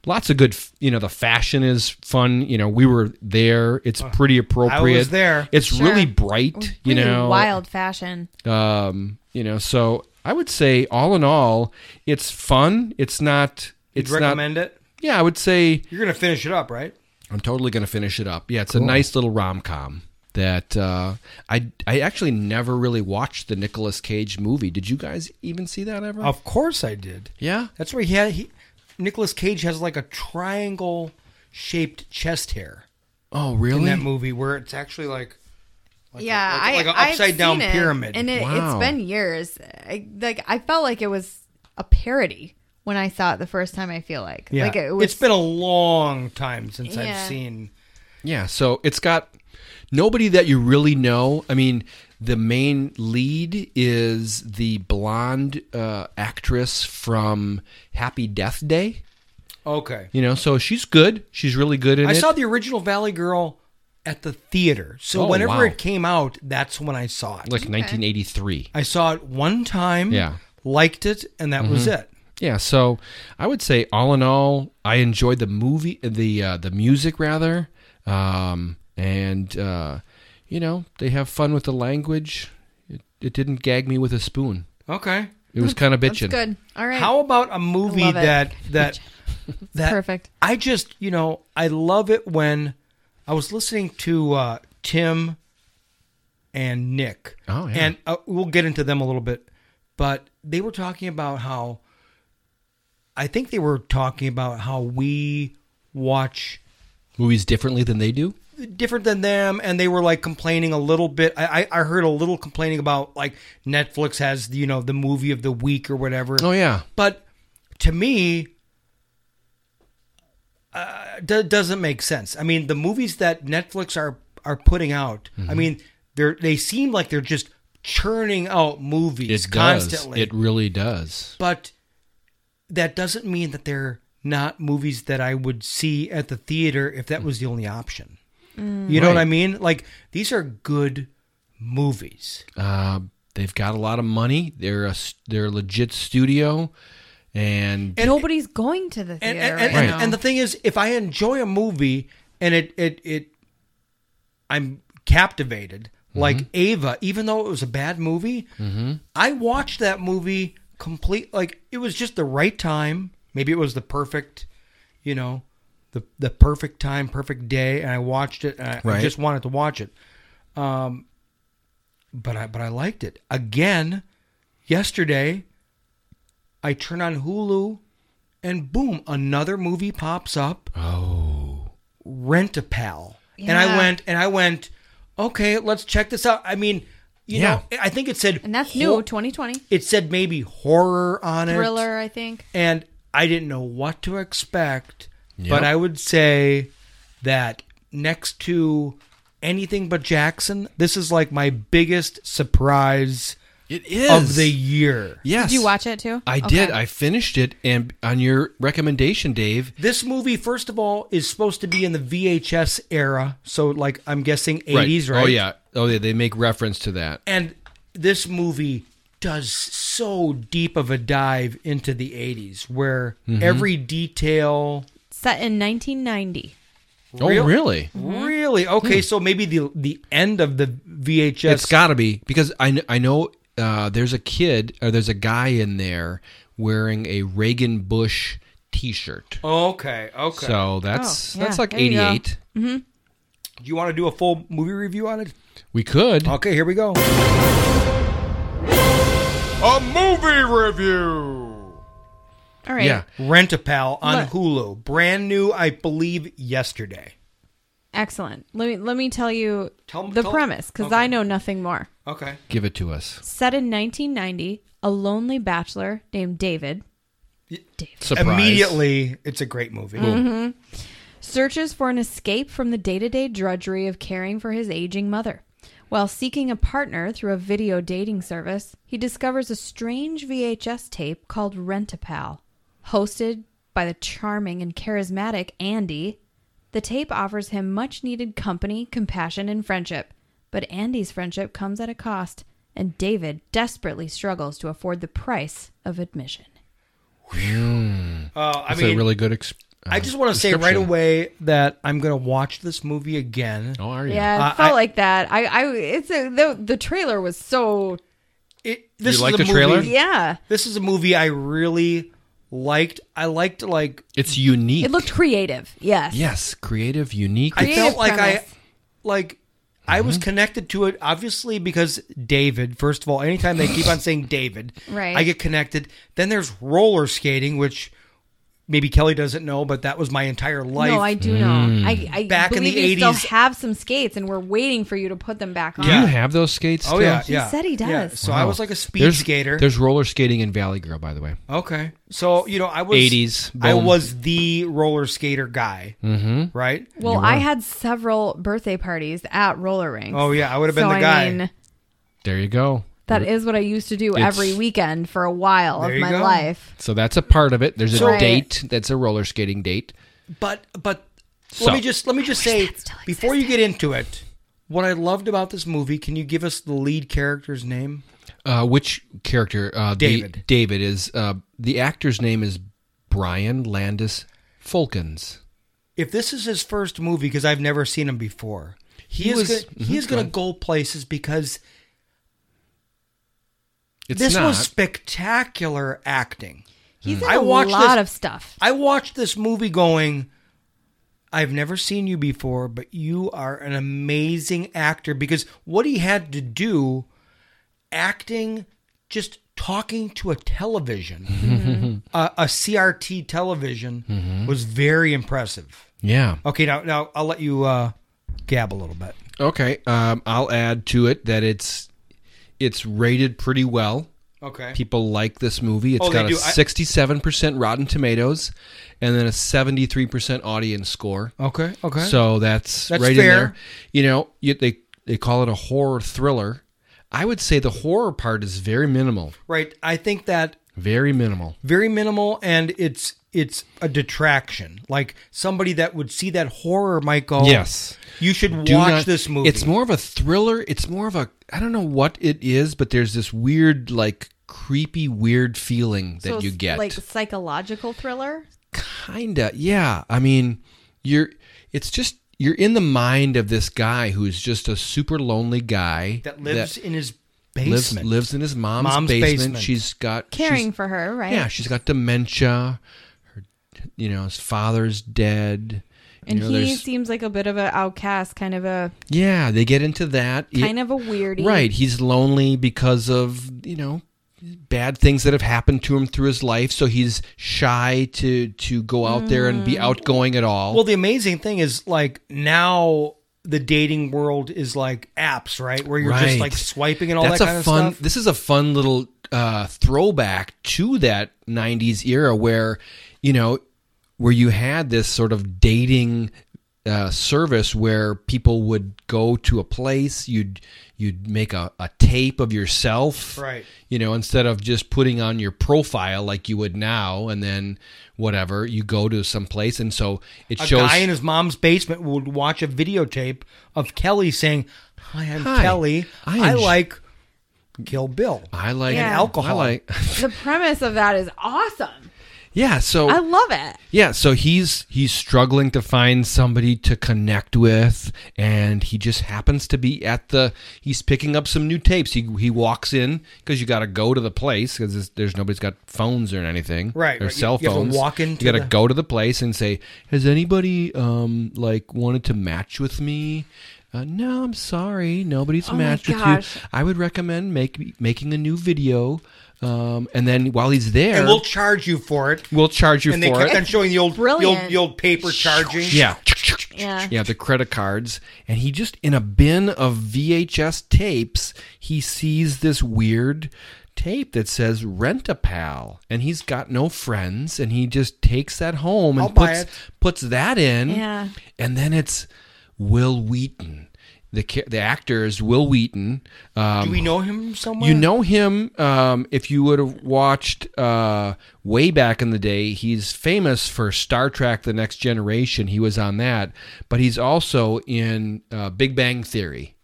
lots of good, f- you know, the fashion is fun. You know, we were there. It's pretty appropriate.
Uh, there.
It's
Sure.
really bright, you
Really
know.
wild fashion.
Um, you know, so I would say all in all, it's fun. It's not
You'd
it's
recommend
not
it.
Yeah, I would say
You're gonna finish it up, right?
I'm totally going to finish it up. Yeah, it's a
Cool.
nice little rom com that uh, I I actually never really watched the Nicolas Cage movie. Did you guys even see that ever?
Of course I did.
Yeah,
that's where he had he. Nicholas Cage has like a triangle shaped chest hair.
Oh, really?
In that movie, where it's actually like
yeah,
like- like
I
an
I've
upside down
seen it,
pyramid.
and it,
Wow.
it's been years. I, like I felt like it was a parody when I saw it the first time. I feel like
yeah,
like it was
it's been a long time since
Yeah.
I've seen.
Yeah, so it's got nobody that you really know. I mean, the main lead is the blonde uh, actress from Happy Death Day.
Okay,
You know, so she's good. She's really good in
I
it.
saw the original Valley Girl at the theater. So
Oh,
whenever
wow.
it came out, that's when I saw it.
like 1983.
I saw it one time.
Yeah.
liked it, and that was
Mhm.
it.
Yeah, so I would say all in all, I enjoyed the movie, the uh, the music rather, um, and uh, you know they have fun with the language. It, it didn't gag me with a spoon.
Okay.
it was kind of
That's
bitching.
good. All right.
How about a
I
movie
love it.
that that that
Perfect.
I just you know I love it when I was listening to uh, Tim and Nick.
Oh, yeah.
and uh, we'll get into them a little bit, but they were talking about how I think they were talking about how we watch
Movies differently than they do.
different than them and they were like complaining a little bit I, I I heard a little complaining about like netflix has you know the movie of the week or whatever
Oh, yeah.
but to me uh, do- doesn't make sense i mean the movies that netflix are are putting out i
Mhm.
mean they're they seem like they're just churning out movies
It does.
constantly
It really does.
but that doesn't mean that they're not movies that I would see at the theater if that was the only option.
Mm.
You know what
Right.
I mean? Like these are good movies.
Uh, they've got a lot of money. They're a s- they're a legit studio, and
nobody's going to the
And
theater
and,
right
and-
now.
and the thing is, if I enjoy a movie and it it it, I'm captivated.
Mm-hmm.
Like Ava, even though it was a bad movie,
Mhm.
I watched that movie complete. Like it was just the right time. Maybe it was the perfect, you know, the the perfect time, perfect day, and I watched it. And I, I
Right.
just wanted to watch it, um, but I but I liked it again. Yesterday, I turn on Hulu, and boom, another movie pops up. Oh, Rent a Pal, and I
Yeah.
went and I went. Okay, let's check this out. I mean, you
Yeah.
know, I think it said
And that's
hor-
new, 2020.
It said maybe horror on it,
Thriller, I think.
and I didn't know what to expect,
Yep.
but I would say that next to anything but Jackson, this is like my biggest surprise
it
of
is.
the year.
Yes.
Did you watch it too?
I
Okay.
did. I finished it, and on your recommendation, Dave.
This movie, first of all, is supposed to be in the VHS era, so like I'm guessing 80s, right?
Oh yeah. Oh yeah. They make reference to that.
And this movie does so deep of a dive into the 80s where
Mhm.
every detail
Set in 1990.
Oh,
Real-
really?
Really? Okay, so maybe the the end of the VHS
Hmm. It's got to be because I kn- I know uh, there's a kid or there's a guy in there wearing a Reagan Bush T-shirt.
Okay, okay.
So that's
Oh,
that's
yeah,
like
there you go.
'88.
Mm-hmm. Do you want to do a full movie review on it?
We could.
Okay, here we go.
A movie review.
All
right. Yeah.
Rent a Pal on
Let-
Hulu. Brand new, I believe, yesterday.
Excellent. Let me let me tell you
Tell-
the
tell-
premise because
okay.
I know nothing more.
Okay.
Give it to us.
Set in 1990, a lonely bachelor named David
Surprise.
Immediately, it's a great movie.
Mhm. Searches for an escape from the day to day drudgery of caring for his aging mother. While seeking a partner through a video dating service, he discovers a strange VHS tape called Rent a Pal. Hosted by the charming and charismatic Andy, the tape offers him much needed company, compassion, and friendship. But Andy's friendship comes at a cost, and David desperately struggles to afford the price of admission.
Mm.
Uh, I
that's
mean,
a really good. Exp-
I
uh,
just want to say right
description.
away that I'm going to watch this movie again.
Oh, are
Yeah, it felt like that. I, I, it's a, the the trailer was so.
It this
like
is a
the trailer?
movie-
Yeah,
This is a movie I really liked. I liked like
It's unique.
it looked creative. Yes.
yes, creative, unique.
I
It's-
felt like I
premise.
like I was
Mm-hmm.
connected to it obviously because David, first of all, anytime they keep on saying David,
Right.
I get connected. Then there's roller skating, which maybe Kelly doesn't know, but that was my entire life.
No, I do know.
Mm.
I, I
Back in
believe
the
you still
80s.
have some skates, and we're waiting for you to put them back on.
Do you have those skates?
Oh, yeah,
still? Oh.
yeah. He
said he does.
Yeah, so I was like a speed
There's-
skater.
There's roller skating in Valley Girl, by the way.
Okay. So, you know, I was
80s,
I
boom.
was the roller skater guy.
Mhm.
Right?
Well, I had several birthday parties at roller rinks.
Oh, yeah, I would've been
So,
the guy.
I mean,
There you go.
that is what I used to do
It's-
every weekend for a while
There
of
you
my
go.
life.
So that's a part of it. There's a
So- Right.
date that's a roller skating date.
But but
So-
let me just let me just say before you get into it, what I loved about this movie, can you give us the lead character's name?
Uh, which character? Uh, the-
David.
David is uh, the actor's name is Brian Landis Fulkins.
if this is his first movie because I've never seen him before, he,
He
is
was-
gonna, he
mhm,
is
go
going to
ahead.
go places because
It's
this
not.
was spectacular acting.
Hmm.
He's in
I
a
watched
lot of
this-
stuff.
I watched this movie going. I've never seen you before, but you are an amazing actor because what he had to do, acting, just talking to a television,
Mm-hmm.
a, a CRT television, was very impressive.
Yeah.
Okay, now now I'll let you uh, gab a little bit.
Okay. Um, I'll add to it that it's it's rated pretty well.
Okay.
People like this movie. It's
Oh, they
got a
do. I-
sixty-seven percent Rotten Tomatoes, and then a seventy-three percent audience score.
Okay, okay.
So that's,
That's
right in
fair.
there. You know, you, they they call it a horror thriller. I would say the horror part is very minimal.
Right. I think that
Very minimal.
very minimal and it's it's a detraction. Like somebody that would see that horror might go
Yes.
You should
Do
Oh, watch
not-
this movie.
It's more of a thriller. It's more of a I don't know what it is, but there's this weird, like creepy, weird feeling that
So
you
it's
get.
like psychological thriller.
Kinda, yeah. I mean, you're. It's just you're in the mind of this guy who's just a super lonely guy
that lives in his
lives-
basement.
Lives, in his mom's,
Mom's
basement.
basement.
She's got
Caring
she's-
for her, right?
Yeah, she's got dementia. Her You know, his father's dead.
And
you know,
he
there's-
seems like a bit of an outcast, kind of a
yeah, they get into that.
kind of a weirdie.
Right. He's lonely because of, you know, bad things that have happened to him through his life, so he's shy to to go out there and
Mm-hmm.
be outgoing at all.
Well, the amazing thing is like now the dating world is like apps, right? Where you're just
Right.
like swiping and all
That's
that kind
a
of
fun,
stuff.
This is a fun little uh, throwback to that '90s era, where you know, where you had this sort of dating uh, service where people would go to a place, you'd you'd make a, a tape of yourself,
Right.
You know, instead of just putting on your profile like you would now, and then whatever you go to some place, and so it
a
shows
guy in his mom's basement would watch a videotape of Kelly saying, "Hi, I'm
Hi,
Kelly.
I
I,
am-
like Kill Bill.
I like
Yeah.
and alcohol.
I like
the premise of that is awesome.
yeah. So
I love it.
Yeah, so he's he's struggling to find somebody to connect with, and he just happens to be at the. He's picking up some new tapes. He he walks in because you got to go to the place because there's nobody's got phones or anything,
Right,
Or
right. You-
cell
you have to
phones.
walk into
You got
the-
to go to the place and say, "Has anybody um like wanted to match with me?" Uh, no, I'm sorry, nobody's
Oh my
matched with you.
gosh.
I would recommend make making a new video. Um, and then while he's there,
And we'll charge you for it.
we'll charge you
and they
for
kept
it.
on showing the old, the old,
Brilliant.
the old paper charging.
Yeah.
Yeah.
Yeah, the credit cards. And he just, in a bin of VHS tapes, he sees this weird tape that says Rent a Pal. And he's got no friends. And he just takes that home and
I'll buy
puts,
it.
puts that in.
Yeah.
And then it's Will Wheaton. The, ca- the actor is Will Wheaton. Um,
Do we know him somewhere?
you know him um, if you would have watched uh, way back in the day. He's famous for Star Trek: The Next Generation. He was on that, but he's also in uh, Big Bang Theory.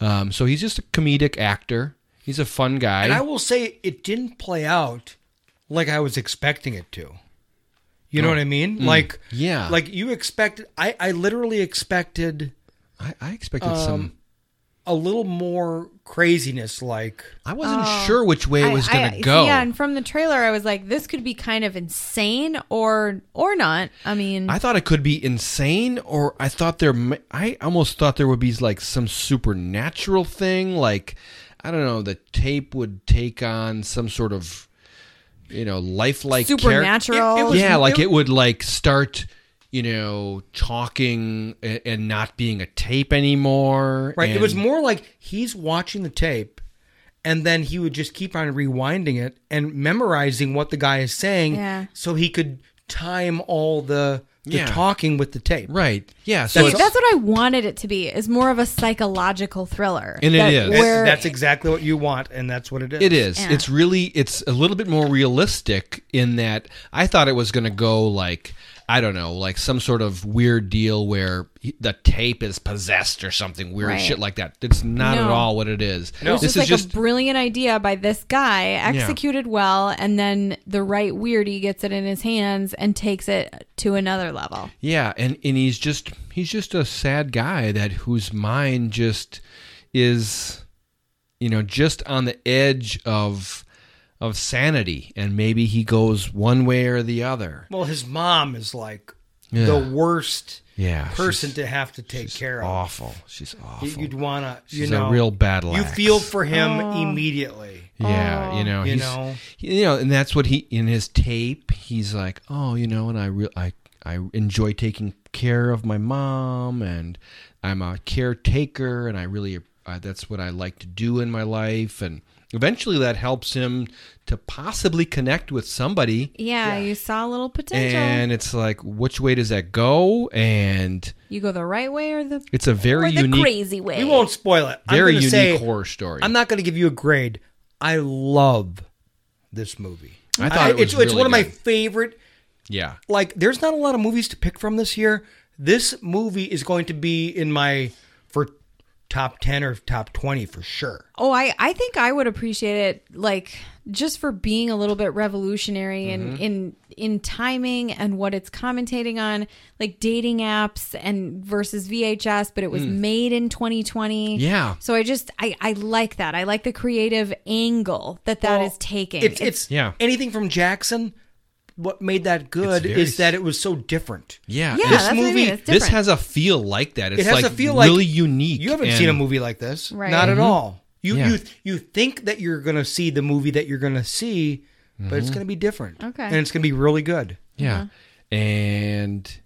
Um, so he's just a comedic actor. He's a fun guy.
And I will say it didn't play out like I was expecting it to. You know
Oh.
what I mean?
Mm.
Like
Yeah.
Like you expected I I literally expected
I, I expected some.
a little more craziness like
I wasn't sure which way it was
I-
going
I-
to go.
Yeah, and from the trailer, I was like, this could be kind of insane or or not. I mean,
I thought it could be insane, or I thought there. mi- I almost thought there would be like some supernatural thing, like I don't know, the tape would take on some sort of, you know, lifelike charac-
Supernatural. It- it was-
yeah, like
it-
it would like start, you know, talking a- and not being a tape anymore.
Right. It was
and-
more like he's watching the tape and then he would just keep on rewinding it and memorizing what the guy is saying
Yeah.
so he could time all the, the
Yeah.
talking with the tape.
right. Yeah.
See,
So it's-
that's what I wanted it to be. Is more of a psychological thriller,
And it
that-
is.
Where,
And that's exactly what you want and that's what it is.
It is.
Yeah.
It's really. It's a little bit more realistic in that I thought it was going to go like I don't know, like some sort of weird deal where he- the tape is possessed or something weird
Right.
shit like that. It's not at
No.
all what it is.
It was
This
just like
is just
a brilliant idea by this guy, executed well, and then the right weirdie gets it in his hands and takes it to another level.
yeah, and and he's just he's just a sad guy that whose mind just is, you know, just on the edge of of sanity, and maybe he goes one way or the other.
Well, his mom is like
Yeah.
the worst
Yeah,
person to have to take care of.
Awful. She's awful.
You- You'd want to, you
She's a
know,
real bad
You
lax.
feel for him
Oh.
immediately.
Yeah, you know,
Oh, You
he's,
know?
he- you know, and that's what he in his tape. He's like, oh, you know, and I re- I I enjoy taking care of my mom, and I'm a caretaker, and I really uh, that's what I like to do in my life, and eventually that helps him to possibly connect with somebody.
Yeah, you saw a little potential.
And it's like, which way does that go? And
you go the right way or the
it's a very
or the
unique,
crazy way.
We won't spoil it. I'm
very
gonna
unique
say-
horror story.
I'm not going to give you a grade. I love this movie.
I thought it was
it's, it's
really
one of my
good.
favorite.
yeah.
Like, there's not a lot of movies to pick from this year. This movie is going to be in my for top ten or top twenty for sure.
Oh, I, I think I would appreciate it like just for being a little bit revolutionary in,
Mm-hmm.
in in timing and what it's commentating on, like dating apps and versus VHS, but it was made in 2020.
Mm. Yeah.
So I just I, I like that. I like the creative angle that that is
Well,
taking.
It's, it's
Yeah.
anything from Jackson what made that good
It's very
is that it was so different.
Yeah,
Yeah,
this
that's what I mean,
movie,
it's
this
different.
has a feel like that.
It
It's
has
like
a feel like-
really unique.
You haven't
and- Mm-hmm.
seen a movie like this,
Right.
Not at
Mhm.
all. You
Yeah.
you you think that you're gonna see the movie that you're gonna see, but it's
Mhm.
gonna be different.
Okay.
and it's gonna be really good.
Uh-huh.
Yeah. And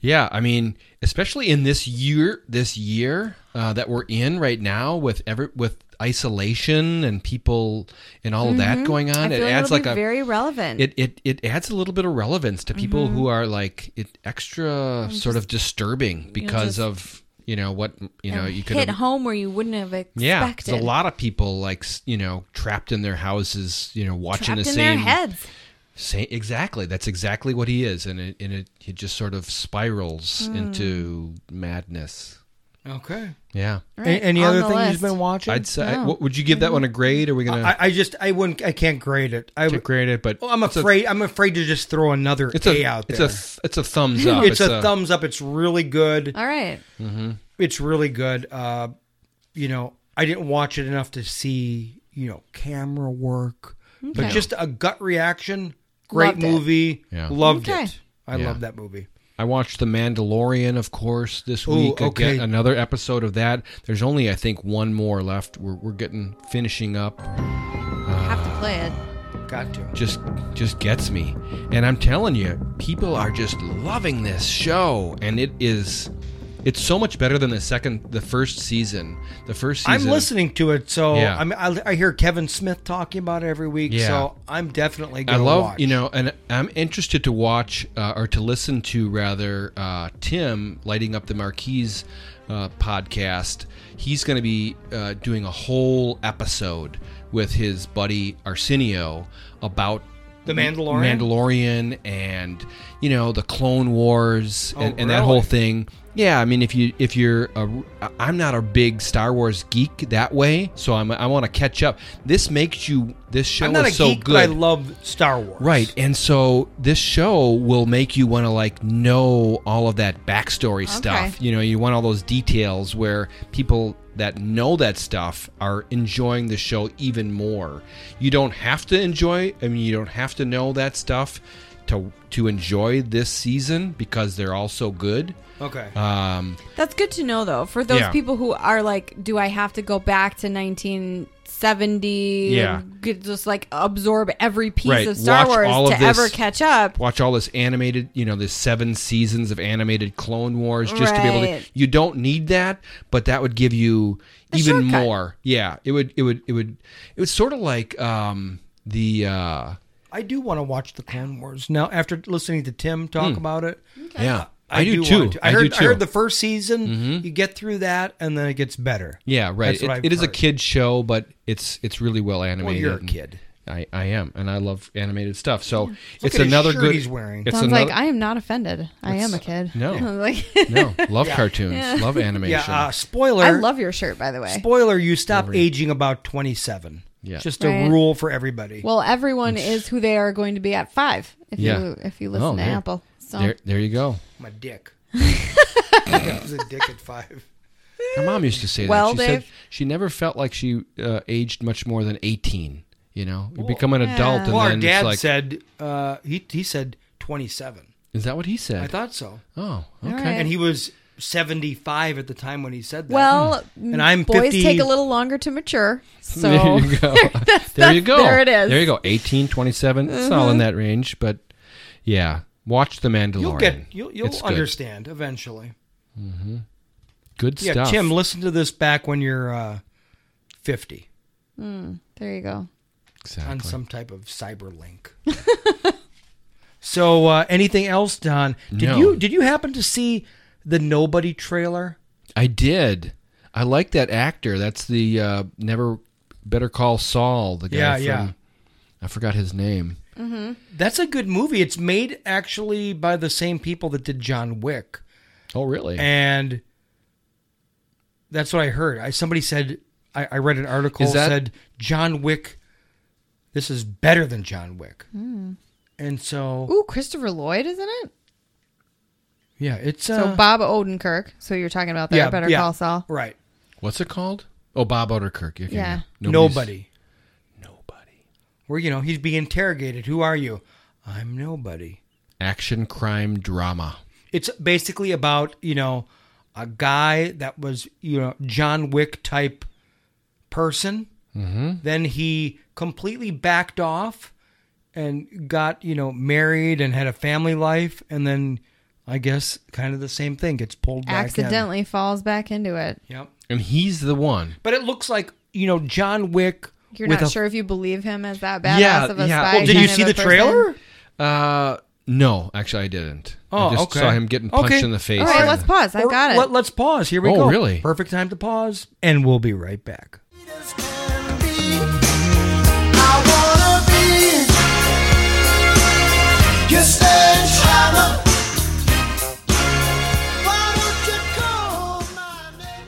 yeah, I mean, especially in this year, this year uh, that we're in right now with every with isolation and people and all of that
Mhm.
going
I
on, it
feel
adds
it'll
like
be
a
very relevant.
It, it it adds a little bit of relevance to people who are like it extra
Mm-hmm. I'm
sort of disturbing because
just-
of you know what you know
And
you could
hit
have-
home where you wouldn't have expected.
yeah, there's a lot of people like s- you know trapped in their houses, you know, watching
Trapped
the
in
same
their heads.
Same, exactly. That's exactly what he is, and it and it, it just sort of spirals
Hmm.
into madness.
Okay.
Yeah.
A- any other thing you've been watching?
I'd say.
Oh.
What, would you give that one a grade? Are we gonna?
I, I just I wouldn't I can't grade it. I
Can't grade it, but
Well, I'm
it's a-
afraid i I'm afraid to just throw another
it's
A
a
out
it's
there.
a th- it's a thumbs up.
It's, a, thumbs up. It's really good.
All right.
Mhm.
It's really good. Uh, you know, I didn't watch it enough to see you know camera work, but
Okay.
just a gut reaction. Great
Loved it.
movie.
Yeah.
Loved
Okay.
it. I
Yeah.
love that movie.
I watched The Mandalorian, of course, this
Ooh,
week.
okay.
Again, another episode of that. There's only, I think, one more left. We're, we're getting finishing up.
Have to play it.
Got to.
just just gets me. And I'm telling you, people are just loving this show and it is it's so much better than the second the first season. The first season
I'm listening to it, so
Yeah.
I mean, I, I hear Kevin Smith talking about it every week,
Yeah.
so I'm definitely
I
going to
love
watch.
you know, and I'm interested to watch uh, or to listen to rather uh, Tim lighting up the Marquee's uh, podcast. He's going to be uh, doing a whole episode with his buddy Arsenio about
The Mandalorian? Oh,
Mandalorian, and you know the Clone Wars, and, and that
really?
whole thing. Yeah, I mean, if you if you're a, I'm not a big Star Wars geek that way, so I'm I want to catch up. This makes you this show
I'm not a
is so
geek,
good.
but I love Star Wars.
Right. And so this show will make you want to like know all of that backstory stuff. You know, you want all those details where people that know that stuff are enjoying the show even more. You don't have to enjoy, I mean you don't have to know that stuff to to enjoy this season because they're all so good.
Okay.
Um
That's good to know, though, for those
Yeah.
people who are like, do I have to go back to 1970?
Yeah.
and get- just like absorb every piece
Right,
of Star
watch all
Wars
of
to
this.
ever catch up.
watch all this animated, you know, the seven seasons of animated Clone Wars just to be able to.
Right.
You don't need that, but that would give you even
shortcut.
more. Yeah, it would. It would. It would. It was sort of like um, the. Uh,
I do want to watch the Clone Wars now after listening to Tim talk
Hmm.
about it.
Yeah, I, do,
want
too.
to. I,
do
heard,
too. Mm-hmm.
I heard the first season. You get through that, and then it gets better.
Yeah, right.
That's what
It,
I've
it is a
heard.
kid show, but it's it's really well animated.
you're a
and
kid.
I, I am, and I love animated stuff. So it's
at his
another
shirt
good.
he's wearing.
It's
Sounds
another,
like I am not offended. I am a kid.
No.
like
no, love
Yeah.
cartoons,
Yeah.
love animation.
Yeah. Uh, spoiler.
I love your shirt, by the way.
Spoiler: You stop aging about twenty-seven.
Yeah.
Just a
Right.
rule for everybody.
Well, everyone is who they are going to be at five. If you if you listen
Oh,
to
there-
Apple, so
There, there you go.
My dick. That was a dick at five.
Her mom used to say
Well,
that. She said
Dave-
she never felt like she uh, aged much more than 18. You know, you become an
Yeah.
adult, and
Well, our
then
dad
it's like,
said uh, he he said twenty-seven.
is that what he said?
I thought so.
Oh,
All
okay.
right.
And he was seventy-five at the time when he said that.
Mm.
well,
and I'm
boys
50
take a little longer to mature.
there
So
you go.
That's-
there you
that's-
go.
There it is.
There you go. 18, 27. It's all in
Mhm.
that range, but yeah. Watch The Mandalorian.
You'll get you'll, you'll
It's good.
understand eventually.
Good
Yeah,
stuff.
Tim, listen to this back when you're uh, 50
Mm, there you go.
Exactly.
on some type of cyber link. so, uh, anything else, Don? Did
No.
you did you happen to see the Nobody trailer?
I did. I like that actor. That's the uh, never better call Saul. The guy
Yeah,
from,
yeah.
I forgot his name.
That's a good movie. It's made actually by the same people that did John Wick,
Oh, really?
and that's what I heard. I somebody said I, I read an article
Is that-
said John Wick. This is better than John Wick, and so
Hmm. Ooh, Christopher Lloyd, isn't it?
yeah, it's
So
uh,
Bob Odenkirk. So you're talking about that
Yeah,
Better
yeah.
Call Saul.
right.
What's it called? Oh, Bob Odenkirk. Okay.
Yeah.
Nobody's-
Nobody. Nobody. Where you know he's being interrogated. Who are you? I'm nobody.
Action crime drama.
It's basically about, you know, a guy that was, you know, John Wick type person.
Mm-hmm.
Then he completely backed off and got, you know, married and had a family life. And then I guess kind of the same thing gets pulled back in.
Accidentally falls back into it.
Yep.
And he's the one.
But it looks like, you know, John Wick.
You're
with
not
a-
sure if you believe him as that badass
yeah,
of a
yeah.
spy.
Well, did
kind
you
of
see
a
the
person.
trailer? Uh, no, actually, I didn't. I just saw him getting punched
Okay.
in the face.
Oh, All right, let's pause. I
Or
got it.
Let, us pause. Here we
Oh,
go.
really?
Perfect time to pause. And we'll be right back.
I wanna be your sledgehammer. Why would you call my name?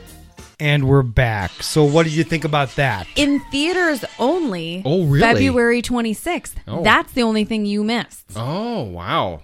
And we're back. So, what did you think about that?
In theaters only.
Oh, really?
February 26th.
Oh.
That's the only thing you missed.
Oh wow,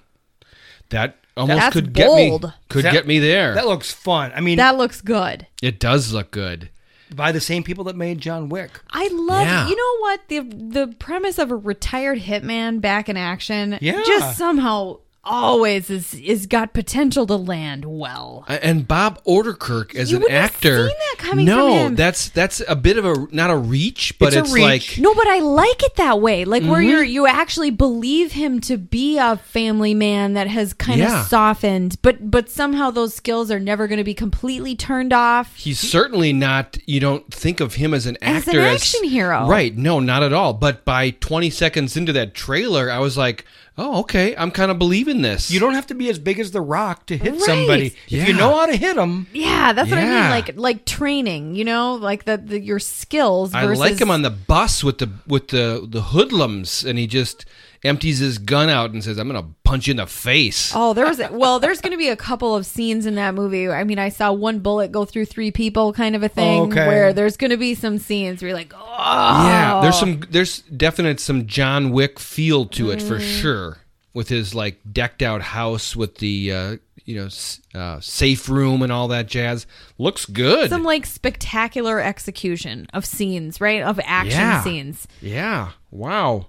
that almost
That's
could get me.
bold.
Could
That-
get me there.
That looks fun. I mean,
that looks good.
it does look good.
by the same people that made John Wick.
I love
Yeah.
you know what the the premise of a retired hitman back in action
Yeah.
just somehow always is is got potential to land well.
A- And Bob Oderkirk as
You
an
wouldn't have
actor.
seen that coming
no,
from him.
that's that's a bit of a not a reach, but it's, like
no, but I like Mm-hmm. it that way. Like where
Mhm.
you are you actually believe him to be a family man that has kind
Yeah.
of softened, but but somehow those skills are never going to be completely turned off.
he's certainly not. You don't think of him as an
As an
actor
action hero.
right? No, not at all. But by twenty seconds into that trailer, I was like, oh okay, I'm kind of believing this.
You don't have to be as big as The Rock to hit
Right.
somebody. If
Yeah.
you know how to hit them,
Yeah, that's what I mean.
Yeah.
Like like training, you know, like the, the your skills.
I
Versus,
like him on the bus with the with the the hoodlums, and he just empties his gun out and says, "I'm gonna punch you in the face."
Oh, there was well, there's going to be a couple of scenes in that movie. I mean, I saw one bullet go through three people, kind of a thing.
Okay.
Where there's going to be some scenes where you're like, oh,
Yeah, there's some there's definite some John Wick feel to it for
Mm.
sure, with his like decked out house with the uh, you know s- uh, safe room and all that jazz. Looks good.
some like spectacular execution of scenes, right? Of action
Yeah.
scenes,
Yeah. Wow.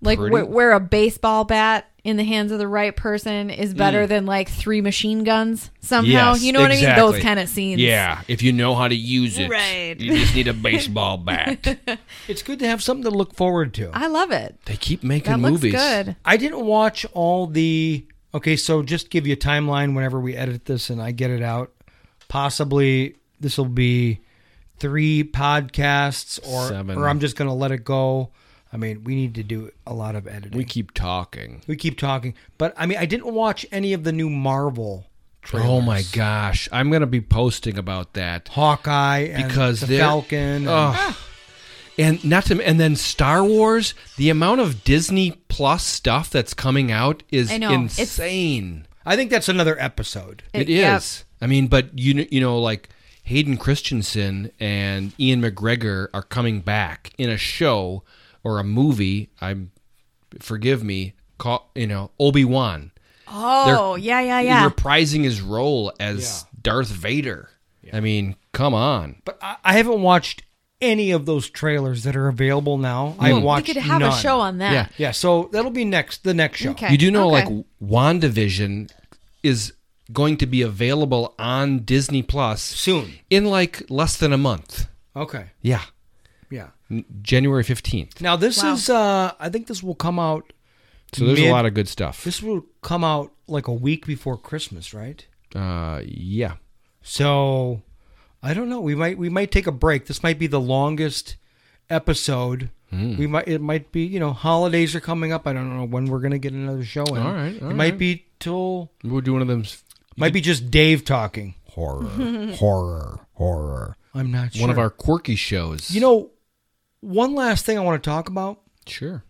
like
Pretty-
where, where a baseball bat in the hands of the right person is better
Mm.
than like three machine guns somehow.
Yes,
you know what I mean?
exactly.
Those kind of scenes.
Yeah, if you know how to use it,
Right.
you just need a baseball bat.
it's good to have something to look forward to.
I love it.
They keep making
That looks
movies.
good.
I didn't watch all the. Okay, so just give you a timeline whenever we edit this and I get it out. Possibly this will be three podcasts, or
Seven.
or I'm just going to let it go. I mean, we need to do a lot of editing.
We keep talking.
We keep talking, but I mean, I didn't watch any of the new Marvel. Trailers.
Oh my gosh, I'm gonna be posting about that
Hawkeye and
because
the
they're-
Falcon. and-
Ugh. and not to and then Star Wars. The amount of Disney Plus stuff that's coming out is
I know. It's-
insane.
I think that's another episode.
it is. I mean, but you kn- you know like Hayden Christensen and Ian McGregor are coming back in a show or a movie. I'm forgive me, call, you know Obi Wan.
Oh, yeah, yeah, yeah.
Reprising his role as Darth Vader. I mean, come on.
But I, I haven't watched any of those trailers that are available now. I
Mm. We
watched.
could have a
none.
show on that.
Yeah.
Yeah, So that'll be next. The next show.
You do know, like WandaVision is going to be available on Disney Plus
soon,
in like less than a month.
Okay.
Yeah,
Yeah.
N- January fifteenth.
Now this is. uh I think this will come out.
So there's
mid-
a lot of good stuff.
This will come out like a week before Christmas, right?
Uh, yeah.
So I don't know. We might we might take a break. This might be the longest episode.
Hmm.
We might it might be you know holidays are coming up. I don't know when we're gonna get another show. In.
All right,
it
all
might
right.
be till
we'll do one of them.
Might be just Dave talking
horror, horror, horror.
I'm not sure.
One of our quirky shows.
You know, one last thing I want to talk about.
Sure.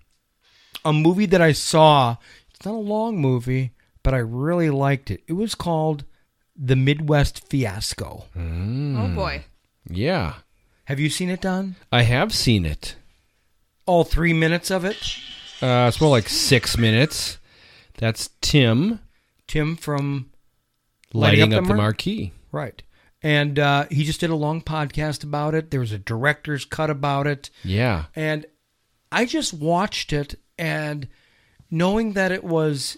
A movie that I saw. It's not a long movie, but I really liked it. It was called The Midwest Fiasco.
Mm.
Oh, boy.
Yeah,
Have you seen it, Don?
I have seen it.
All three minutes of it.
Uh, it's more like six minutes. That's Tim
Tim from
lighting up, the
Mar-
marquee.
Right. And uh, he just did a long podcast about it. There was a director's cut about it.
Yeah.
And I just watched it and knowing that it was,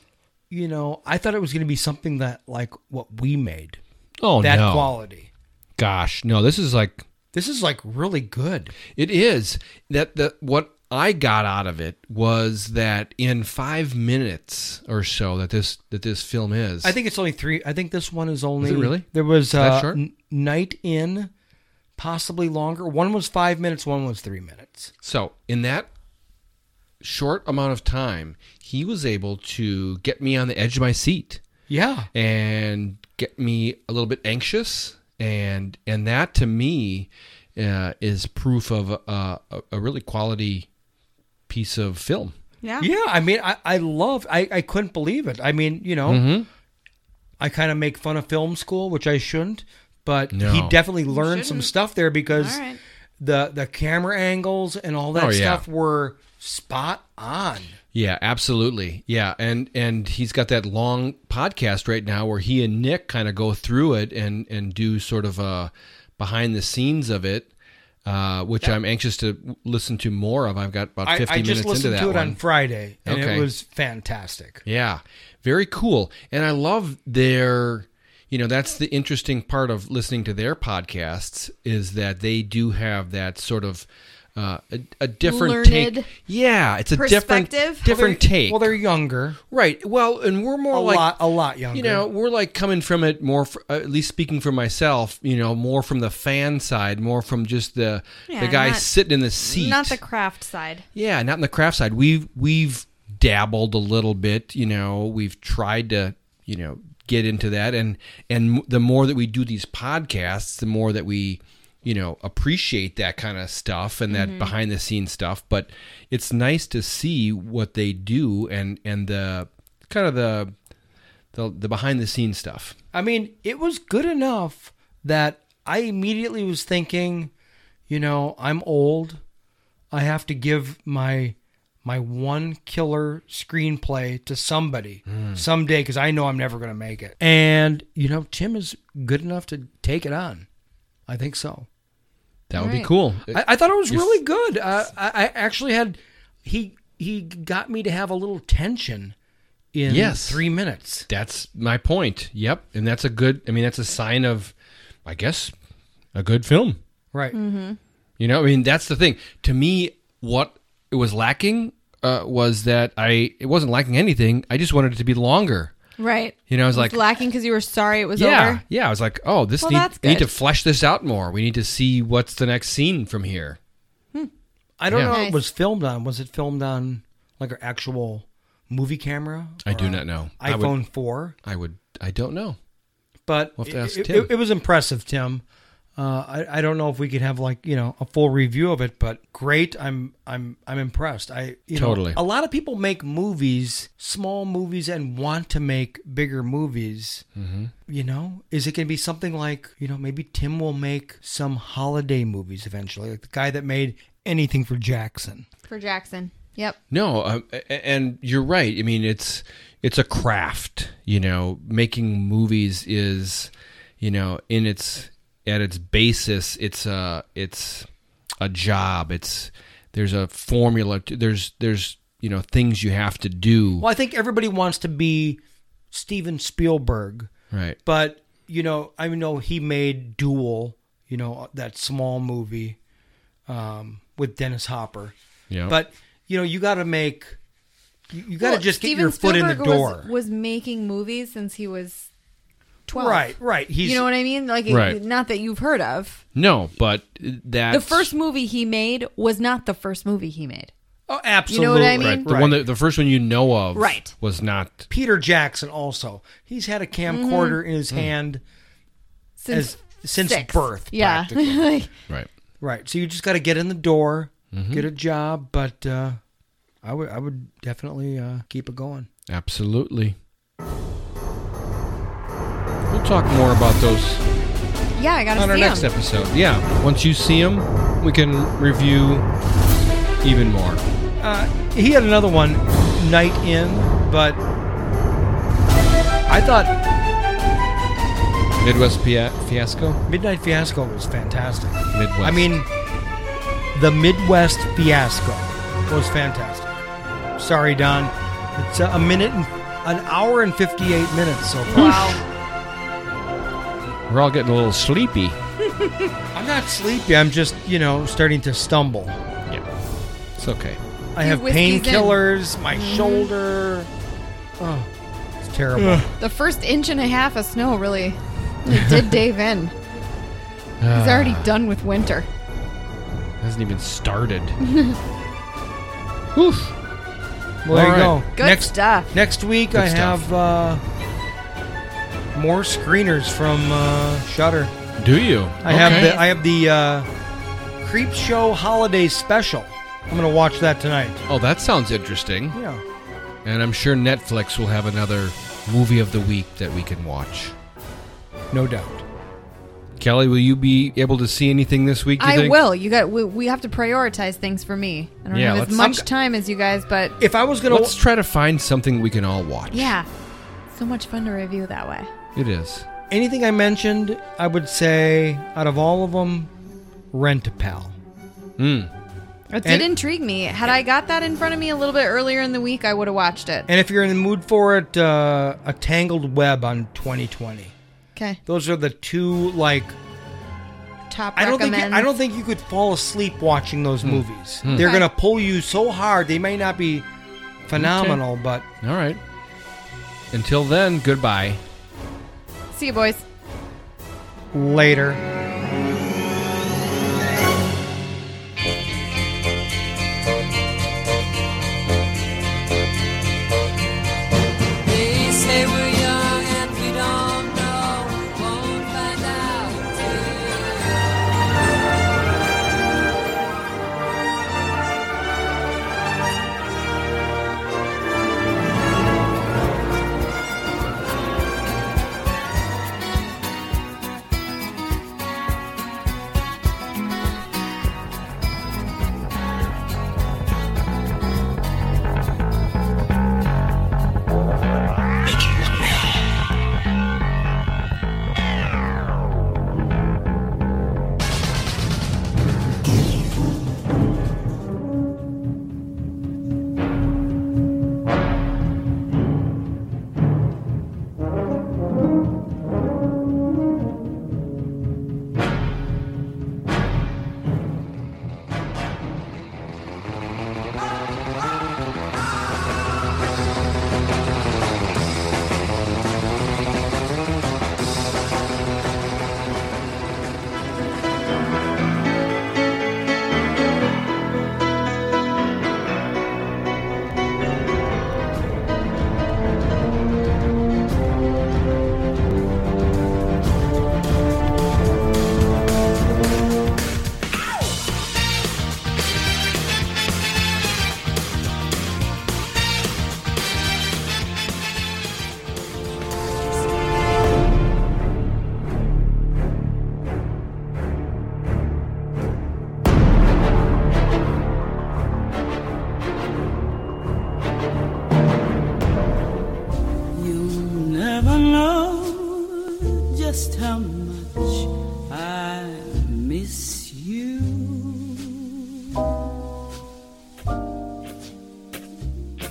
you know, I thought it was going to be something that like what we made.
Oh,
that
no.
quality.
Gosh, no, this is like
This is like really good.
It is that the what I got out of it was that in five minutes or so that this that this film is.
I think it's only three. I think this one is only.
Is it really?
There was
That
uh,
short?
N- Night In, possibly longer. One was five minutes, one was three minutes.
so. In that short amount of time, he was able to get me on the edge of my seat.
Yeah.
and get me a little bit anxious, and and that to me uh, is proof of a, a, a really quality piece of film.
Yeah.
Yeah. I mean, I, I love, I, I couldn't believe it. I mean, you know,
Mhm.
I kind of make fun of film school, which I shouldn't, but
No.
he definitely learned some
shouldn't.
stuff there because
All right.
the, the camera angles and all that
Oh, yeah.
stuff were spot on.
Yeah, absolutely. Yeah, and and he's got that long podcast right now where he and Nick kind of go through it and and do sort of a behind the scenes of it, uh, which I'm anxious to listen to more of. I've got about
I,
50
I
minutes
just listened
into that
to it
one.
on Friday and
Okay.
it was fantastic.
Yeah, very cool. And I love their, you know, that's the interesting part of listening to their podcasts is that they do have that sort of uh, a, a different take.
Learned
Yeah, it's a different
perspective?
different
Well, they're-
take.
Well, they're younger.
Right. Well, and we're more
a
like
lot, a lot younger.
you know, we're like coming from it more, fr- at least speaking for myself, you know, more from the fan side, more from just the the
Yeah,
guy
not-
sitting in the seat.
Not the craft side.
Yeah, not in the craft side. We've we've dabbled a little bit. You know, we've tried to you know get into that, and and the more that we do these podcasts, the more that we you know appreciate that kind of stuff and that
Mhm.
behind the scenes stuff. But it's nice to see what they do and and the kind of the the, the behind the scenes stuff.
I mean, it was good enough that I immediately was thinking, you know, I'm old. I have to give my my one killer screenplay to somebody someday because I know I'm never going to make it. And you know, Tim is good enough to take it on. I think so.
That would be cool.
I, I thought it was
You're-
really good. Uh, I, I actually had he he got me to have a little tension in
yes.
three minutes.
That's my point. Yep. And that's a good, I mean, that's a sign of, I guess, a good film.
Right.
Mm-hmm.
You know, I mean, that's the thing. To me, what it was lacking uh, was that I, it wasn't lacking anything. I just wanted it to be longer.
Right.
You know, I was
It's
like,
lacking because you were sorry it was
yeah,
over.
yeah. I was like, oh, this
Well,
need,
that's
we need
good.
to flesh this out more. We need to see what's the next scene from here.
I don't
Yeah.
know. what It
Nice.
was filmed on. Was it filmed on like an actual movie camera?
I
or
do
a
not know. I would-
iPhone four.
I would, I don't know.
But
We'll have to ask
it, it-
Tim.
it was impressive, Tim. Uh, I, I don't know if we could have like you know a full review of it, but great. I'm I'm I'm impressed. I you know,
Totally.
a lot of people make movies, small movies, and want to make bigger movies.
Mhm.
You know, is it going to be something like you know maybe Tim will make some holiday movies eventually, like the guy that made anything for Jackson.
For Jackson. Yep.
No, um, a- a- and you're right. I mean, it's it's a craft. You know, making movies is, you know, in its at its basis, it's a it's a job. It's there's a formula. To, there's there's you know things you have to do.
Well, I think everybody wants to be Steven Spielberg,
Right.
but you know, I know he made Duel, you know, that small movie um, with Dennis Hopper.
Yeah.
But you know, you got to make, you, you got to
Well,
just get
Steven
your foot in the
Spielberg
door.
Was, was making movies since he was twelve.
Right, right. He's-
you know what I mean? Like,
Right.
not that you've heard of.
No, but that
the first movie he made was not the first movie he made.
Oh,
You know what I mean?
Right, the one that the first one you know of
Right.
was not
Peter Jackson also, he's had a camcorder in
Mm.
his hand
Mm-hmm. Since
as, since
six.
birth.
Yeah.
practically.
right.
Right. So you just got to get in the door,
Mhm.
get a job, but uh, I would I would definitely uh, keep it going.
absolutely. We'll talk more about those
Yeah, I gotta
on our
see
next
him.
episode. Yeah, once you see them, we can review even more.
Uh, he had another one, Night In, but I thought
Midwest Fia- Fiasco.
Midnight Fiasco was fantastic.
Midwest.
I mean, the Midwest Fiasco was fantastic. Sorry, Don. It's uh, a minute, and, an hour and 58 minutes so far.
Wow.
We're all getting a little sleepy.
I'm not sleepy. I'm just, you know, starting to stumble.
Yeah. It's okay.
I
Your
have
whiskey's in.
painkillers, my
Mhm.
shoulder. Oh, it's terrible.
The first inch and a half of snow really it did Dave in. He's already
Ah.
done with winter.
Hasn't even started.
Well, there you
All
go.
right.
Good
next,
stuff.
Next week,
Good
I
stuff.
have uh, more screeners from uh, Shutter.
Do you?
I have the I have the uh, Creep Show Holiday Special. I'm gonna watch that tonight.
Oh, that sounds interesting.
Yeah.
And I'm sure Netflix will have another movie of the week that we can watch.
No doubt.
Kelly, will you be able to see anything this week? do you
I
think?
will. You got. We, we have to prioritize things for me. I don't
Yeah,
have as
let's-
much time as you guys, but
if I was
Let's try to find something we can all watch.
yeah, so much fun to review that way.
It is.
Anything I mentioned, I would say out of all of them, Rent a Pal.
Mm.
It did
And-
intrigue me. Had I got that in front of me a little bit earlier in the week, I would have watched it.
And if you're in the mood for it, uh, A Tangled Web on 2020.
Okay,
Those are the two like
top.
I don't think you,
recommends.
I don't think you could fall asleep watching those movies.
Hmm.
They're
Okay.
gonna pull you so hard. They may not be phenomenal, but
All right. Until then, goodbye.
See you, boys.
later.
They say we're young and we don't know. Won't find out
You'll never know just how much I miss you.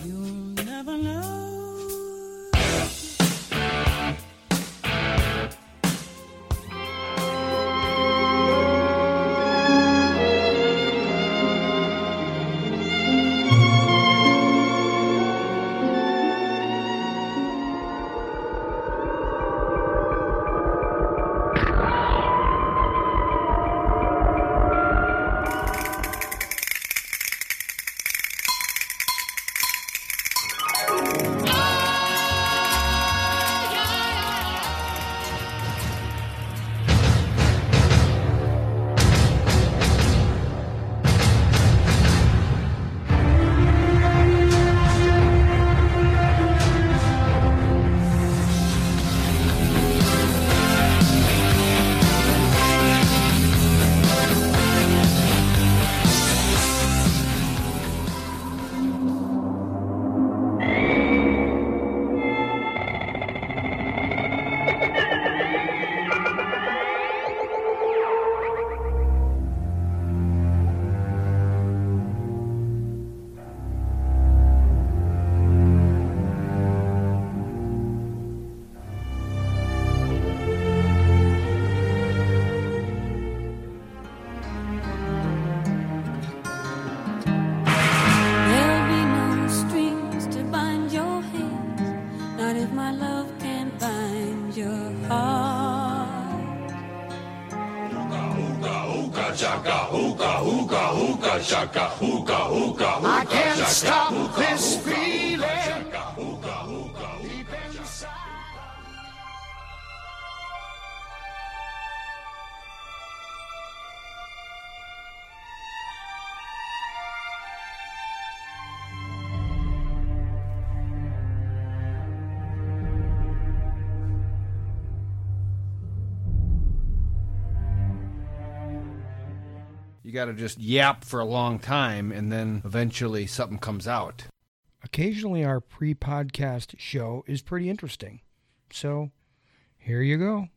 You'll never know.
Shaka hookah hookah hookah shaka hookah hookah hookah.
I can't
shaka,
stop
hookah,
this
hookah,
feeling.
Shaka hookah hookah hookah. shaka.
You got to just yap for a long time, and then eventually something comes out.
Occasionally, our pre podcast show is pretty interesting. So, here you go.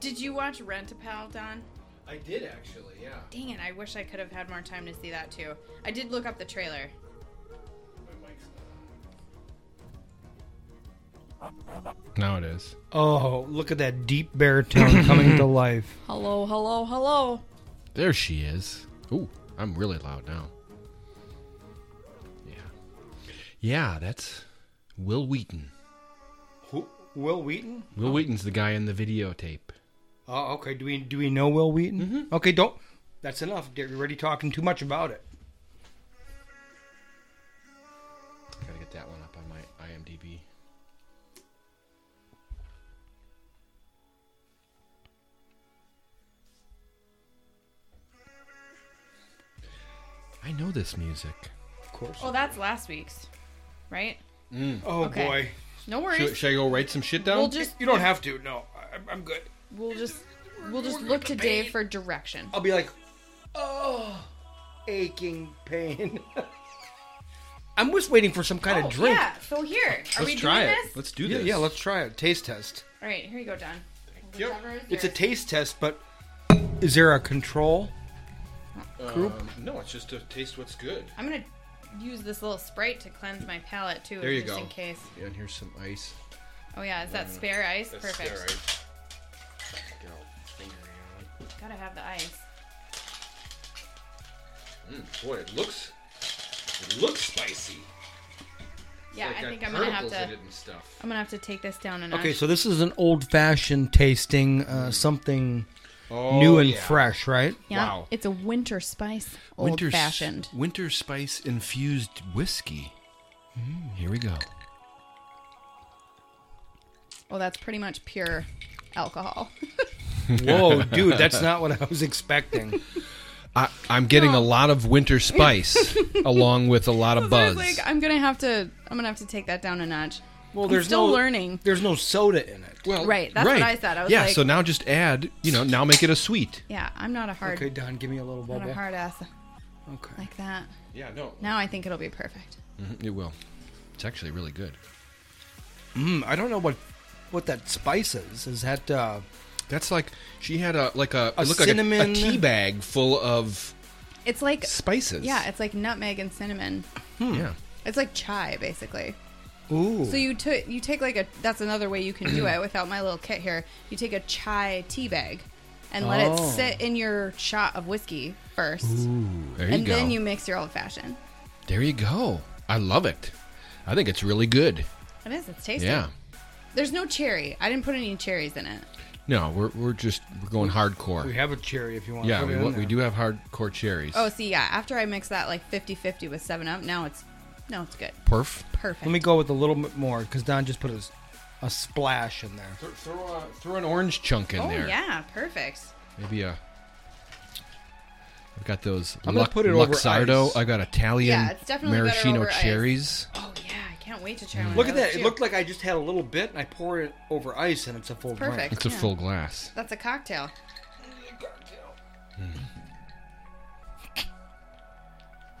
Did you watch Rent a Pal, Don?
I did actually, yeah.
Dang it, I wish I could have had more time to see that too. I did look up the trailer.
Now it is.
Oh, look at that deep baritone coming to life.
Hello, hello, hello.
There she is. Ooh, I'm really loud now. Yeah. Yeah, that's Will Wheaton.
Who? Will Wheaton?
Will Wheaton's the guy in the videotape.
Oh, okay. Do we do we know Will Wheaton? Okay, don't. That's enough. You're already talking too much about it.
Gotta get that one up on my IMDb. I know this music.
Of course.
Oh, that's last week's, right?
Mm.
Oh
Okay.
boy.
No worries.
Should, should I go write some shit down?
We'll just-
You don't have to. No, I, I'm good.
We'll just we'll just look to Dave for direction.
I'll be like, oh, aching pain. I'm just waiting for some
Oh,
kind of drink.
Oh, Yeah. So here, are we doing this?
Let's
do
yeah,
this.
Yeah, let's try it. Taste test.
All right, here you go, Don. Whatever is
It's a
yours.
taste test, but is there a control? Group?
Um, no, it's just to taste what's good.
I'm gonna use this little sprite to cleanse my palate too,
There you
just
go.
in case.
Yeah, and here's some ice.
Oh yeah, is that
Lemon.
spare ice?
That's
Perfect.
spare ice. Get all fingery on
Gotta have the ice.
it. Mm, boy, it looks it looks spicy.
Yeah,
like
I
got
think I'm gonna have
particles
to.
in it and stuff.
I'm gonna have to take this down and.
Okay, so this is an old-fashioned tasting, uh, something
Oh,
new and
yeah.
fresh, right?
Yeah, it's a winter spice, old
Winter s-
fashioned.
winter spice infused whiskey. Hmm, Here we go.
Well, that's pretty much pure alcohol.
Whoa, dude, that's not what I was expecting.
I, I'm getting a lot of winter spice along with a lot of
I
buzz.
was like, I'm gonna have to. I'm gonna have to take that down a notch.
Well,
I'm
there's
still
no-
learning.
There's no soda in it.
Well,
Right, that's what I said. I was
yeah,
like,
so now just add, you know, now make it a sweet.
yeah, I'm not a hard,
Okay, Don, give me a little
not
bubble.
a hard ass
Okay.
like that.
Yeah, no.
Now I think it'll be perfect.
Mhm, it will. It's actually really good.
Mm, I don't know what what that spice is. Is that uh,
That's like she had a like a,
A
it looked like a- a,
cinnamon-
tea bag full of
It's like
Spices. Hmm.
Yeah, it's like nutmeg and cinnamon.
yeah.
It's like chai, basically.
Ooh.
So you took you take like a that's another way you can do it without my little kit here. You take a chai tea bag and let
Oh.
it sit in your shot of whiskey first.
Ooh, there you
and
go.
then you mix your old fashioned.
There you go. I love it. I think it's really good.
It is, it's tasty.
Yeah.
There's no cherry. I didn't put any cherries in it.
No, we're we're just we're going hardcore.
We have a cherry if you want.
yeah,
to put
we,
it in
want- we
there.
do have hardcore cherries.
Oh, see, yeah. After I mix that like 50-50 with 7 Up, now it's no, it's good.
Perf.
Perfect.
Let me go with a little bit more because Don just put a, s- a splash in there.
Throw, an orange chunk in
oh,
there.
yeah, perfect.
Maybe a. I've got those.
I'm gonna
Luck-
put it over
Luxardo.
ice.
I've got Italian
Yeah, it's definitely better
maraschino
over ice.
cherries.
Oh yeah, I can't wait to try one. of
Look at
those,
that. It
too.
looked like I just had a little bit and I pour it over ice and it's a full
It's perfect.
drink.
It's a
yeah.
full glass.
That's a cocktail.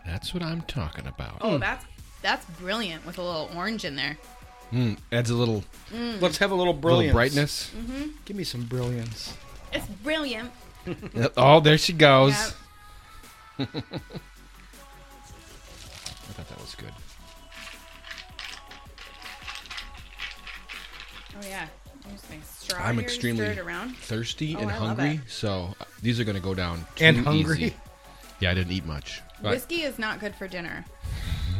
That's what I'm talking about.
Hmm.
Oh, that's that's brilliant with a little orange in there.
Mm, adds a little
Mm.
Let's have a little brilliance.
brightness.
Mhm.
Give me some brilliance.
It's brilliant.
Yep. Oh, there she goes. I thought that was good.
Oh yeah. I'm just gonna straw
I'm
here and
extremely
stir it around.
thirsty
Oh,
and
I love
hungry,
it.
so uh, these are going to go down too
And hungry?
easy. Yeah, I didn't eat much. but
Whiskey is not good for dinner.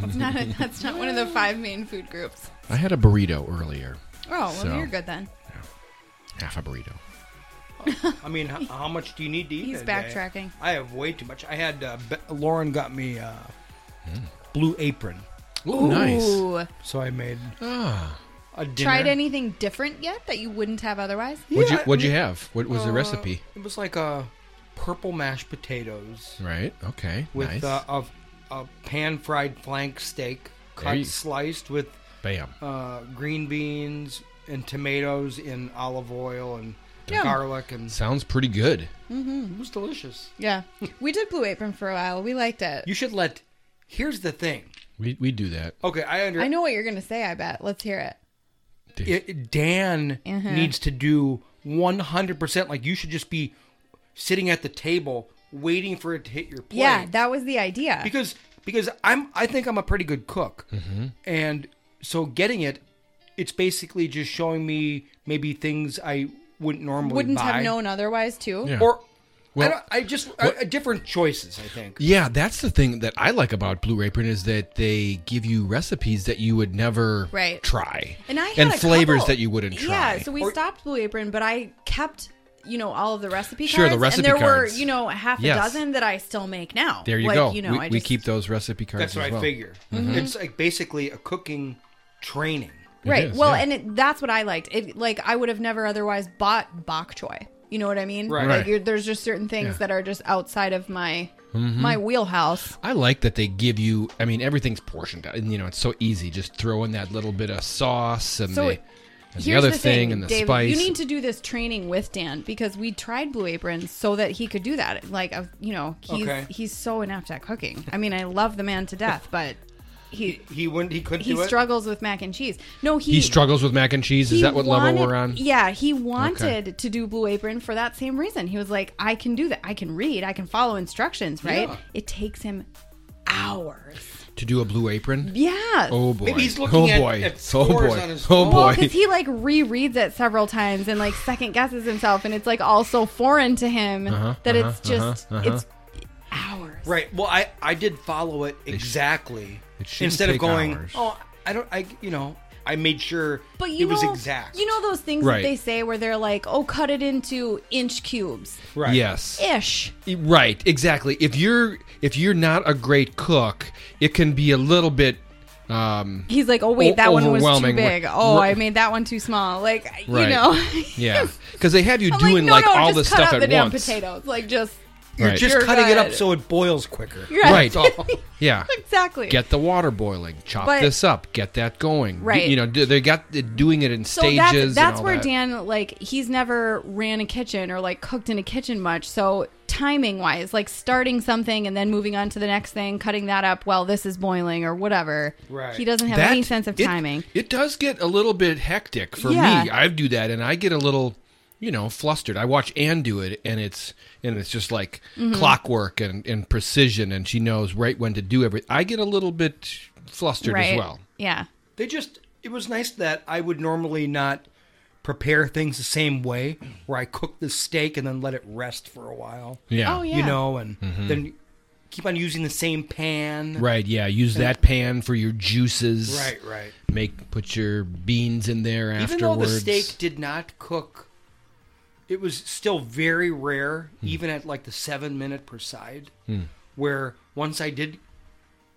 That's not a, that's not one of the five main food groups.
I had a burrito earlier.
Oh, well
so
you're good then.
half a burrito.
I mean, how, how much do you need to eat?
He's
in a day?
backtracking.
I have way too much. I had uh, Be- Lauren got me uh,
Mm.
Blue Apron.
Ooh, nice. Ooh.
So I made
Ah.
a dinner.
Tried anything different yet that you wouldn't have otherwise?
What'd you What'd you have? What was the
Oh.
Uh,
recipe?
It was like a purple mashed potatoes
Right. Okay.
with
nice.
uh, a, a pan fried flank steak
There
cut
you-
sliced with
Bam.
uh, green beans and tomatoes in olive oil and
Yum.
garlic and
Sounds pretty good.
Mm-hmm.
It was delicious.
Yeah, we did Blue Apron for a while. We liked it.
You should let. Here's the thing.
We we do that.
Okay, I under.
I know what you're gonna say. I bet. Let's hear it.
It- it- Dan
Uh-huh.
needs to do 100. percent Like you should just be sitting at the table waiting for it to hit your plate.
Yeah, that was the idea.
Because because I'm I think I'm a pretty good cook,
Mhm.
and so getting it, it's basically just showing me maybe things I wouldn't normally
wouldn't
buy.
have known otherwise too.
Or
Well,
I, don't, I just I, different choices. I think.
Yeah, that's the thing that I like about Blue Apron is that they give you recipes that you would never
Right.
try,
And I had a
flavors
couple-
that you wouldn't try.
Yeah, so we stopped Blue Apron, but I kept, you know, all of the recipe
Sure, the
cards.
recipe
and there
cards.
were, you know, half
Yes.
a dozen that I still make now.
there you
like,
go.
You know,
we,
I
we
just,
keep those recipe cards.
That's what
as well.
I figure. Mm-hmm.
Mhm.
It's like basically a cooking training.
right. well, and it, that's what I liked. It like I would have never otherwise bought bok choy. You know what I mean?
Right.
Like
Right.
you're, there's just certain things
Yeah.
that are just outside of my
Mhm.
my wheelhouse.
I like that they give you. I mean, everything's portioned out, and you know it's so easy. Just throw in that little bit of sauce and
So
the, and the other thing, and the
Dave,
spice.
You need to do this training with Dan because we tried Blue Apron so that he could do that. Like, uh, you know, he's
Okay.
he's so inept at cooking. I mean, I love the man to death, but he
He wouldn't. He couldn't
he
do it.
struggles with mac and cheese. No, he
he, struggles with mac and cheese. Is
he
that what level
wanted-
we're on?
Yeah, he wanted to do Blue Apron for that same reason. He was like, I can do that. I can read. I can follow instructions. Right?
Yeah.
It takes him hours.
To do a blue apron?
Yeah.
Oh boy.
Maybe he's
oh
looking at-
boy.
at
oh
scores
boy.
on his
oh boy.
because he like rereads it several times and like second guesses himself, and it's like all so foreign to him
Uh-huh,
that
uh-huh,
it's just
uh-huh, uh-huh.
it's
Right. Well, I I did follow it exactly.
it shouldn't
Instead of
take
going,
hours.
oh, I don't, I you know, I made sure
But you
it
know,
was exact.
You know those things
Right.
that they say where they're like, "Oh, cut it into inch cubes."
Right.
Yes.
Ish.
Right, exactly. If you're if you're not a great cook, it can be a little bit um
He's like, "Oh, wait,
o-
that one was too
overwhelming.
big. Oh,
Right.
I made that one too small." Like, you
Right.
know.
Yeah. Cuz they have you
I'm
doing
no,
like
no,
all
just
this
cut
stuff
out
at
the damn
once.
potatoes. Like just
You're
Right.
just cutting it up
good.
so it boils quicker.
You're right.
That's all.
Yeah.
Exactly.
Get the water boiling. Chop
But-
this up. Get that going.
Right.
You know, they got doing it in
so
stages
that's
and
that's
all
where
that.
Dan like he's never ran a kitchen or like cooked in a kitchen much. So timing wise, like starting something and then moving on to the next thing, cutting that up while this is boiling or whatever.
Right.
He doesn't have
That-
any sense of
it-
timing.
It does get a little bit hectic for
Yeah.
me. I do that, and I get a little, you know, flustered. I watch Anne do it, and it's and it's just like
Mhm.
clockwork and, and precision, and she knows right when to do everything. I get a little bit flustered as
Right.
well.
Yeah.
They just it was nice that I would normally not prepare things the same way where I cook the steak and then let it rest for a while.
Yeah. Oh, yeah.
You know, and
Mhm.
then keep on using the same pan.
Right? Yeah. Use
And-
that pan for your juices.
Right, right.
Make put your beans in there
Even
afterwards.
though the steak did not cook, it was still very rare, even at like the seven minute per side,
Hmm.
where once I did,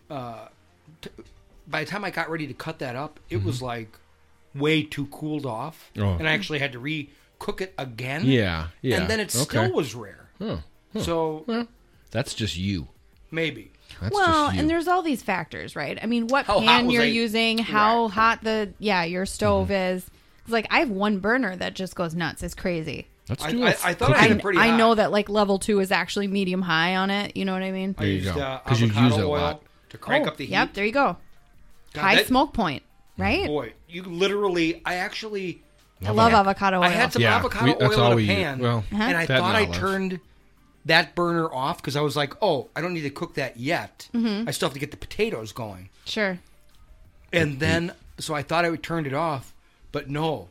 uh, t- by the time I got ready to cut that up, it was like way too cooled off,
Mm-hmm. Oh.
and I actually had to re cook it again.
Yeah, yeah,
And then it
okay.
still was rare.
Oh,
So
That's just you.
maybe.
That's
well,
just you.
and there's all these factors, right? I mean, what
How hot
pan
was
you're
I-
using, how hot the yeah your
Mm-hmm.
stove is. It's like I have one burner that just goes nuts. It's crazy.
Let's
I-
do
I-
it.
I thought I had it pretty
I
hot.
know that like level two is actually medium high on it. You know what I mean?
There you
Used,
go.
uh,
Because you use
avocado
it a
oil
lot.
to crank
Oh,
up the heat.
Yep, there you go.
God,
High
that-
smoke point,
Mm-hmm.
right?
Boy, you literally, I actually.
I love avocado
Oh, I
oil.
had some
Yeah,
avocado
we- that's
oil
all
in
we
a
use.
pan,
Well, Uh-huh.
and I
that
thought
and
I
olive.
turned that burner off because I was like, "Oh, I don't need to cook that yet.
Mhm.
I still have to get the potatoes going."
Sure.
Mm-hmm.
And then, so I thought I would turned it off, but no,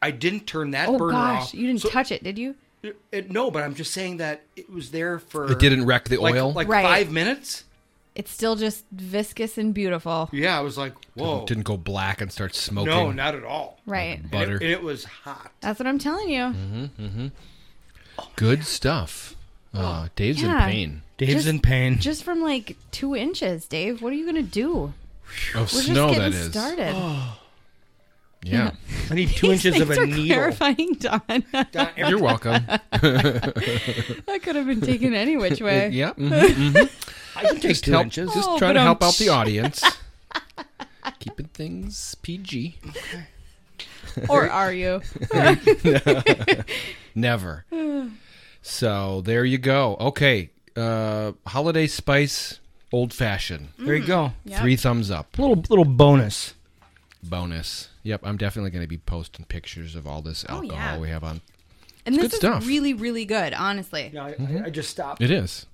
I didn't turn that
Oh
burner
gosh,
off.
you didn't touch it, did you?
It, it- no, but I'm just saying that it was there for.
It didn't wreck the
like-
oil?
like
Right.
five minutes.
It's still just viscous and beautiful.
Yeah, I was like, "Whoa,
Didn't, didn't go black and start smoking.
no, not at all."
Mm-hmm.
Right.
And it-
butter.
and it was hot.
That's what I'm telling you.
Mm-hmm, mm-hmm. Good stuff. Uh, Dave's
Oh, Yeah.
in pain.
Dave's in pain.
Just from like two inches, Dave. What are you gonna do?
Of
We're
snow,
just getting
that is.
started.
Oh,
Yeah.
I need two
These
inches of
things
a
are
needle.
Clarifying, Don.
You're welcome.
that could have been taken any which way.
yeah. mhm, mhm.
I can take
just
two
help,
inches.
Just
Oh,
trying to
but
help
I'm-
out the audience. Keeping things PG.
Or are you?
Never. So there you go. Okay. Uh, holiday spice, old fashioned.
There you go.
Mm,
Three
yep.
thumbs up.
Little little bonus.
Bonus. Yep. I'm definitely going to be posting pictures of all this
Oh,
alcohol
yeah.
we have on.
And
It's
this
good
is
stuff.
really, really good. Honestly.
I, just stopped.
It is.